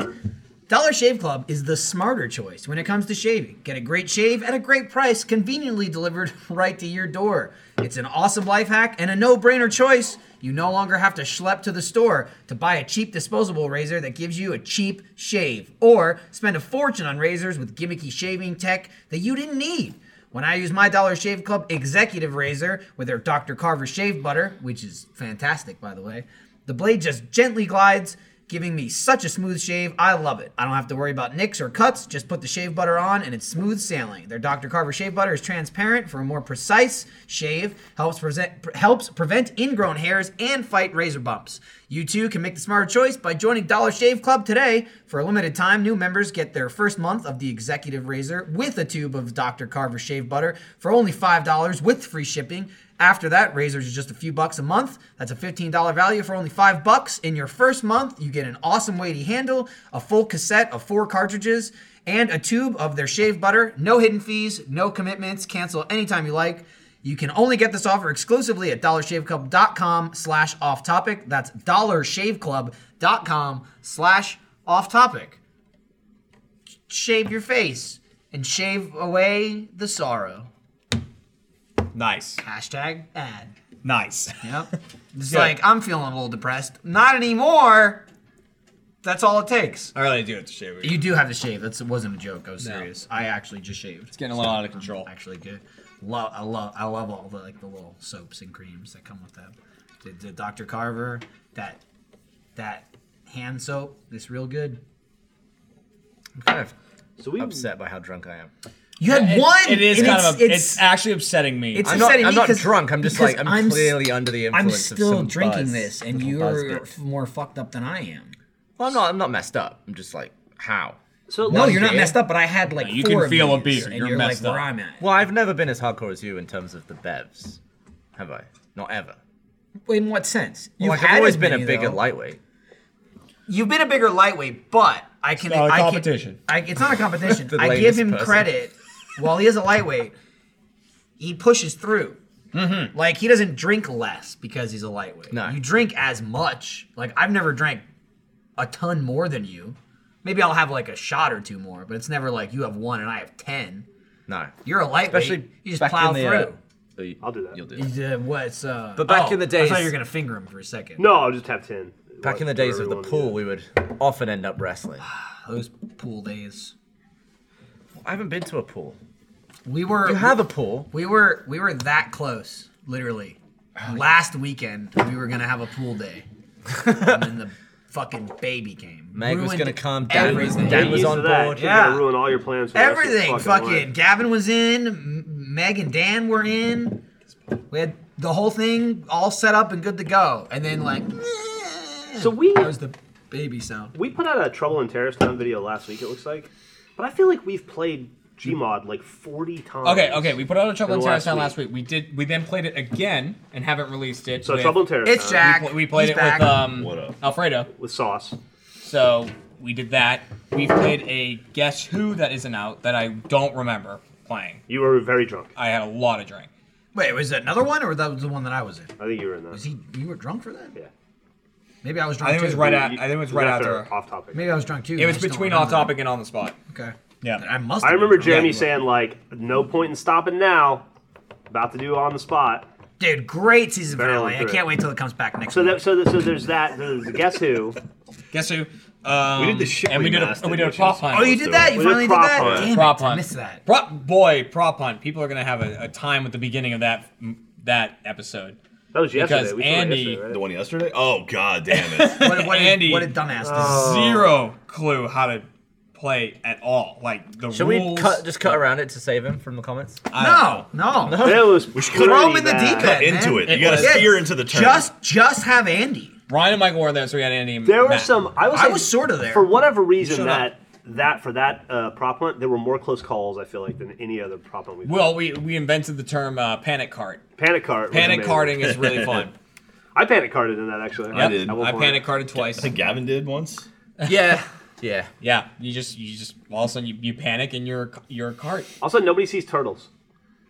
Dollar Shave Club is the smarter choice when it comes to shaving. Get a great shave at a great price, conveniently delivered right to your door. It's an awesome life hack and a no brainer choice. You no longer have to schlep to the store to buy a cheap disposable razor that gives you a cheap shave, or spend a fortune on razors with gimmicky shaving tech that you didn't need. When I use my Dollar Shave Club executive razor with their Dr. Carver shave butter, which is fantastic, by the way, the blade just gently glides, giving me such a smooth shave. I love it. I don't have to worry about nicks or cuts. Just put the shave butter on and it's smooth sailing. Their Dr. Carver shave butter is transparent for a more precise shave, helps, present, pre- helps prevent ingrown hairs and fight razor bumps. You too can make the smarter choice by joining Dollar Shave Club today. For a limited time, new members get their first month of the executive razor with a tube of Dr. Carver shave butter for only $5 with free shipping. After that, razors are just a few bucks a month. That's a $15 value for only five bucks. In your first month, you get an awesome weighty handle, a full cassette of four cartridges, and a tube of their shave butter. No hidden fees, no commitments. Cancel anytime you like. You can only get this offer exclusively at dollarshaveclub.com slash off topic. That's dollarshaveclub.com slash off topic. Shave your face and shave away the sorrow. Nice. Hashtag ad. Nice. Yep. It's Good. like I'm feeling a little depressed. Not anymore. That's all it takes. I really do have to shave. You do have to shave. That's it wasn't a joke. I was No. serious. I actually just shaved. It's getting a little out of control. actually good. Love I love I love all the like the little soaps and creams that come with that. The, the Dr. Carver, that that hand soap, it's real good. I'm kind of so we, upset by how drunk I am. You had It- one. It is and kind it's- of. A, it's- it's, actually upsetting me. It's I'm upsetting not, me I'm not 'cause- drunk. I'm just because like I'm, s- clearly under the I'm influence still of some drinking buzz, this, and some buzz you're bit. f- more fucked up than I am. Well, I'm not. I'm not messed up. I'm just like how. So No, you're not messed up, but I had like you four can of feel a these, beer. and You're, you're messed like where up. I'm at. Well, I've never been as hardcore as you in terms of the bevs, have I? Not ever. In what sense? Well, like, had I've always as been a many, bigger though. lightweight. You've been a bigger lightweight, but I can. not a I can- competition. I, it's not a competition. The I give lamest him person. credit. While he is a lightweight, he pushes through. Mm-hmm. Like he doesn't drink less because he's a lightweight. No. You drink as much. Like I've never drank a ton more than you. Maybe I'll have like a shot or two more, but it's never like you have one and I have ten. No. You're a lightweight. Especially you just back plow in the, uh, through. I'll do that. You'll do You did what's uh? But back oh, in the days- I thought you were gonna finger him for a second. No, I'll just have ten. Back in the days of the pool, we would often end up wrestling. Those pool days. I haven't been to a pool. We were. You have a pool. We were we were that close, literally. Oh, Last weekend we were gonna have a pool day, and then the fucking baby came. Meg was Ruined gonna come, Dad was- everything. Dad was on board. Yeah. Yeah. Gonna ruin all your plans. For the rest of the Everything. fucking Fucking, life. Gavin was in. M- Meg and Dan were in. We had the whole thing all set up and good to go, and then like. So we that was the baby sound. We put out a Trouble in Terrorist Town video last week. It looks like, but I feel like we've played Gmod like forty times. Okay, okay. We put out a Trouble in in the Terrorist last Town last week. We did. We then played it again and haven't released it. So Trouble in Terrorist It's Town. Jack. We, pl- we played He's it back. with um What up? Alfredo with Sauce. So we did that. We played a Guess Who that isn't out that I don't remember playing. You were very drunk. I had a lot of drink. Wait, was that another one, or that was the one that I was in? I think you were in that. Was he? You were drunk for that? Yeah. Maybe I was I drunk. think it was too. right at. I think it was right after. Off topic. Maybe I was drunk too. It I was just don't between remember. off topic and on the spot. Okay. Yeah. I must. I have been remember drunk. Jeremy saying like, "No point in stopping now. About to do on the spot." Dude, great season Barreling finale. I through can't it. wait till it comes back next So week. that, so that, so there's that. There's the Guess Who. Guess Who. We did the shit and we did a- and we did a prop hunt. Oh, you did that? You We finally did prop that? hunt. Damn prop it, I hunt. missed that. Prop boy, prop hunt. People are gonna have a, a time with the beginning of that that episode. That was yesterday. Because We saw it Andy, yesterday, right? The one yesterday? Oh god damn it. what, what, Andy, did, what did dumbass do? Uh, zero clue how to play at all. Like the Should we rules. cut just cut around it to save him from the comments? No, no. It was We should Throw cut him in the it. deep Cut end. into man. it. You gotta Yeah, steer into the turn. Just, just have Andy. Ryan and Michael were there, so we had Andy. And There were Matt. some. I was. I like- was sorta there. For whatever reason, Shut that that for that uh, prop hunt, there were more close calls. I feel like than any other prop hunt we've. Well, we we invented the term uh, panic cart. Panic cart. was Panic amazing. carding is really fun. I panic carded in that actually. Yep, I panic carded twice. I think Gavin did once. Yeah. Yeah. Yeah. You just you just all of a sudden you, you panic and you're you're a cart. Oh, Also, nobody sees turtles.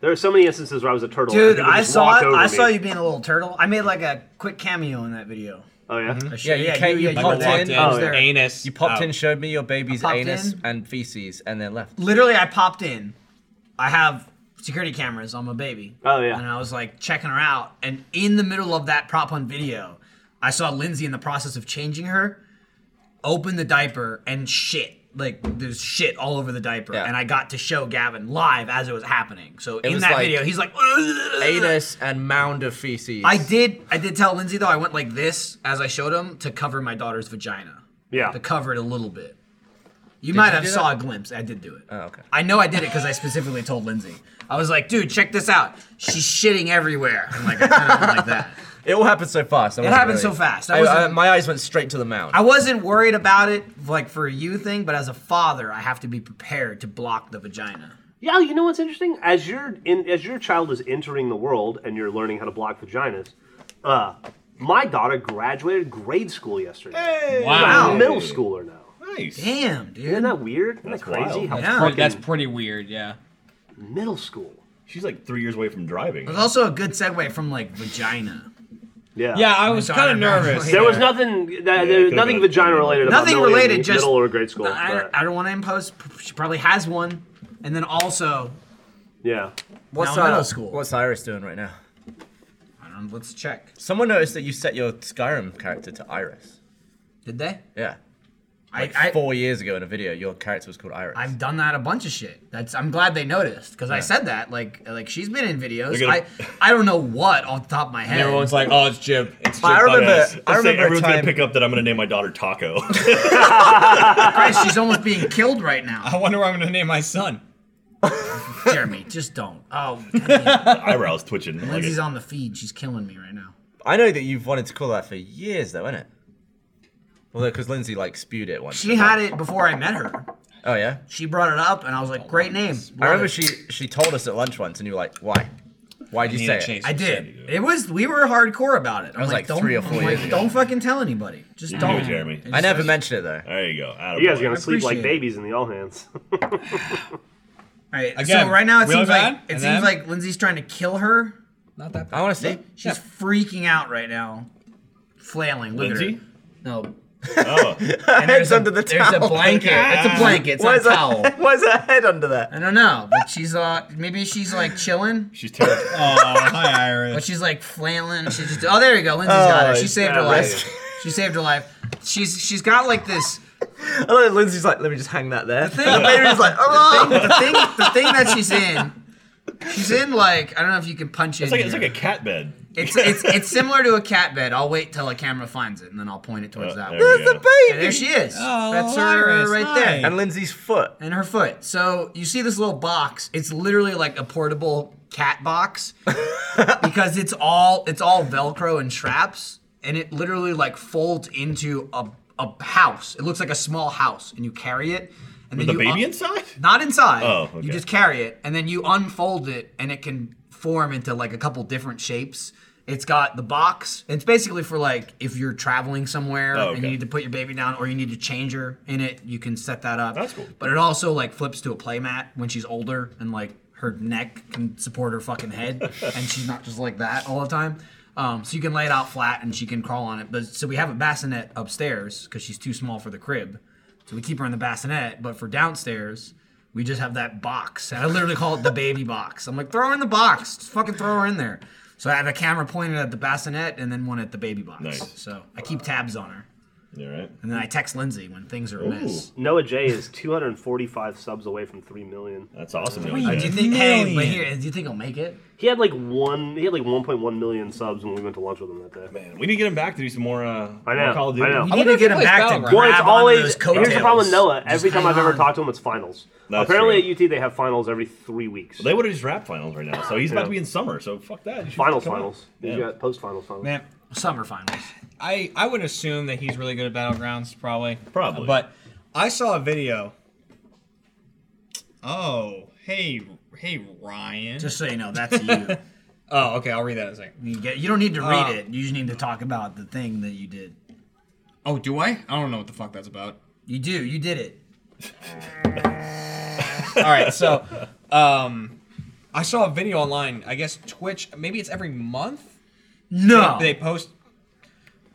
There are so many instances where I was a turtle. and Dude, people I just saw walked it. over I me. saw you being a little turtle. I made like a quick cameo in that video. Oh yeah. Mm-hmm. I Yeah, should- you, yeah, came, you- you, yeah, you popped were there. in, I was Oh, there. yeah. anus. You popped Oh. in, showed me your baby's I popped anus in. and feces, and then left. Literally, I popped in. I have security cameras on my baby. Oh yeah. And I was like checking her out, and in the middle of that prop hunt video, I saw Lindsay in the process of changing her, open the diaper and shit. Like there's shit all over the diaper, Yeah. and I got to show Gavin live as it was happening. So It in was that like- video, he's like, Anus and mound of feces. I did. I did tell Lindsay though. I went like this as I showed him to cover my daughter's vagina. Yeah. To cover it a little bit. You Did might you have do saw that? a glimpse. I did do it. Oh, okay. I know I did it because I specifically told Lindsay. I was like, dude, check this out. She's shitting everywhere. I'm like, I kinda went like that. It all happened so fast. I It wasn't happened so fast. I I- I- wasn't- my eyes went straight to the mound. I wasn't worried about it, like for a you thing, but as a father, I have to be prepared to block the vagina. Yeah, you know what's interesting? As your in, as your child is entering the world and you're learning how to block vaginas, uh, my daughter graduated grade school yesterday. Wow. She's a middle schooler now. Nice. Damn, dude. Isn't that weird? Isn't that crazy? How That's, pretty, fucking that's pretty weird. Yeah. middle school. She's like three years away from driving. It was also a good segue from like vagina. Yeah. Yeah, I was kind of nervous. There was nothing, that, it there was could've nothing been vagina related. about Nothing middle- related, just- middle or grade school. I, I don't want to impose. She probably has one. And then also, Yeah. What's, Now middle uh, school? What's Iris doing right now? I don't know, let's check. Someone noticed that you set your Skyrim character to Iris. Did they? Yeah. I- Like I- four years ago in a video, your character was called Iris. I've done that a bunch of shit. That's I'm glad they noticed because I Yeah. said that like like she's been in videos. They're I I don't know what off the top of my head. And everyone's like, oh, it's Jib. It's I remember. I remember a everyone's time- gonna pick up that I'm gonna name my daughter Taco. Christ, she's almost being killed right now. I wonder where I'm gonna name my son. Jeremy, just don't. Oh, Eyebrows twitching. Like Lindsay's it. on the feed. She's killing me right now. I know that you've wanted to call that for years, though, innit? Although, because Lindsay like spewed it once. She had it before I met her. Oh yeah. She brought it up, and I was like, great name. Oh, I Love remember it. she she told us at lunch once, and you were like, "Why? Why'd you I say it?" I did. It was we were hardcore about it. I'm That was like don't, three or four I'm years like, ago. Don't fucking tell anybody. Just You don't. knew it, Jeremy. It's I never just- mentioned it though. There you go. You guys are I gonna sleep like appreciate it. babies in the all hands. All right. Again, so right now it real seems bad, like it seems and then- like Lindsay's trying to kill her. Not that. I want to see. She's freaking out right now, flailing. Look at Lindsay? her. No. Oh. And there's a, there's a blanket. It's a blanket. It's not a towel. Why's a head under that? I don't know, but she's uh maybe she's like chilling. She's terrified. oh, hi Iris. But she's like flailing. She just oh there you go. Lindsay's got her. Oh, She saved her Iris. life. She saved her life. She's she's got like this. I love that Lindsay's like, "Let me just hang that there." The thing- like, The "Oh." thing, the thing the thing that she's in. She's in like I don't know if you can punch it. It's like it's like a cat bed. It's, it's it's similar to a cat bed. I'll wait till a camera finds it and then I'll point it towards that Oh, there one. we There's go. the baby! And there she is. Oh, That's her Iris, right hi. there. And Lindsay's foot. And her foot. So you see this little box. It's literally like a portable cat box because it's all it's all Velcro and straps, and it literally like folds into a a house. It looks like a small house, and you carry it. And With then the you baby inside? Not inside. Oh, okay. You just carry it, and then you unfold it, and it can form into like a couple different shapes. It's got the box. It's basically for like if you're traveling somewhere Oh, and okay. you need to put your baby down or you need to change her in it, you can set that up. That's cool. But it also like flips to a playmat when she's older and like her neck can support her fucking head and she's not just like that all the time. Um, so you can lay it out flat and she can crawl on it. But so we have a bassinet upstairs because she's too small for the crib. So we keep her in the bassinet, but for downstairs, we just have that box. And I literally call it the baby box. I'm like, throw her in the box. Just fucking throw her in there. So I have a camera pointed at the bassinet and then one at the baby box. Nice. So I keep tabs on her. All right. And then I text Lindsay when things are amiss. Noah J is 245 subs away from 3 million. That's awesome. Wait, do you think? Hey, but here, do you think he'll make it? He had like one. He had like 1.1 million subs when we went to lunch with him that day. Man, we need to get him back to do some more. Uh, I more know. Call of Duty. I know. We need to get him back to Well, it's grab onto always those here's the problem with coattails. Noah. Just Every time hang I've ever on. talked to him, it's finals. That's Apparently at UT they have finals every three weeks. They would have just wrapped finals right now, so he's about Yeah. to be in summer. So fuck that. You should Finals, come on. finals. Yeah. You got post finals, finals. Man, summer finals. I I would assume that he's really good at battlegrounds, probably. Probably. But I saw a video. Oh, hey, hey, Ryan. Just so you know, that's you. oh, okay. I'll read that in a second. You, get, you don't need to read Uh, it. You just need to talk about the thing that you did. Oh, do I? I don't know what the fuck that's about. You do. You did it. All right, so um, I saw a video online. I guess Twitch. Maybe it's every month. No. they, they post.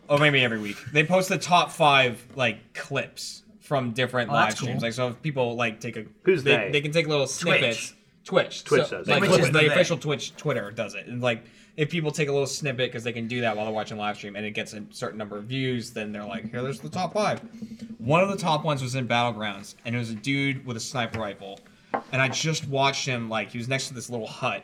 Oh, maybe every week they post the top five like clips from different Oh, live that's streams. cool. Like, so if people like take a Who's they, they? they can take little Twitch. snippets. Twitch. Twitch so, does Like, that. Twitch Twitch is is the they. official Twitch. Twitter does it, and like if people take a little snippet because they can do that while they're watching live stream, and it gets a certain number of views, then they're like, here, there's the top five. One of the top ones was in Battlegrounds, and it was a dude with a sniper rifle, and I just watched him like he was next to this little hut,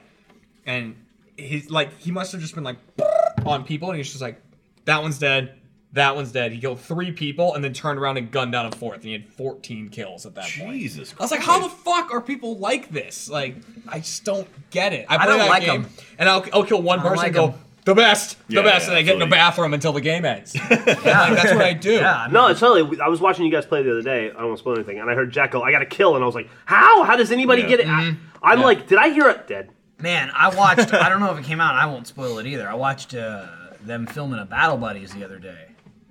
and he's like he must have just been like on people, and he's just like, that one's dead. That one's dead. He killed three people and then turned around and gunned down a fourth, and he had 14 kills at that point. Jesus I was like, how the fuck are people like this? Like, I just don't get it. I, I play don't that like game, 'em. and I'll, I'll kill one I don't person and go, like 'em. the best, the Yeah, best, yeah, and I get in the absolutely. bathroom until the game ends. Like, that's what I do. no, it's totally. I was watching you guys play the other day. I don't want to spoil anything, and I heard Jack go, "I got a kill," and I was like, "How? How does anybody Yeah. get it?" Mm-hmm. I, am like, "Did I hear it dead?" Man, I watched. I don't know if it came out. and I won't spoil it either. I watched uh, them filming a Battle Buddies the other day.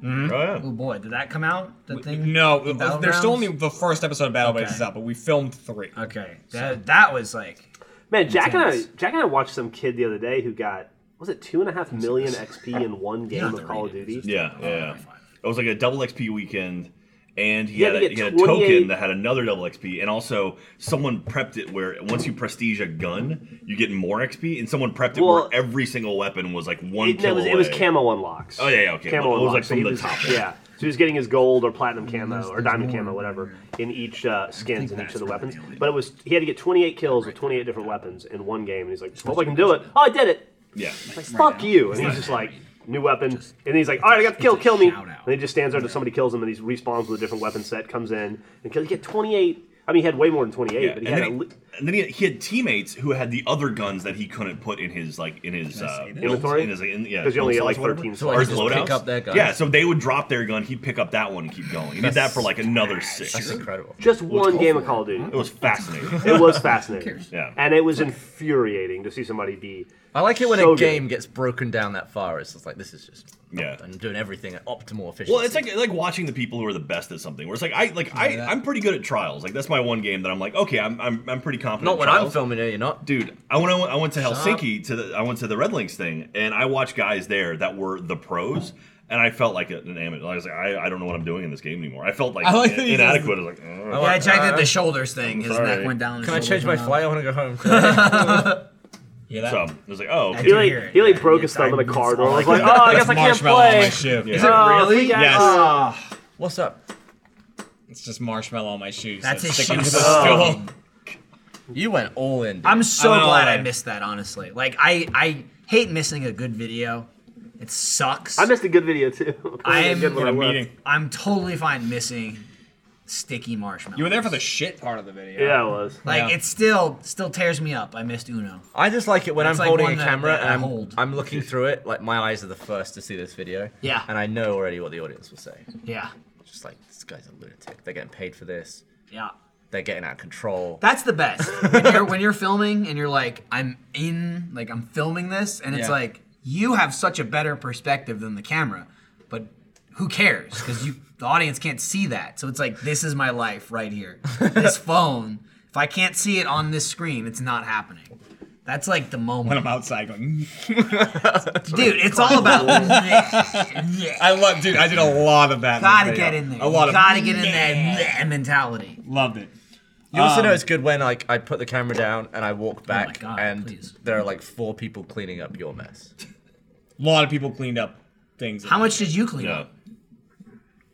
Oh, yeah. boy, did that come out? That thing? No, Battlegrounds? there's still only the first episode of Battle Okay. Bases out, but we filmed three. Okay, that, that was like Man, Jack Intense. and I, Jack and I watched some kid the other day who got was it two and a half million XP in one game of Call of Duty? Yeah, yeah. It was like a double XP weekend, and he You had, had a, to he get had a token 28 that had another double XP, and also someone prepped it where once you prestige a gun, you get more XP, and someone prepped it Well- where every single weapon was like one It, kill it was, it was away. camo unlocks. Oh, yeah, yeah, okay. Camo Well, it was, like, unlocks. so from he the top there. Yeah. So he was getting his gold or platinum camo or diamond camo, whatever, in each uh, skins in each of the weapons. But it was he had to get 28 kills with 28 different weapons in one game, and he's like, "Hope I can do it." Oh, I did it. Yeah. Like, fuck you. And he's just like, new weapon. and he's like, all right, I got the kill, kill me. And he just stands there until somebody kills him, and he respawns with a different weapon set, comes in, and kills. He had 28. I mean, he had way more than 28, Yeah, but and, he had then a he, li- and then he, he had teammates who had the other guns that he couldn't put in his like in his uh, build- Inventory? in his, in, yeah, 'Cause you only build get, like, slots, whatever. or 13 his slots. Just loadouts. pick up their gun. Yeah, so they would drop their gun, he'd pick up that one and keep going. He did that for like another six. That's incredible. just one game of Call of Duty. It was fascinating. it was fascinating. Yeah. And it was infuriating to see somebody be. I like it when so a game gets broken down that far. It's just like this is just yeah. I'm doing everything at optimal efficiency. Well, it's like like watching the people who are the best at something. Where it's like I like I I'm pretty good at trials. Like that's my one game that I'm like okay I'm I'm, I'm pretty confident. Not at when I'm trials. filming it, you're not. Dude, I went I went to Shut Helsinki to the I went to the Red Links thing and I watched guys there that were the pros. And I felt like an amateur. I was like, I, I don't know what I'm doing in this game anymore. I felt like, I like in- that he does- inadequate. I was like, "Ugh." Yeah, I checked out the shoulders thing. His sorry. neck went down. his Uh, Can I shoulders change my went up. flight? I want to go home. So I was like, oh, okay. He like, he like broke his thumb in the car door. I was like, oh, I guess I can't marshmallow on my play. shoe. Is it Oh, really? freak out. Yes. Ah. What's up? It's just marshmallow on my shoes. That's that's his sticking shoe to the size. stool. You went all in. I'm so I went all glad I in. missed that. Honestly, like I I hate missing a good video. It sucks. I missed a good video too. I'm Good when I left. I'm totally fine missing sticky marshmallow. You were there for the shit part of the video. Yeah, I was. Like Yeah. it still still tears me up. I missed Uno. I just like it when That's like I'm holding one a that- camera that I and I'm, hold. I'm looking through it. Like my eyes are the first to see this video. Yeah. And I know already what the audience will say. Yeah. Just like this guy's a lunatic. They're getting paid for this. Yeah. They're getting out of control. That's the best. when, you're, when you're filming and you're like, I'm in, like I'm filming this, and it's Yeah. like you have such a better perspective than the camera, but who cares? Because you, the audience can't see that. So it's like this is my life right here. This phone. If I can't see it on this screen, it's not happening. That's like the moment When I'm outside going, dude. It's all about. I love, dude. I did a lot of that. in this Gotta video. get in there. A lot of Gotta get in that mentality. Loved it. You also Um, know it's good when like I put the camera down and I walk back and there are like four people cleaning up your mess. A lot of people cleaned up things. How much did you clean up?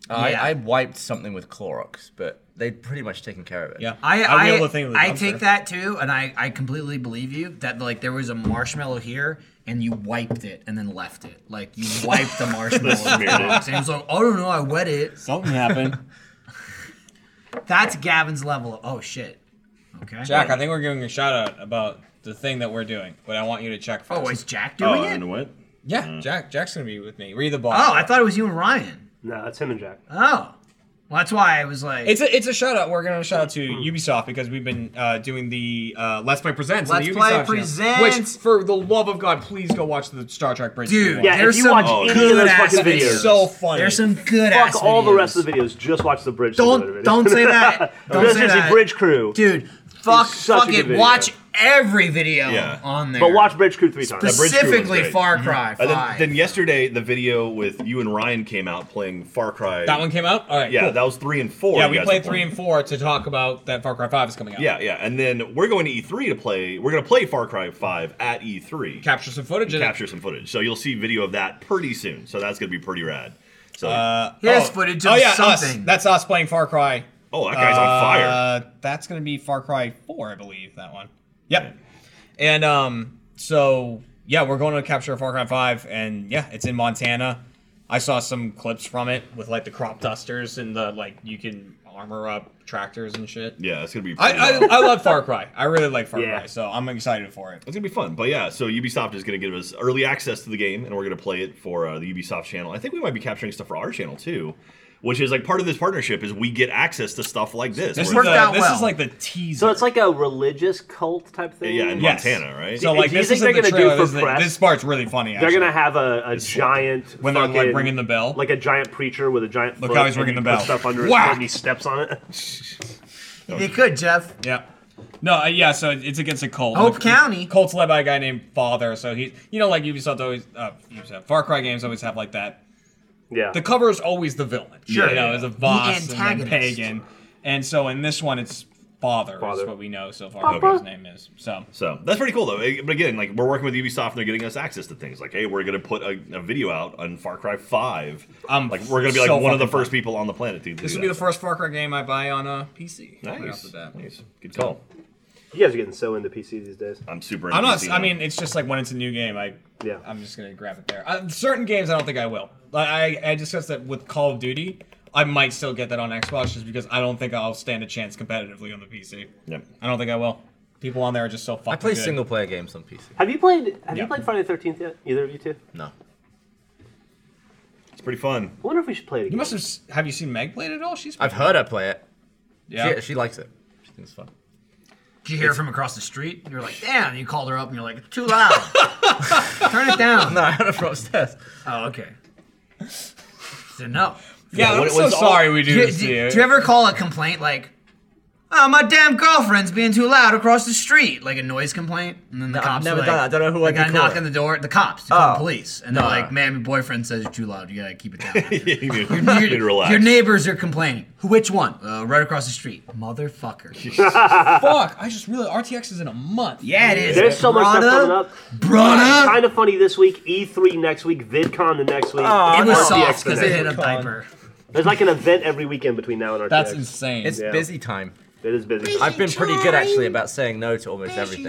I, Yeah. I wiped something with Clorox, but they'd pretty much taken care of it. Yeah, I I, I take that too, and I, I completely believe you that like there was a marshmallow here, and you wiped it and then left it. Like you wiped the marshmallow, in the Smeared it. box, and it was like, I don't know, I wet it. Something happened. That's Gavin's level of oh shit. Okay. Jack, I think we're giving a shout out about the thing that we're doing, but I want you to check first. Oh, is Jack doing Oh, it? and what? Yeah, Jack. Jack's gonna be with me. Read the ball. Oh, I thought it was you and Ryan. No, that's him and Jack. Oh, well, that's why I was like, It's a it's a shout out. We're gonna shout out to Ubisoft because we've been uh, doing the uh, Let's Play Presents. on the Let's Ubisoft Play channel, Presents. which, for the love of God, please go watch the Star Trek Bridge. Dude, One. Yeah, if there's you some watch any of those good fucking ass videos. videos. So funny. There's some good Fuck ass all the videos. rest of the videos. Just watch the bridge. simulator Don't videos. don't say that. Don't Just say use the that. Bridge crew. Dude, fuck such a good fucking video. watch every video on there. But watch Bridge Crew three times. That Bridge Crew one's Specifically great. Far Mm-hmm. Cry And then, five. then yesterday, the video with you and Ryan came out playing Far Cry. That one came out. All right. Yeah, cool. that was three and four. Yeah, you we guys were played three playing. and four to talk about that Far Cry Five is coming out. Yeah, yeah, and then we're going to E3 to play. We're going to play Far Cry 5 at E E3. Capture some footage. Capture some footage. So you'll see video of that pretty soon. So that's going to be pretty rad. So Uh, Here's oh, footage oh, of yeah, us. something. That's us playing Far Cry. Oh, that guy's on Uh, fire. That's gonna be Far Cry Four, I believe. That one. Yep. And um, so yeah, we're going to capture Far Cry Five, and yeah, it's in Montana. I saw some clips from it with like the crop dusters and the like you can armor up tractors and shit. yeah, it's going to be. I, pretty rad. I, I love Far Cry. I really like Far Yeah. Cry, so I'm excited for it. It's gonna be fun, but yeah. So Ubisoft is gonna give us early access to the game, and we're gonna play it for uh, the Ubisoft channel. I think we might be capturing stuff for our channel too, which is like part of this partnership is we get access to stuff like this. This, where is, it's the, like- this is like the teaser. So it's like a religious cult type thing. Yeah, in Yes. Montana, right? So like Do you this think is they're the gonna do trailer. for This, is the- press? this part's really funny. They're Actually. gonna have a, a giant When they're, like, fucking- ringing the bell. like a giant preacher with a giant. Look foot how he's and ringing he the puts bell. Stuff under Whack! his foot and he steps on it. You could, Jeff. Yeah. No, uh, yeah, so it's against a cult. Hope The- County. Cult's led by a guy named Father, so he's, you know, like Ubisoft always, uh, Ubisoft, Far Cry games always have like that Yeah. The cover is always the villain. Sure. You know, it's a The Voss and then antagonist. pagan. And so in this one, it's father. Is Father. what we know so far. What his name is. So. So that's pretty cool though. Eh, But again, like we're working with Ubisoft and they're getting us access to things. Like, hey, we're gonna put a, a video out on Far Cry Five. I'm like we're gonna be like so one of the fucking first people on the planet to do This that. will be the first Far Cry game I buy on a PC. right off nice. the bat. nice. Good call. You guys are getting so into PC these days. I'm super. I'm not. I mean, it's just like when it's a new game, I yeah, I'm just gonna grab it there. Uh, certain games, I don't think I will. Like I, I discussed that with Call of Duty. I might still get that on Xbox just because I don't think I'll stand a chance competitively on the PC. Yep. I don't think I will. People on there are just so fucking. I play good. single player games on PC. Have you played? Have Yeah. you played Friday the Thirteenth yet? Either of you two? No. It's pretty fun. I wonder if we should play it. Again. You must have. s- Have you seen Meg play it at all? She's. I've heard her play it. Yeah. She, she likes it. She thinks it's fun. Did you hear it from across the street? And you're like, damn. And you called her up and you're like, it's too loud. Turn it down. No, I heard it from upstairs. Oh, okay. So, no. Yeah, I'm so sorry we do you- this to do, you. do you ever call a complaint like, oh, my damn girlfriend's being too loud across the street? Like a noise complaint? And then the No, I've cops are never like, done that. I don't know who they I'd be got a knock calling. on the door. The cops. They call Oh. the police. And No. they're like, man, your boyfriend says you're too loud. You got to keep it down. you need, Your- you need to relax. Your neighbors are complaining. Who- Which one? Uh, right across the street. Motherfucker. Fuck! I just really RTX is in a month. Yeah, it is. There's so much stuff Brada. coming up. Brada. Kind of funny this week. E3 next week. VidCon the next week. Aw, It was RTX soft the 'cause it next hit a week. diaper. There's like an event every weekend between now and RTX. That's insane. It's Yeah. busy time. It is busy. I've been pretty good actually about saying no to almost everything.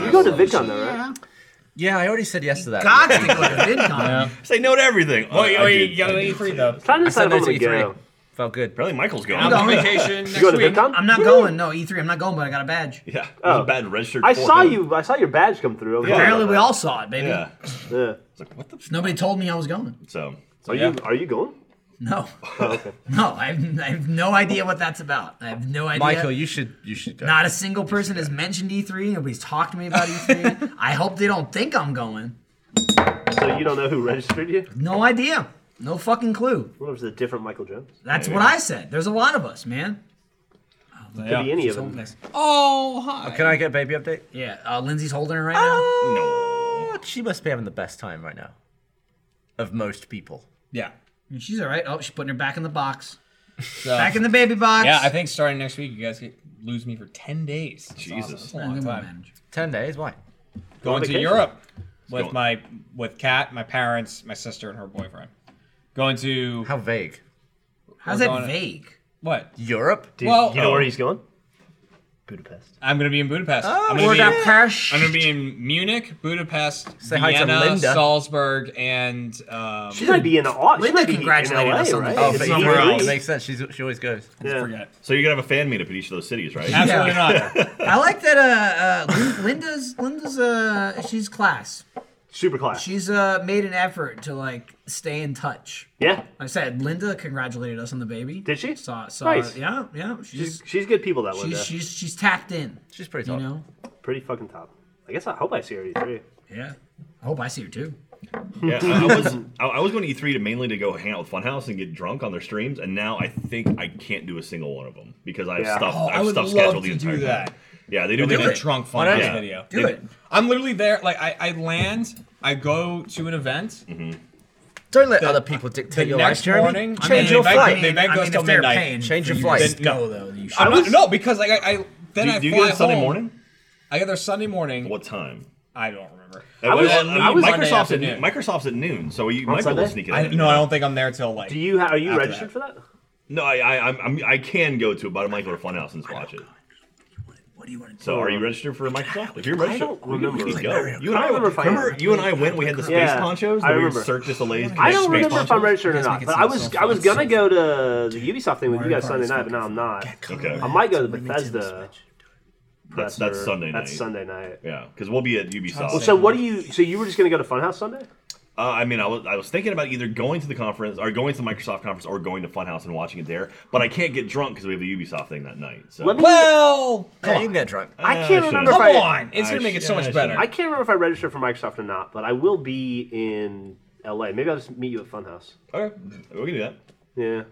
You go to VidCon though, right? Yeah, I already said yes to that. God's Yeah. to go to VidCon. Yeah. Say no to everything. Wait, I- I wait, did- yo, I did E three say though. that. Trying to I said decide no if I'm E to gonna E3. go. Felt good. Apparently, Michael's going. I'm on vacation You go to VidCon? I'm not going. No, E3. I'm not going, but I got a badge. Yeah. Oh. a bad registered. I saw you. I saw your badge come through. Yeah. Apparently we all saw it, baby. Yeah. Yeah. Nobody told me I was going. So. Are you are you going? No. No, I have, I have no idea what that's about. I have no idea. Michael, you should you should go. Not a single person has mentioned E3. Nobody's talked to me about E3. I hope they don't think I'm going. So you don't know who registered you? No idea. No fucking clue. What was it a different Michael Jones? That's what I said. There's a lot of us, man. Could be any of So- them. Oh, hi. Can I get baby update? Yeah, uh, Lindsay's holding it right no. She must be having the best time right now. Of most people. Yeah. now. She's all right. Oh, she's putting her back in the box. So- back in the baby box. Yeah, I think starting next week, you guys get, lose me for ten days. That's Jesus. awesome. That's a Yeah, long we time. Ten days. Why? going to vacation. Europe with going- my with Kat, my parents, my sister, and her boyfriend. Going to how vague? How's that vague? What Europe? Do you- Well- you know where he's going? Budapest. I'm going to be in Budapest. Oh, I'm gonna be- Budapest. I'm going to be in Munich, Budapest, Say hi to Vienna, Linda. Salzburg, and um, She might be in Au- she might be in LA, right? Oh, It's but somewhere Europe else. makes sense. She's, she always goes. Forget. So you're gonna have a fan meetup in each of those cities, right? Absolutely Yeah. I like that. Uh, uh, Lin- Linda's Linda's uh, she's class. Super class. She's uh, made an effort to like stay in touch. Yeah. I said Linda congratulated us on the baby. Did she? Saw, saw Nice. Yeah, yeah. She's She's, she's good people that she's, Linda. she's she's tapped in. She's pretty You know. Pretty fucking top. I guess I hope I see her at E E3. Yeah. I hope I see her too. yeah, I, I was I, I was going to E3 to mainly to go hang out with Funhouse and get drunk on their streams, and now I think I can't do a single one of them because I've Yeah. stuff Oh, I I've would stuff love scheduled the to entire do that. time. Yeah, they do. They do they- a drunk Why fun not? house Yeah. video. They- I'm literally there. Like I, I land, I go to an event. Don't let other people dictate the your next life, Jeremy. morning, Change I mean, your they flight. Make, they make those till midnight. Change your flight. Then- no. I'm not, no, because like I, I then Do- I do you fly get it Sunday home. morning? I get there Sunday morning. What time? I don't remember. I was, And I was Monday Microsoft's at afternoon. noon. Microsoft's at noon, so you might be able to sneak it. I, in. no, I don't think I'm there till like. Do you ha- are you After registered for that? No, I I I'm, I'm, I can go to about a Michael or Funhouse and watch it. What do you want to do? So are you registered for Microsoft? If you're I registered, don't we can- remember. we can go. I don't You and I remember. remember if I- Remember, you and I went. We had the space Yeah, ponchos. I the weird remember. Cirque du Soleil. I don't space remember if ponchos? I'm registered or not, but I was I was gonna go to the Ubisoft thing with you Mario guys Kart Sunday is night, but now I'm not. Okay. I might go to the Bethesda. That's that's presser. Sunday night. That's Sunday night. Yeah, because we'll be at Ubisoft. Well, so what do you? So you were just gonna go to Funhouse Sunday? Uh, I mean, I was I was thinking about either going to the conference or going to the Microsoft conference or going to Funhouse and watching it there, but I can't get drunk because we have the Ubisoft thing that night. So. well, yeah, you can get drunk. I Uh, I can't remember. should've- if Come I, on, it's I gonna make it so sh- much yeah, I better. should've. I can't remember if I registered for Microsoft or not, but I will be in LA. Maybe I'll just meet you at Funhouse. Okay, we can do that. Yeah.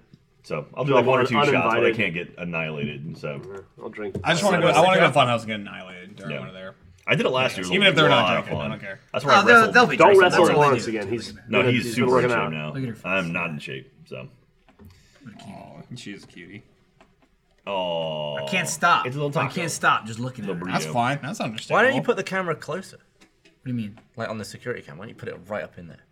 So I'll do You're like one or un- two shots, but I uninvited. can't get annihited. So I'll drink. I just want to go. I want to go to Funhouse and get annihilated during one of their. I did it last year. It was Even a if they're lot not of drinking, I fun. don't care. That's where I Oh, they'll- wrestled. they'll be Don't wrestle Lawrence again. He's no, gonna- he's, he's been super in working shape out. now. Look at her I'm not in shape, so. She's a cutie. Oh. I can't stop. It's a little I taco. can't stop just looking at her. That's burrito. fine. That's Why don't you put the camera closer? What do you mean? Like on the security cam? Why don't you put it right up in there?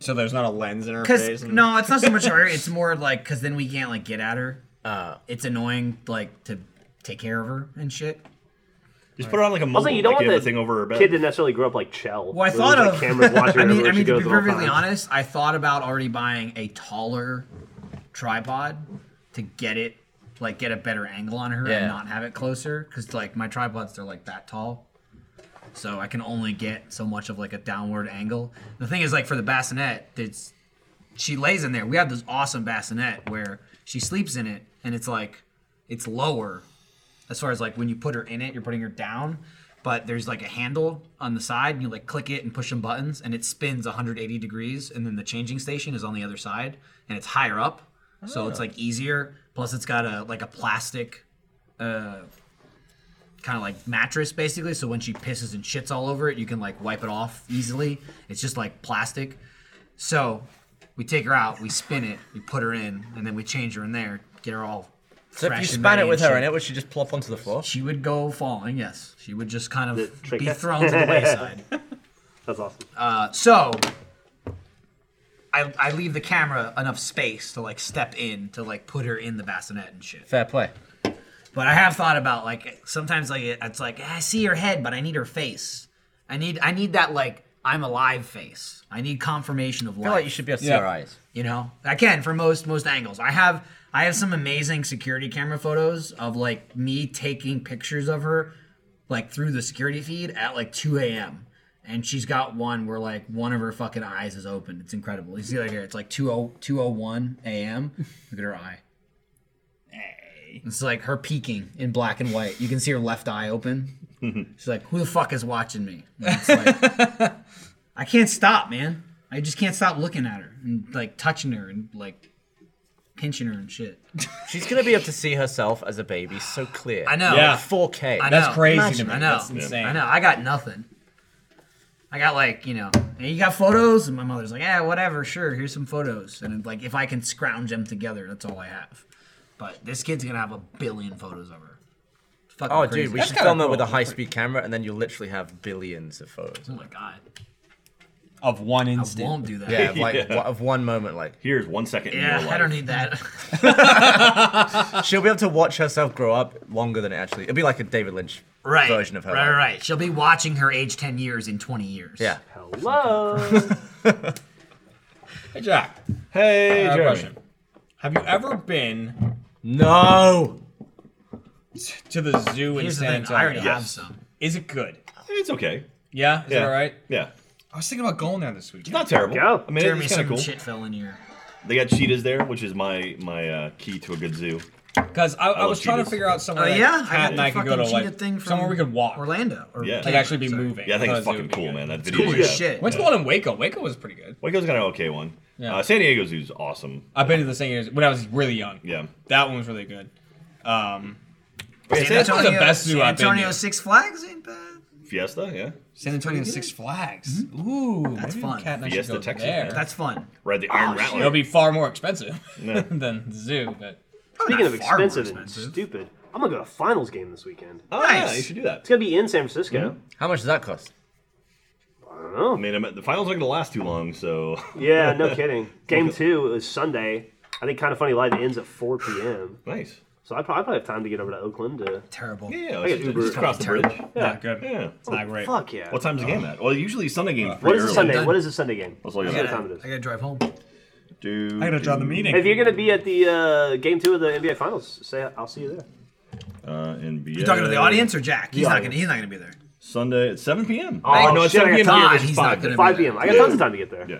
So there's not a lens in her Because no, it's not so much her. It's more like because then we can't like get at her. Uh, it's annoying like to take care of her and shit. Just put her on like a Also, you don't want the kid to necessarily grow up like Chell. Well, I where thought there's, of. like, cameras watching I mean, everywhere I she mean to goes be at all perfectly times. honest, I thought about already buying a taller tripod to get it, like get a better angle on her Yeah. and not have it closer, because like my tripods they're like that tall, so I can only get so much of like a downward angle. The thing is, like for the bassinet, it's she lays in there. We have this awesome bassinet where she sleeps in it, and it's like it's lower as far as like when you put her in it, you're putting her down, but there's like a handle on the side, and you like click it and push some buttons, and it spins 180 degrees, and then the changing station is on the other side, and it's higher up, so it's Ah. Oh. like easier. Plus, it's got a like a plastic, uh, kind of like mattress basically, so when she pisses and shits all over it, you can like wipe it off easily. It's just like plastic. So we take her out, we spin it, we put her in, and then we change her in there, get her all. So if fresh you and span ready it with and her in shit. it, would she just plop onto the floor? She would go falling, yes. She would just kind of trick be her. thrown to the wayside. That's awesome. Uh, so I, I leave the camera enough space to like step in to like put her in the bassinet and shit. Fair play. But I have thought about like sometimes like it- it's like I see her head, but I need her face. I need I need that like I'm alive face. I need confirmation of life. feel like you should be able to see her eyes. You know, I can for most most angles. I have I have some amazing security camera photos of like me taking pictures of her, like through the security feed at like 2 a.m. And she's got one where like one of her fucking eyes is open. It's incredible. You see like here, it's like oh, 20, 201 a.m. Look at her eye. It's like her peeking in black and white. You can see her left eye open. She's like, "Who the fuck is watching me?" And it's like, I can't stop, man. I just can't stop looking at her and like touching her and like pinching her and shit. She's gonna be able to see herself as a baby so clear. I know. Like 4K. I know. Imagine I it. know. I know. I got nothing. I got like you know, "Hey, you got photos, and my mother's like, yeah, whatever, sure. Here's some photos, and like if I can scrounge them together, that's all I have. But this kid's gonna have a billion photos of her. It's fucking Oh, crazy. dude, we should film it with a high speed camera, and then you literally have billions of photos. Oh my god. Of one instant. won't do that. Yeah, of like Yeah. of one moment, like here's one second. Yeah, I don't need that. She'll be able to watch herself grow up longer than it actually. It'll be like a David Lynch right version of her. Right, life. right, right. She'll be watching her age ten years in twenty years. Yeah. Hello. Hey, Jack. Hey, uh, Jeremy. question. Have you ever been? No. To the zoo in Here's the San thing, I Antonio. already have some. Is it good? It's okay. Yeah. Is it Yeah. all right? Yeah. I was thinking about going there this weekend. It's not terrible. I mean, Jeremy, it's kind some of cool. shit fell in your. They got cheetahs there, which is my my uh, key to a good zoo. Because I, I love was trying cheetahs. to figure out somewhere. Oh, that yeah? I Kat got and the I could go to fucking like cheetah thing somewhere we could walk. Orlando. Or Yeah. Like actually be moving. Yeah, I think it's thought it fucking was cool, man. That video. cool yeah. as shit. What's the one in Waco? Waco was pretty good. Waco's got an okay one. Yeah. Uh, San Diego Zoo's awesome. I've been to the San Diego Zoo when I was really young. Yeah. That one was really good. Um, Wait, San Antonio's the best zoo San I've been Antonio to. Six Flags ain't bad. Fiesta, yeah. San Antonio Six Flags. Ooh, Mm-hmm. that's maybe fun. Kat and I should Fiesta, go Texas, there. man. That's fun. Ride the Oh, Iron Rattler. It'll be far more expensive Yeah. than the zoo, but Speaking of expensive, and stupid, I'm gonna go to a finals game this weekend. Oh, yeah, Nice. you should do that. It's gonna be in San Francisco. Hmm? How much does that cost? I don't know. I mean, I'm, the finals aren't gonna last too long, so. Yeah, no kidding. Game two is Sunday. I think kind of funny live ends at 4 p.m. Nice. So I probably, probably have time to get over to Oakland. To... Terrible. Yeah, I let's got just, Uber. just cross the bridge. Yeah. Yeah. It's not great. Fuck yeah. What time's the game at? Well, usually Sunday game's pretty What is the early. Sunday? What is the Sunday game? Let's look Let's at see what it. time it is. I gotta drive home. Do, I gotta draw the meeting. If you're gonna be at the uh, game two of the NBA Finals, say I'll see you there. Uh, NBA. You talking to the audience or Jack? The He's not audience. gonna. He's not gonna be there. Sunday at 7 p.m. Oh, no, it's shit, 7 I p.m. got here. time. It's He's 5, not gonna be 5 p.m. I got Yeah. tons of time to get there. Yeah.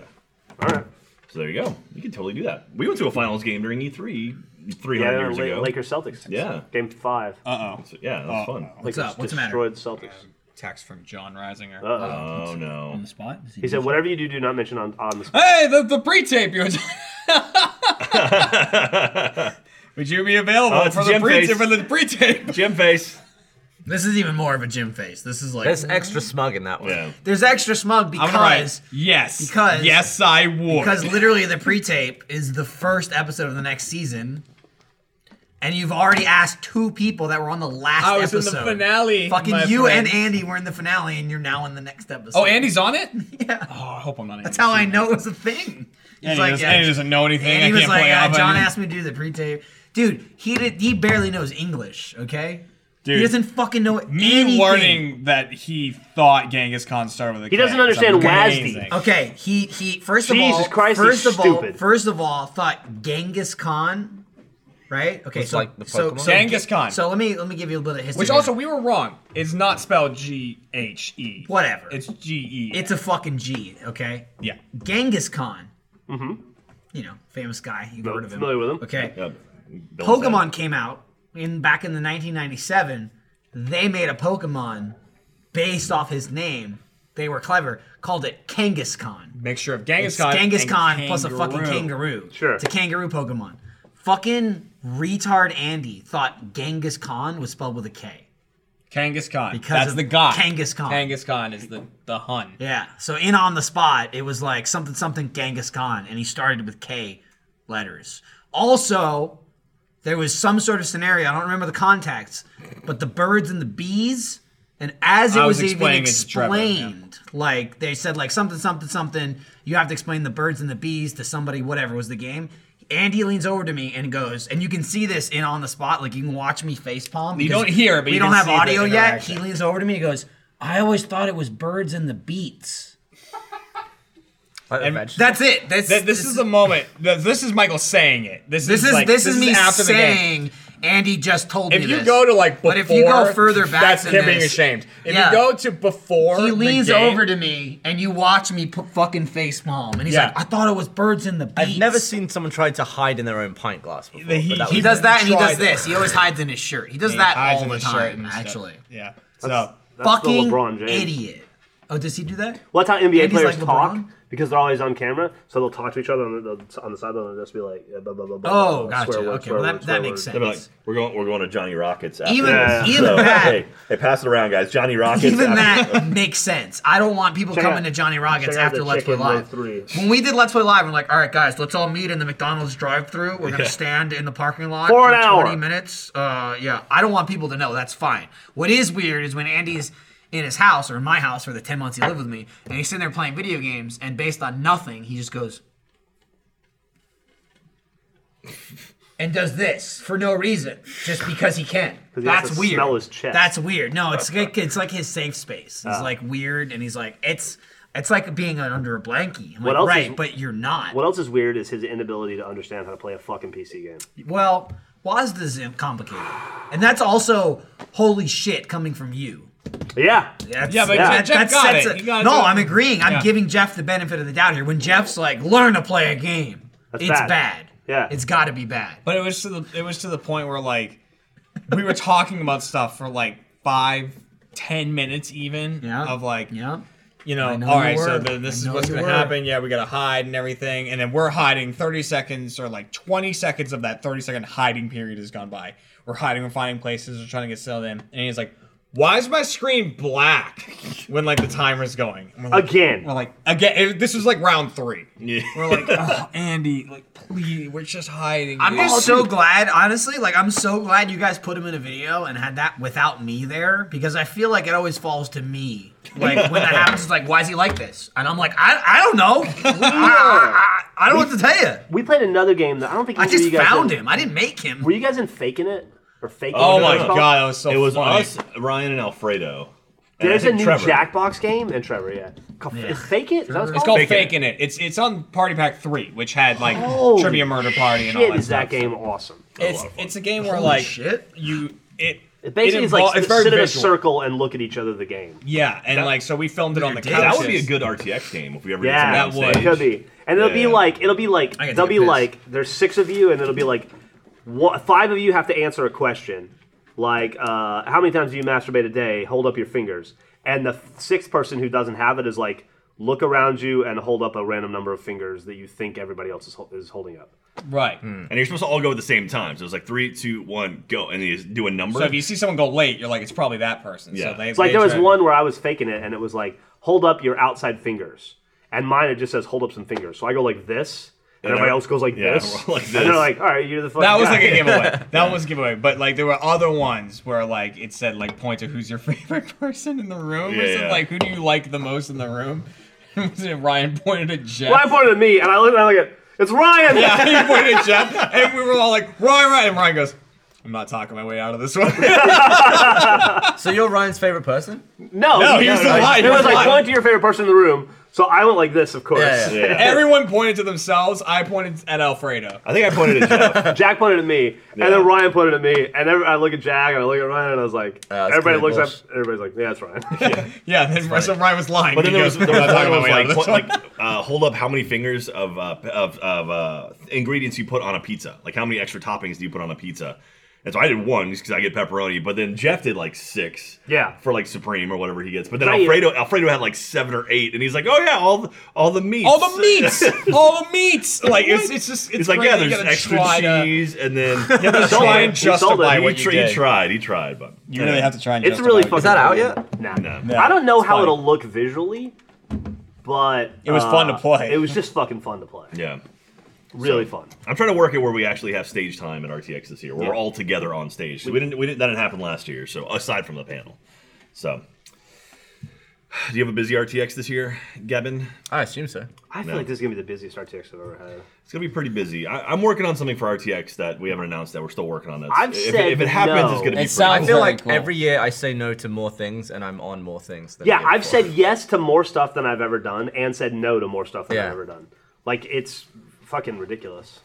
All right. So there you go. You can totally do that. We went to a finals game during E E3 300 Yeah, years La- ago. Lakers Celtics. Yeah. Game five. Uh oh. Yeah, that was fun. Lakers destroyed Celtics. Text from John Reisinger. Uh-oh. Oh, no. On the spot? He said, "Whatever you do, do not mention on on the spot." Hey, the, the pre-tape you were Would you be available Oh, it's for the Oh, Jim pre-tape Face. for the pre-tape? Jim face. This is even more of a Jim face. This is like There's extra smug in that one. There's extra smug I'm because alright. yes, because yes, I would. because literally the pre-tape is the first episode of the next season, and you've already asked two people that were on the last I was in the episode. finale, Fucking my you friend. and Andy were in the finale, and you're now in the next episode. Oh, Andy's on it. Yeah. Oh, I hope I'm not. That's how I know it was a thing. He's Andy doesn't- Andy doesn't know anything. Andy I was can't like, play uh, off John any- asked me to do the pre-tape. Dude, he did, he barely knows English. Okay. Dude. he doesn't fucking know Me anything. learning that he thought Genghis Khan started with a He K doesn't is understand amazing. Okay, he he. First of Jesus all, Christ, he's first of all, stupid. first of all, thought Genghis Khan, right? Okay, Looks so, like the so, Pokemon. so Genghis Khan. So let me let me give you a little bit of history. Which also we were wrong. It's not spelled G H E. Whatever. It's G E. It's a fucking G. Okay. Yeah. Genghis Khan. Mm-hmm. You know, famous guy. You've heard of him. Familiar with him? Okay. Bill Pokemon came out in back in the 1997. They made a Pokemon based off his name. They were clever. Called it Kangaskhan. mixture of Genghis It's Khan. Genghis and Khan plus a fucking kangaroo. Sure. It's a kangaroo Pokemon. Fucking retard Andy thought Genghis Khan was spelled with a K. Kangaskhan. Because That's of the guy. Genghis Khan. Genghis Khan is the the Hun. Yeah. So in on the spot, it was like something something Genghis Khan, and he started with K letters. Also, there was some sort of scenario. I don't remember the context, but the birds and the bees, and as it I was was, even explaining it to Trevor, yeah. explained, like they said, like something something something. You have to explain the birds and the bees to somebody. Whatever was the game. Andy leans over to me and goes, and you can see this in on the spot. Like you can watch me face palm. You because don't hear, but we you don't can have see the audio yet. interaction. He leans over to me and goes, "I always thought it was birds and the beats." And that's it. That's, Th- this, is the moment. th- This is Michael saying it. This, This is, is like, this, is me after the game. saying Andy just told me If you this. go to like before, but if you go further back, that's than him being this- ashamed. If Yeah. you go to before, he the leans game- over to me and you watch me put fucking face palm, and he's Yeah. like, "I thought it was birds in the beats." I've never seen someone try to hide in their own pint glass before. He, but that he was does it. that and he does this. He always hides in his shirt. He does He that hides all in the his shirt time, and stuff. actually. Yeah. That's- so that's the fucking LeBron James. idiot. Oh, does he do that? Well, that's how NBA Andy's players like talk LeBron? because they're always on camera, so they'll talk to each other on the on the sideline and just be like, uh, blah blah blah. blah, Oh, blah, gotcha. Okay, well, that- that makes They'll be like, we're going, we're going to Johnny Rockets. After Even- this." even that- Hey, hey, pass it around, guys. Johnny Rockets. Even after- that makes sense. I don't want people Check coming out- to Johnny Rockets check out after the Let's Play chicken Live. with When we did Let's Play Live, we're like, all right, guys, let's all meet in the McDonald's drive-through. We're gonna Yeah. stand in the parking lot For an hour. 20 minutes. Uh, yeah, I don't want people to know. That's fine. What is weird is when Andy's in his house or in my house for the 10 months he lived with me, and he's sitting there playing video games, and based on nothing, he just goes. And does this for no reason, just because he can. 'Cause he has That's to weird. smell his chest. That's weird. No, it's like, it's like his safe space. He's Ah. like weird, and he's like it's it's like being under a blankie. I'm What like, else right, is- but you're not. What else is weird is his inability to understand how to play a fucking PC game. Well, WASD is complicated, and that's also holy shit coming from you. Yeah. That's, Yeah, but Jeff- Jeff got sets it. He got it no, to- I'm agreeing. I'm Yeah. giving Jeff the benefit of the doubt here. When Jeff's like, learn to play a game, That's it's bad. bad. Yeah. It's got to be bad. But it was to the it was to the point where like we were talking about stuff for like five, ten minutes even of like yeah. You know, I know all you right, so were. then this I is know what's you going to were. happen. Yeah, we got to hide and everything. And then we're hiding 30 seconds or like 20 seconds of that 30 second hiding period has gone by. We're hiding, we're finding places, we're trying to get settled in. And he's like, why is my screen black when like the timer's going? And we're like- Again. We're like, again. it- this was like round three. We're like, oh, Andy, like, please, we're just hiding. I'm dude." just Oh, so dude. glad, honestly. Like, I'm so glad you guys put him in a video and had that without me there because I feel like it always falls to me. Like, when that happens, it's like, why is he like this? And I'm like, I, I don't know. I, I, I don't know what to tell you. We played another game that I don't think I either of just you guys found did. him. I didn't make him. Were you guys in faking it or faking? Oh it? my Whatever God, it's called? that was so It was funny. us, Ryan and Alfredo. And I There's a think new Trevor. Jackbox game and Trevor. Yeah, Called- Yeah. Is fake it. Is that what It's called Faking It. It's it's on Party Pack Three, which had like Holy trivia murder party and all shit, that. is that stuff. game awesome? It's it's a game where Holy like shit. you it It basically it is like invol- sit it's very in a visual. circle and look at each other. The game. Yeah, and like so we filmed it on the couch. That would be a good RTX game if we ever Yeah, did something on stage. could be. And it'll Yeah. be like it'll be like gotta they'll take be a piss. like there's six of you, and it'll be like one, five of you have to answer a question, like uh, how many times do you masturbate a day? Hold up your fingers, and the sixth person who doesn't have it is like look around you and hold up a random number of fingers that you think everybody else is, hol- is holding up. Right. And you're supposed to all go at the same time. So it's like three, two, one, go. And you just do a number. So if you see someone go late, you're like, it's probably that person. Yeah. So they, It's like they there was try- one where I was faking it, and it was like, hold up your outside fingers, and mine it just says hold up some fingers. So I go like this, and, And everybody I- else goes like, yeah, this. like and they're this. like, all right, you're the fucking That was guy." like a giveaway. That was a giveaway. But like there were other ones where like it said like point to who's your favorite person in the room. or Yeah, something yeah. like who do you like the most in the room? And Ryan pointed at Jeff. Well, I pointed at me, and I look, and I look at it's Ryan. Yeah, he pointed at Jeff, and we were all like, Ryan, Ryan. And Ryan goes, I'm not talking my way out of this one. so you're Ryan's favorite person? No, It was like point to your favorite person in the room. So I went like this, of course. Everyone pointed to themselves. I pointed at Alfredo. I think I pointed at Jack. Jack pointed at me, Yeah. and then Ryan pointed at me, and every, I look at Jack, and I look at Ryan, and I was like, that's everybody kinda looks up, everybody's like, yeah, that's Ryan. Yeah, then so Ryan was lying. But then He there was, goes, there was "I'm not one that talking my way out of was this like, one." point, like uh, hold up how many fingers of uh, p- of, of uh, ingredients you put on a pizza. Like how many extra toppings do you put on a pizza? And so I did one because I get pepperoni, but then Jeff did like six. Yeah. For like supreme or whatever he gets. But then Right. Alfredo Alfredo had like seven or eight, and he's like, oh yeah, all the, all the meats, All the meats, all the meats. Like it's, it's just it's He's like, crazy. yeah, You there's gotta extra try to- cheese, and then You have to He try and sold it. justify He what you tr- did. He tried, he tried, but You really have to try and It's justify really what fucking. you did. Nah. No. I don't know It's how funny. it'll look visually, but It was uh, fun to play. It was just fucking fun to play. Yeah. Really So, fun. I'm trying to work it where we actually have stage time at RTX this year, where we're Yeah. all together on stage. So we didn't, we didn't, that didn't happen last year. So aside from the panel, so do you have a busy RTX this year, Gavin? I assume so. I feel like this is gonna be the busiest RTX I've ever had. It's gonna be pretty busy. I, I'm working on something for RTX that we haven't announced that we're still working on. That I've if, said it, if it happens, no. it's gonna be. It pretty sounds busy. I feel like every year I say no to more things and I'm on more things. Than Yeah, the year I've before. said yes to more stuff than I've ever done, and said no to more stuff than Yeah. I've ever done. Like it's fucking ridiculous.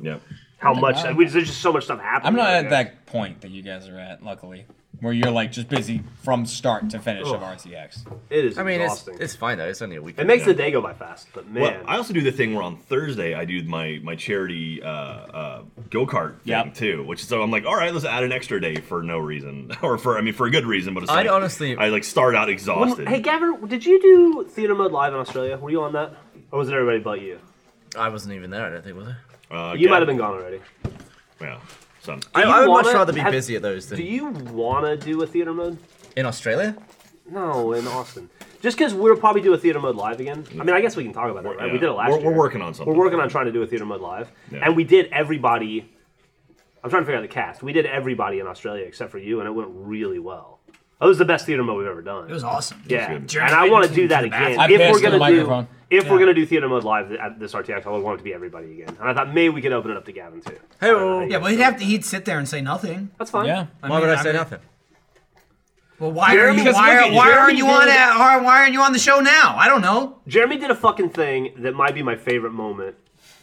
Yeah. How I'm much? not- we, there's just so much stuff happening. I'm not right at now. that point that you guys are at, luckily, where you're like just busy from start to finish of Ugh. RTX. It is I mean, it's, exhausting. it's fine though. It's only a week. It makes the day go by fast, but man. Well, I also do the thing where on Thursday I do my my charity uh, uh, go kart thing Yep. too, which so I'm like, all right, let's add an extra day for no reason, or for I mean for a good reason, but it's I like, honestly- I like start out When- exhausted. hey, Gavin, did you do theater mode live in Australia? Were you on that, or was it everybody but you? I wasn't even there. I don't think was I. Uh, you might have been gone already. Yeah. Some. I, Do I you would much wanna rather be have- busy at those than Do you want to do a theater mode? in Australia. No, in Austin. Just because we'll probably do a theater mode live again. I mean, I guess we can talk about it. Right? We yeah. did it last We're- year. we're working on something. We're working on trying to do a theater mode live, Yeah. and we did everybody. I'm trying to figure out the cast. We did everybody in Australia except for you, and it went really well. That was the best theater mode we've ever done. It was awesome. Yeah, It was good. and I want to do that again. if we're gonna do, if we're Yeah. gonna do theater mode live at this RTX, I would want it to be everybody again. And I thought maybe we could open it up to Gavin too. Hey, yeah, but he'd have to. He'd sit there and say nothing. That's fine. Yeah. Why would I say nothing? Well, why Jeremy- are you? Because Why, look are, at why Jeremy aren't you on? did- At, why why aren't you on the show now? I don't know. Jeremy did a fucking thing that might be my favorite moment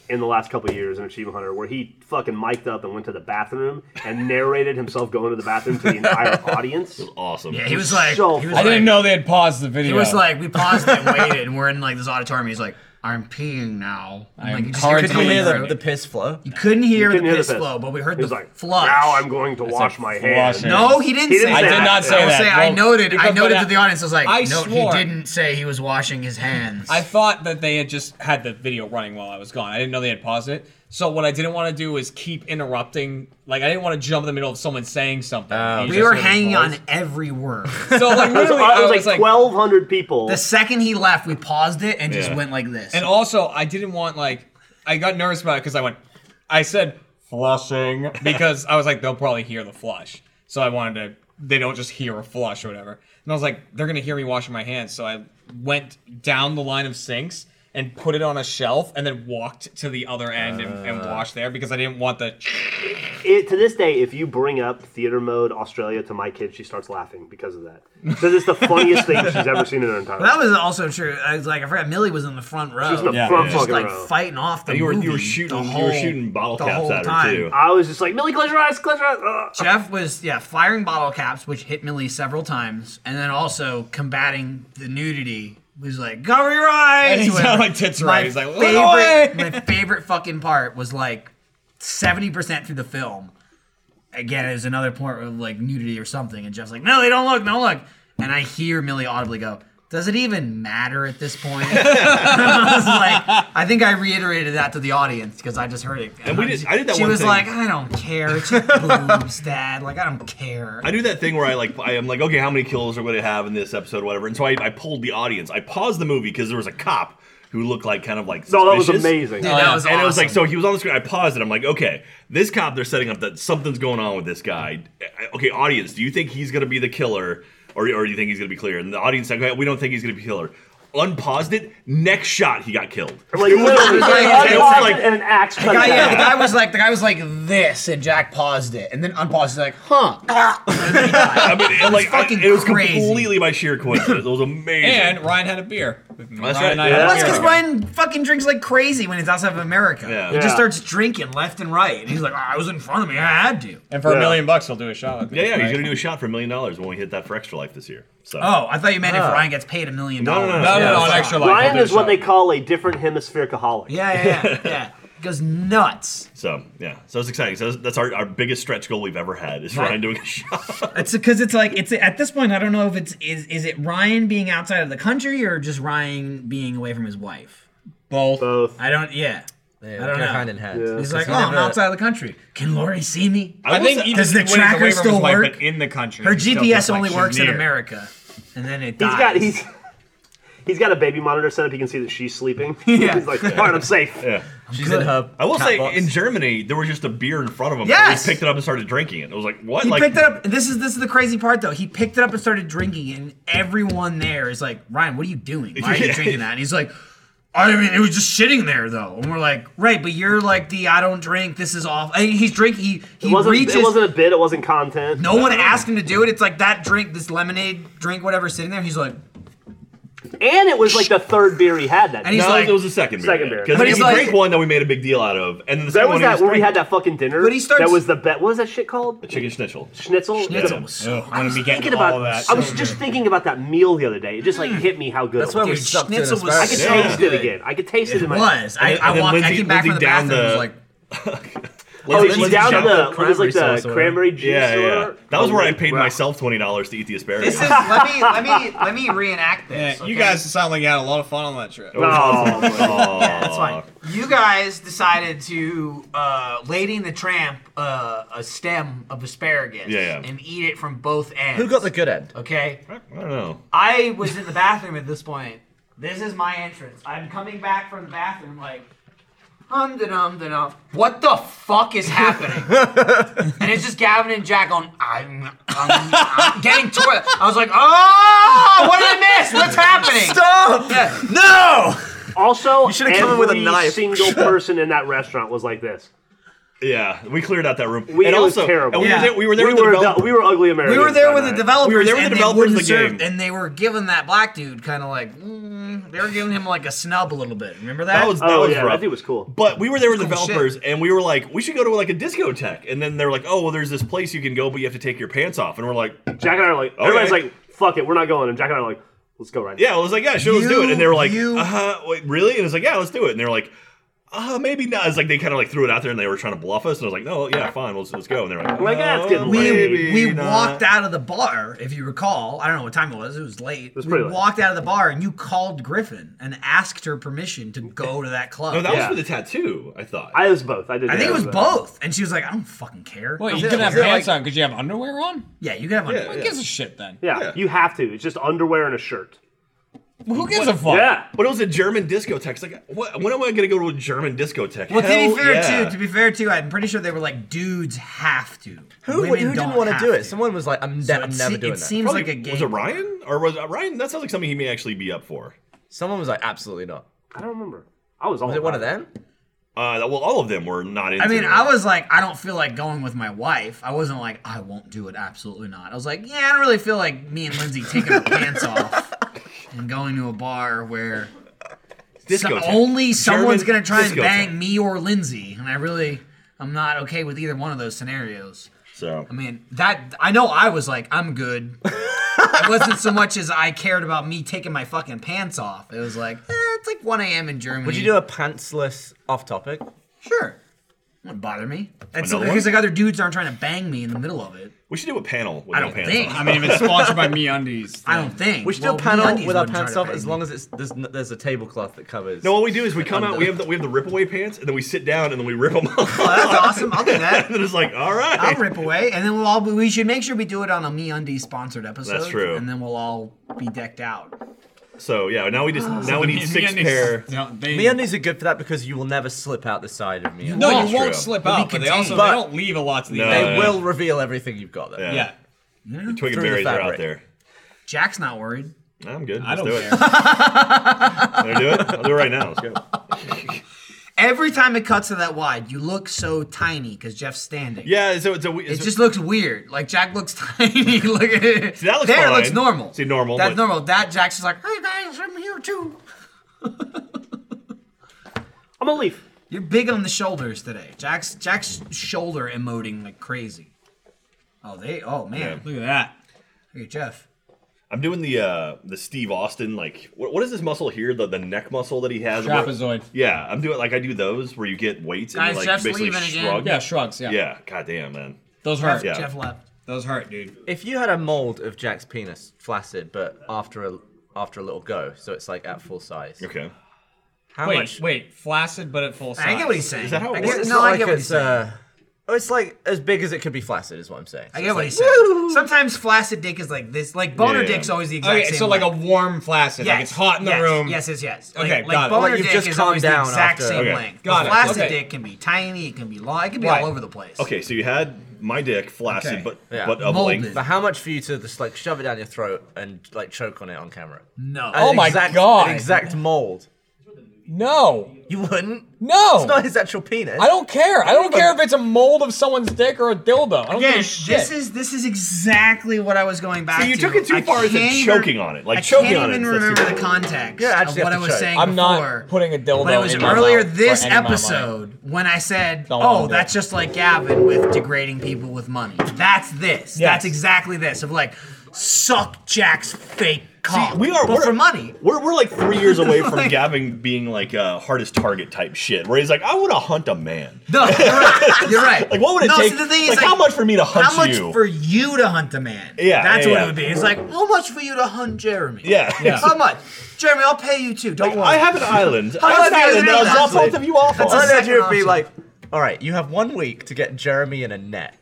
in the last couple of years in Achievement Hunter, where he fucking mic'd up and went to the bathroom and narrated himself going to the bathroom to the entire audience. It was awesome. Yeah, he was like, so he was funny. like- know they had paused the He video. was like, we paused and waited, and we're in like this auditorium. He's like, I'm peeing now. I like, am just currently couldn't hear peeing. the- The piss flow. You couldn't You hear couldn't the piss flow, but we heard He the was like, flush. Now I'm going to That's wash a my flush. hands. No, he didn't say I did that. not say I will that. I Well, noted. I because- noted but to the audience. I was like, I no, swore- he didn't say he was washing his hands. I thought that they had just had the video running while I was gone. I didn't know they had paused it. So what I didn't want to do is keep interrupting. Like I didn't want to jump in the middle of someone saying something. You we just were heard the hanging pause. on every word. So like It was- literally, it I was was like like 1,200 people. The second he left, we paused it and just went like this. And also, I didn't want like I got nervous about it because I went, I said flushing because I was like they'll probably hear the flush, so I wanted to they don't just hear a flush or whatever. And I was like they're gonna hear me washing my hands, so I went down the line of sinks and put it on a shelf and then walked to the other end and, Uh. and washed there because I didn't want the It, to this day, if you bring up theater mode Australia to my kid, she starts laughing because of that. Because it's the funniest thing she's ever seen in her entire But life. that was also true. I was like, I forgot Millie was in the front row. She was in the Yeah. front Just, fucking like row. fighting off the And you were- you movie. were shooting- the you were whole- shooting bottle the caps whole at her, time. too. I was just like, Millie, close your eyes, close your eyes. Ugh. Jeff was yeah firing bottle caps, which hit Millie several times, and then also combating the nudity. He Was like cover your eyes. And he whatever. sounded like tits my right. He's like, "Look away!" favorite, my favorite fucking part was like seventy percent through the film. Again, it was another point of like nudity or something, and Jeff's like, no, they don't look, don't look, and I hear Millie audibly go, Does it even matter at this point? I was like, I think I reiterated that to the audience because I just heard it. And we did- I did that She one was thing. like, "I don't care. It's just boobs, Dad. Like, I don't care." I do that thing where I like I am like, okay, how many kills are we gonna have in this episode, whatever. And so I, I pulled the audience. I paused the movie because there was a cop who looked like kind of like No, that was suspicious. amazing. Dude, that was and it was like awesome. so he was on the screen. I paused it. I'm like, okay, this cop they're setting up that something's going on with this guy. I- Okay, audience, do you think he's gonna be the killer, or or do you think he's gonna be clear? And the audience like, okay, we don't think he's gonna be killer. Unpaused it. Next shot, he got killed. Like, it was, literally, it was like, it was like and an axe. The guy, yeah, the guy was like, the guy was like this, and Jack paused it, and then unpaused. He's like, "Huh." I mean, it, like, I- fucking it was crazy. completely by sheer coincidence. It was amazing. And Ryan had a beer. That's Ryan right. and I had Well, a that's beer. because Ryan fucking drinks like crazy when he's outside of America. Yeah. He just Yeah. starts drinking left and right. And he's like, "Oh, I was in front of me. I had to. And for a million bucks, he'll do a shot. I think, Yeah, yeah, he's right? gonna do a shot for a million dollars when we hit that for extra life this year. So. Oh, I thought you meant if Ah. Ryan gets paid a million No, no, dollars. no, no, no, no, an extra life. Ryan I'll do is what shot. they call a different hemisphere alcoholic. Yeah, yeah, yeah. yeah. He goes nuts. So yeah, so it's exciting. So that's our, our biggest stretch goal we've ever had is Right. Ryan doing a shot. It's because it's like it's at this point I don't know if it's is is it Ryan being outside of the country or just Ryan being away from his wife. Both. Both. I don't. Yeah. I they're don't know. hand in hand. Yeah. He's 'Cause like, he oh, I'm never- outside of the country. Can Lori see me? I think even does the when he's away from tracker his still wife, work? but in the country, Her he's still GPS just, like, only works in near. America, and then it He's dies. got he's he's got a baby monitor set up. He can see that she's sleeping. Yeah. he's like, all right, I'm safe. Yeah, She's in her I will cat say, box. in Germany, there was just a beer in front of him. Yes! and we picked it up and started drinking it. It was like what? He like picked it up. This is this is the crazy part though. He picked it up and started drinking, it, and everyone there is like, Ryan, what are you doing? Why are you Yeah. drinking that? And he's like, I mean, it was just sitting there though. And we're like, right, but you're like the I don't drink. This is off. And he's drinking. He he it wasn't reaches. it wasn't a bit. It wasn't content. no one asked him to do it. It's like that drink, this lemonade drink, whatever, sitting there. He's like, And it was like the third beer he had that. And he's day. no, it was the second beer. Second beer. Because But he he's like- drank one that we made a big deal out of, and then the that second was one that he where we drinking. had that fucking dinner. But he starts- That was the bet. What was that shit called? The chicken schnitzel. Schnitzel. Schnitzel Yeah. was so- I I'm was gonna be getting thinking all about. of that I was so Hmm. just thinking about that meal the other day. It just like hit me how good. That's it was. why we Dude, sucked in schnitzel was I could so taste good. it again. I could taste it, It in my. was. I, I walked. I came back from the bathroom. and was like, Oh, Lindsay- she's Lindsay down to down the, the what was cranberry like the sauce or cranberry juice. yeah, yeah. Or, That was where I Oh, paid wow. myself twenty dollars to eat the asparagus. this is let me let me let me reenact Yeah, this. you okay? guys sound like you had a lot of fun on that trip. Oh. yeah, that's Uh, fine. You guys decided to uh, Lady and the Tramp uh, a stem of asparagus Yeah, yeah. and eat it from both ends. Who got the good end? Okay. I don't know. I was in the bathroom at this point. This is my entrance. I'm coming back from the bathroom like hum da dum da dum. What the fuck is happening? and it's just Gavin and Jack on. I'm, I'm, I'm getting toilet. I was like, oh, what did I miss? What's happening? Stop! Yeah. No! Also, You should've come in with a every knife. single person in that restaurant was like this. Yeah, we cleared out that room. We, and it was also, terrible. and we were there. We were there. We with the were, developer. the- we were ugly Americans. We were there that with the night. developers. We were there with and the they developers of wouldn't the serve- game. and they were giving that black dude kind of like mm, they were giving him like a snub a little bit. Remember that? That was that Oh, was rough. cool. But we were there with Cool shit. developers, and we were like, we should go to like a discotheque. And then they're like, oh, well, there's this place you can go, but you have to take your pants off. And we're like, Jack and I are like, everybody's like, fuck it, we're not going. And Jack and I are like, let's go right now. yeah, I was like, yeah, sure, let's do it. And they were like, uh, wait, really? And I was like, yeah, let's do it. And they were like, uh, maybe not. It's like they kind of like threw it out there, and they were trying to bluff us. And I was like, no, yeah, fine, let's let's go. And they're like, Like, ah, it's getting "Oh, late." maybe we not." walked out of the bar, if you recall. I don't know what time it was. It was late. It was we pretty late. walked out of the bar, and you called Griffin and asked her permission to go to that club. No, that was for the tattoo. I thought. I was both. I did. I think it was both. both, and she was like, "I don't fucking care." Wait, I was you can like, have "You're pants like- on because you have underwear on. Yeah, you can have underwear. Who gives a shit then? Yeah, you have to. It's just underwear and a shirt. Who gives a fuck? Yeah. But it was a German discotheque. It's Like, what, when am I going to go to a German discotheque? Well, to be Hell fair yeah. too, to be fair too, I'm pretty sure they were like, dudes have to. Who, who Women didn't don't want to have do it? Someone was like, I'm, ne- it I'm se- never it doing that. seems Probably- like a Was gay- it Ryan or was uh, Ryan? That sounds like something he may actually be up for. Someone was like, absolutely not. I don't remember. I was all. Was it one of them? Uh, well, all of them were not into. I mean, it. I was like, I don't feel like going with my wife. I wasn't like, I won't do it. Absolutely not. I was like, yeah, I don't really feel like me and Lindsay taking our pants off and going to a bar where so- Discotheque. only someone's German gonna try and discotheque. bang me or Lindsay, and I really, I'm not okay with either one of those scenarios. So I mean, that I know I was like, I'm good. it wasn't so much as I cared about me taking my fucking pants off. It was like, eh, it's like 1 a.m. in Germany. Would you do a pantsless off topic? Sure. Wouldn't bother me. That's Another because one? like other dudes aren't trying to bang me in the middle of it. We should do a panel. With I no don't pants think. on. I mean, if it's sponsored by me MeUndies, I don't think. We should Well, do a panel MeUndies with our wouldn't try pants to off bang as long as it's there's, n- there's a tablecloth that covers. No, what we do is we come out, we have the we have the rip away pants, and then we sit down and then we rip them off. that's awesome. I'll do that. and then it's like, all right. I'll rip away, and then we'll all be, we should make sure we do it on a Me Undies sponsored episode. That's true. And then we'll all be decked out. So yeah, now we just Ah. now we need six pair. Me undies are good for that because you will never slip out the side of me. You No, you won't. won't slip You'll be out, but they contained. also- they don't leave a lot to the No, end. They no, will reveal everything you've got there. Yeah. Yeah. The twig and Through the berries are out fabric. there. Jack's not worried. I'm good. I Let's don't care. do it. Wanna do it? I'll do it right now. Let's go. Every time it cuts to that wide, you look so tiny because Jeff's standing. Yeah, so it's a. It just looks weird. Like Jack looks tiny. look at it. See, that looks there it looks fine. normal. See, normal, That's but- normal. That Jack's just like, hey guys, I'm here too. I'm gonna leave. You're big on the shoulders today. Jack's Jack's shoulder emoting like crazy. Oh, they. Oh man, Yeah. look at that. Look at Jeff. I'm doing the uh the Steve Austin like what, what is this muscle here the the neck muscle that he has where- Trapezoid. yeah I'm doing like I do those where you get weights and Guys, you, like Jeff's basically leaving again. shrug Yeah, shrugs, yeah. yeah goddamn man Those hurt. Jeff- Jeff left. Those hurt, dude. If you had a mold of Jack's penis, flaccid, but after a after a little go, so it's like at full size. Okay. How wait, much? Wait, flaccid but at full size. I get what he's saying. Is that how it I get- works? no, I get what he's saying. Oh, it's like as big as it could be flaccid, is what I'm saying. I So get it's what like, he said. Sometimes flaccid dick is like this. Like boner Yeah. dick's always the exact Okay, same. so like a warm flaccid, like it's hot in the yes, room. Yes, yes, yes. Like, Okay, like got it. boner Like, you've dick just is calmed always down the exact after- same Okay. length. Got a it, flaccid okay. dick can be tiny. It can be long. It can be all over the place. okay so you had my dick flaccid but Yeah. but of length But how much for you to just like shove it down your throat and like choke on it on camera? No. An Oh my exact- God. An exact mold. No. You wouldn't. No. It's not his actual penis. I don't care. I don't care if it's a mold of someone's dick or a dildo. I don't Again, give a shit. this is this is exactly what I was going back. So you to. took it too I far as in can't even- choking on it, like I choking can't on it, even that's too remember far. the context Yeah, I of actually what I have to was check. saying I'm not before. putting a dildo But it was in my earlier mouth this or any amount of money. episode when I said, Don't wanna "Oh, do that's just like Gavin with degrading people with money." That's this. That's exactly this of like suck Jack's fake cock, we are- but we're- for money. we're we're like three years away from Like- Gavin being like uh, hardest target type shit where he's like I want to hunt a man No, you're right. You're right. Like, what would it no, take- So the thing is, like, how much for me to hunt How much you? for you to hunt a man? Yeah, that's yeah, what yeah. it would be. It's like how much for you to hunt Jeremy? Yeah. Yeah. How much, Jeremy? I'll pay you too. Don't worry. I have an island. How much for you to hunt me? That's All a I'd second do would be option. like, all right, you have one week to get Jeremy in a net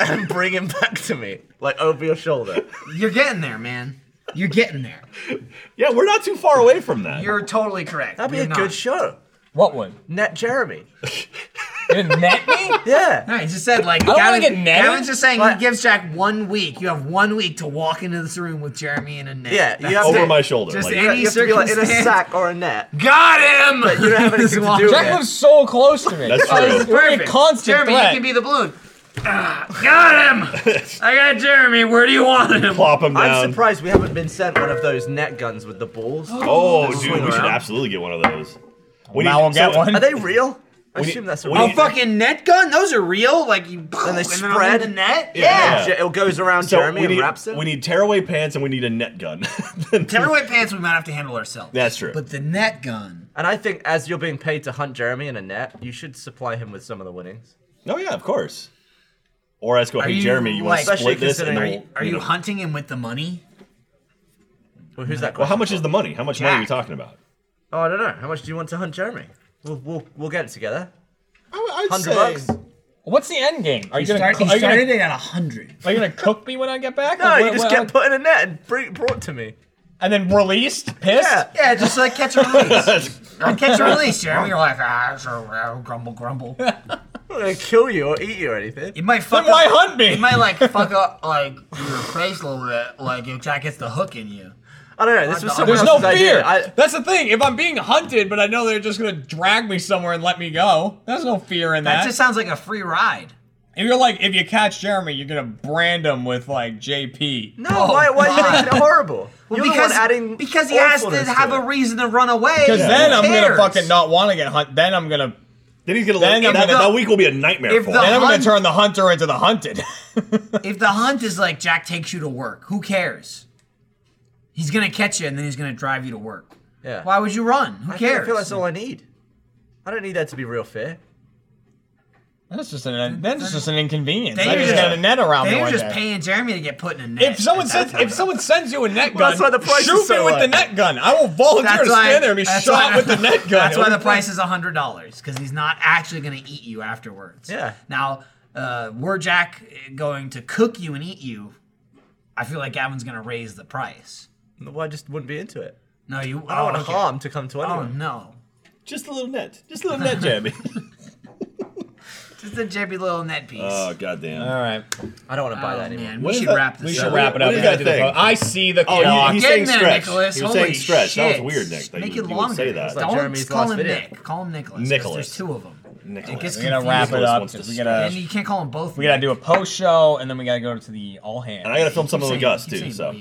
and bring him back to me, like over your shoulder. You're getting there, man. You're getting there. yeah, we're not too far away from that. You're totally correct. That'd be You're a not. good show. What one? Net Jeremy. you net me? Yeah. No, he just said like I don't Gavin- wanna get netted. Gavin's just saying he gives Jack one week. You have one week to walk into this room with Jeremy in a net. Yeah, That's you have it. to, Just you any have to be like in a circumstance. sack or a net. Got him! But you don't have anything to do with Jack it. lives so close to me. That's Oh, true. he's really a Perfect. constant Jeremy, threat. you can be the balloon. Ah, got him! I got Jeremy. Where do you want him? Plop him I'm down. surprised we haven't been sent one of those net guns with the balls. Oh, Just dude, swing we should around. absolutely get one of those. We Now I'll get one. Are they real? I assume that's a a fucking net gun. Those are real. Like you, and they then I'll spread? hit the net. Yeah. It goes around So Jeremy we and need- wraps it. We need tearaway pants and we need a net gun. Tearaway pants. We might have to handle ourselves. That's true. But the net gun. And I think as you're being paid to hunt Jeremy in a net, you should supply him with some of the winnings. Oh yeah, of course. Or ask go, Are hey Jeremy, you want to like- split this? Are you, we'll, are you know." hunting him with the money? Well, who's that? Well, how much is the money? How much money are you talking about? Oh, I don't know. How much do you want to hunt Jeremy? We'll we'll, we'll get it together. I'd Hundred bucks. What's the end game? Are you He gonna? start- he are you started gonna, it at hundred. Are you gonna cook me when I get back? No, Like, you what- just what- get put in a net and bring, brought to me. and then released, pissed. Yeah. Yeah, just like catch and release. Like, catch and release, Jeremy. You're like ah, so, uh, grumble, grumble. I'm not gonna kill you or eat you or anything. It might fuck Then why up- hunt me? It might like fuck up like your face a little bit, like if Jack gets the hook in you. I don't know. this was There's someone no else's fear. idea. I- That's the thing. If I'm being hunted, but I know they're just gonna drag me somewhere and let me go, there's no fear in that. That just sounds like a free ride. If you're like, if you catch Jeremy, you're gonna brand him with like JP. No, why, why are you making it horrible? Well, You're the one because adding because he has to awfulness to have a reason to run away. Because Who then I'm gonna cares? fucking not want to get hunted. Then I'm gonna. Then he's gonna. Then that- that- that week will be a nightmare if for the him. Then I'm gonna hunt- turn the hunter into the hunted. If the hunt is like Jack takes you to work, who cares? He's gonna catch you and then he's gonna drive you to work. Yeah. Why would you run? Who I feel- cares? I feel that's all I need. I don't need that to be real fair. That's just an that's just an inconvenience. I were just got a net around They me were one just day. paying Jeremy to get put in a net. If someone at that sends point. if someone sends you a net Well, gun, that's why the price is shoot so me with high. the net gun. I will volunteer to why- stand there and be that's shot why- with the net gun. That's It why the wouldn't- price is hundred dollars because he's not actually going to eat you afterwards. Yeah. Now, uh, were Jack going to cook you and eat you, I feel like Gavin's going to raise the price. Well, I just wouldn't be into it. No, you. I don't want okay. harm to come to Oh anyone. no. Just a little net. Just a little net, Jeremy. Just a jibby little net piece. Oh, Oh Uh, goddamn! All right, I don't want to buy that man, anymore. we What is should that- wrap this we should wrap it up. We gotta do the vote. Uh, I see the oh, clock. Oh, he's Get saying in there, stretch. Nicholas. He was Holy saying stretch. That shit. was weird, Nick. That Make you, it you would longer. say that. Don't call him Nick. Call him Nicholas. 'cause Nicholas. There's two of them. It gets We're gonna wrap it confusing. up. 'cause We And gotta you can't call them both. we gotta Nick. do a post show and then we gotta go to the all hands. And I gotta film something with Gus keep too. saying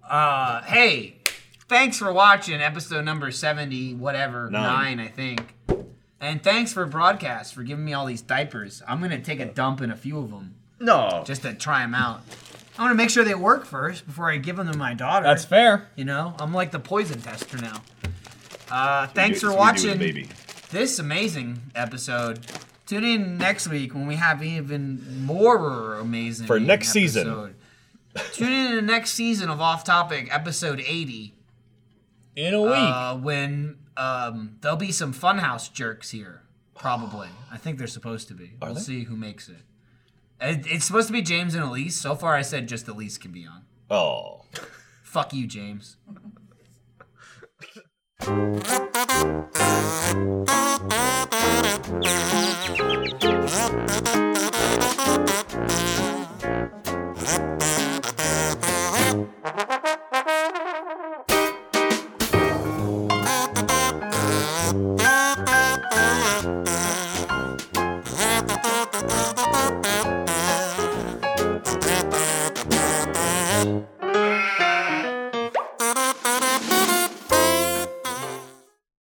So Uh, hey, thanks for watching episode number 70, whatever, Nine. nine, I think. And thanks for broadcast for giving me all these diapers. I'm going to take a dump in a few of them No. just to try them out. I want to make sure they work first before I give them to my daughter. That's fair. You know, I'm like the poison tester now. Uh, we do- thanks so we for do with the watching baby. this amazing episode. Tune in next week when we have even more amazing for next season, episode. Tune in to the next season of Off Topic, episode 80. In a week. Uh, when um, there'll be some Funhouse jerks here, probably. I think they're supposed to be. Are we'll they? see who makes it. It- It's supposed to be James and Elise. So far, I said just Elise can be on. Oh. Fuck you, James. Thank you.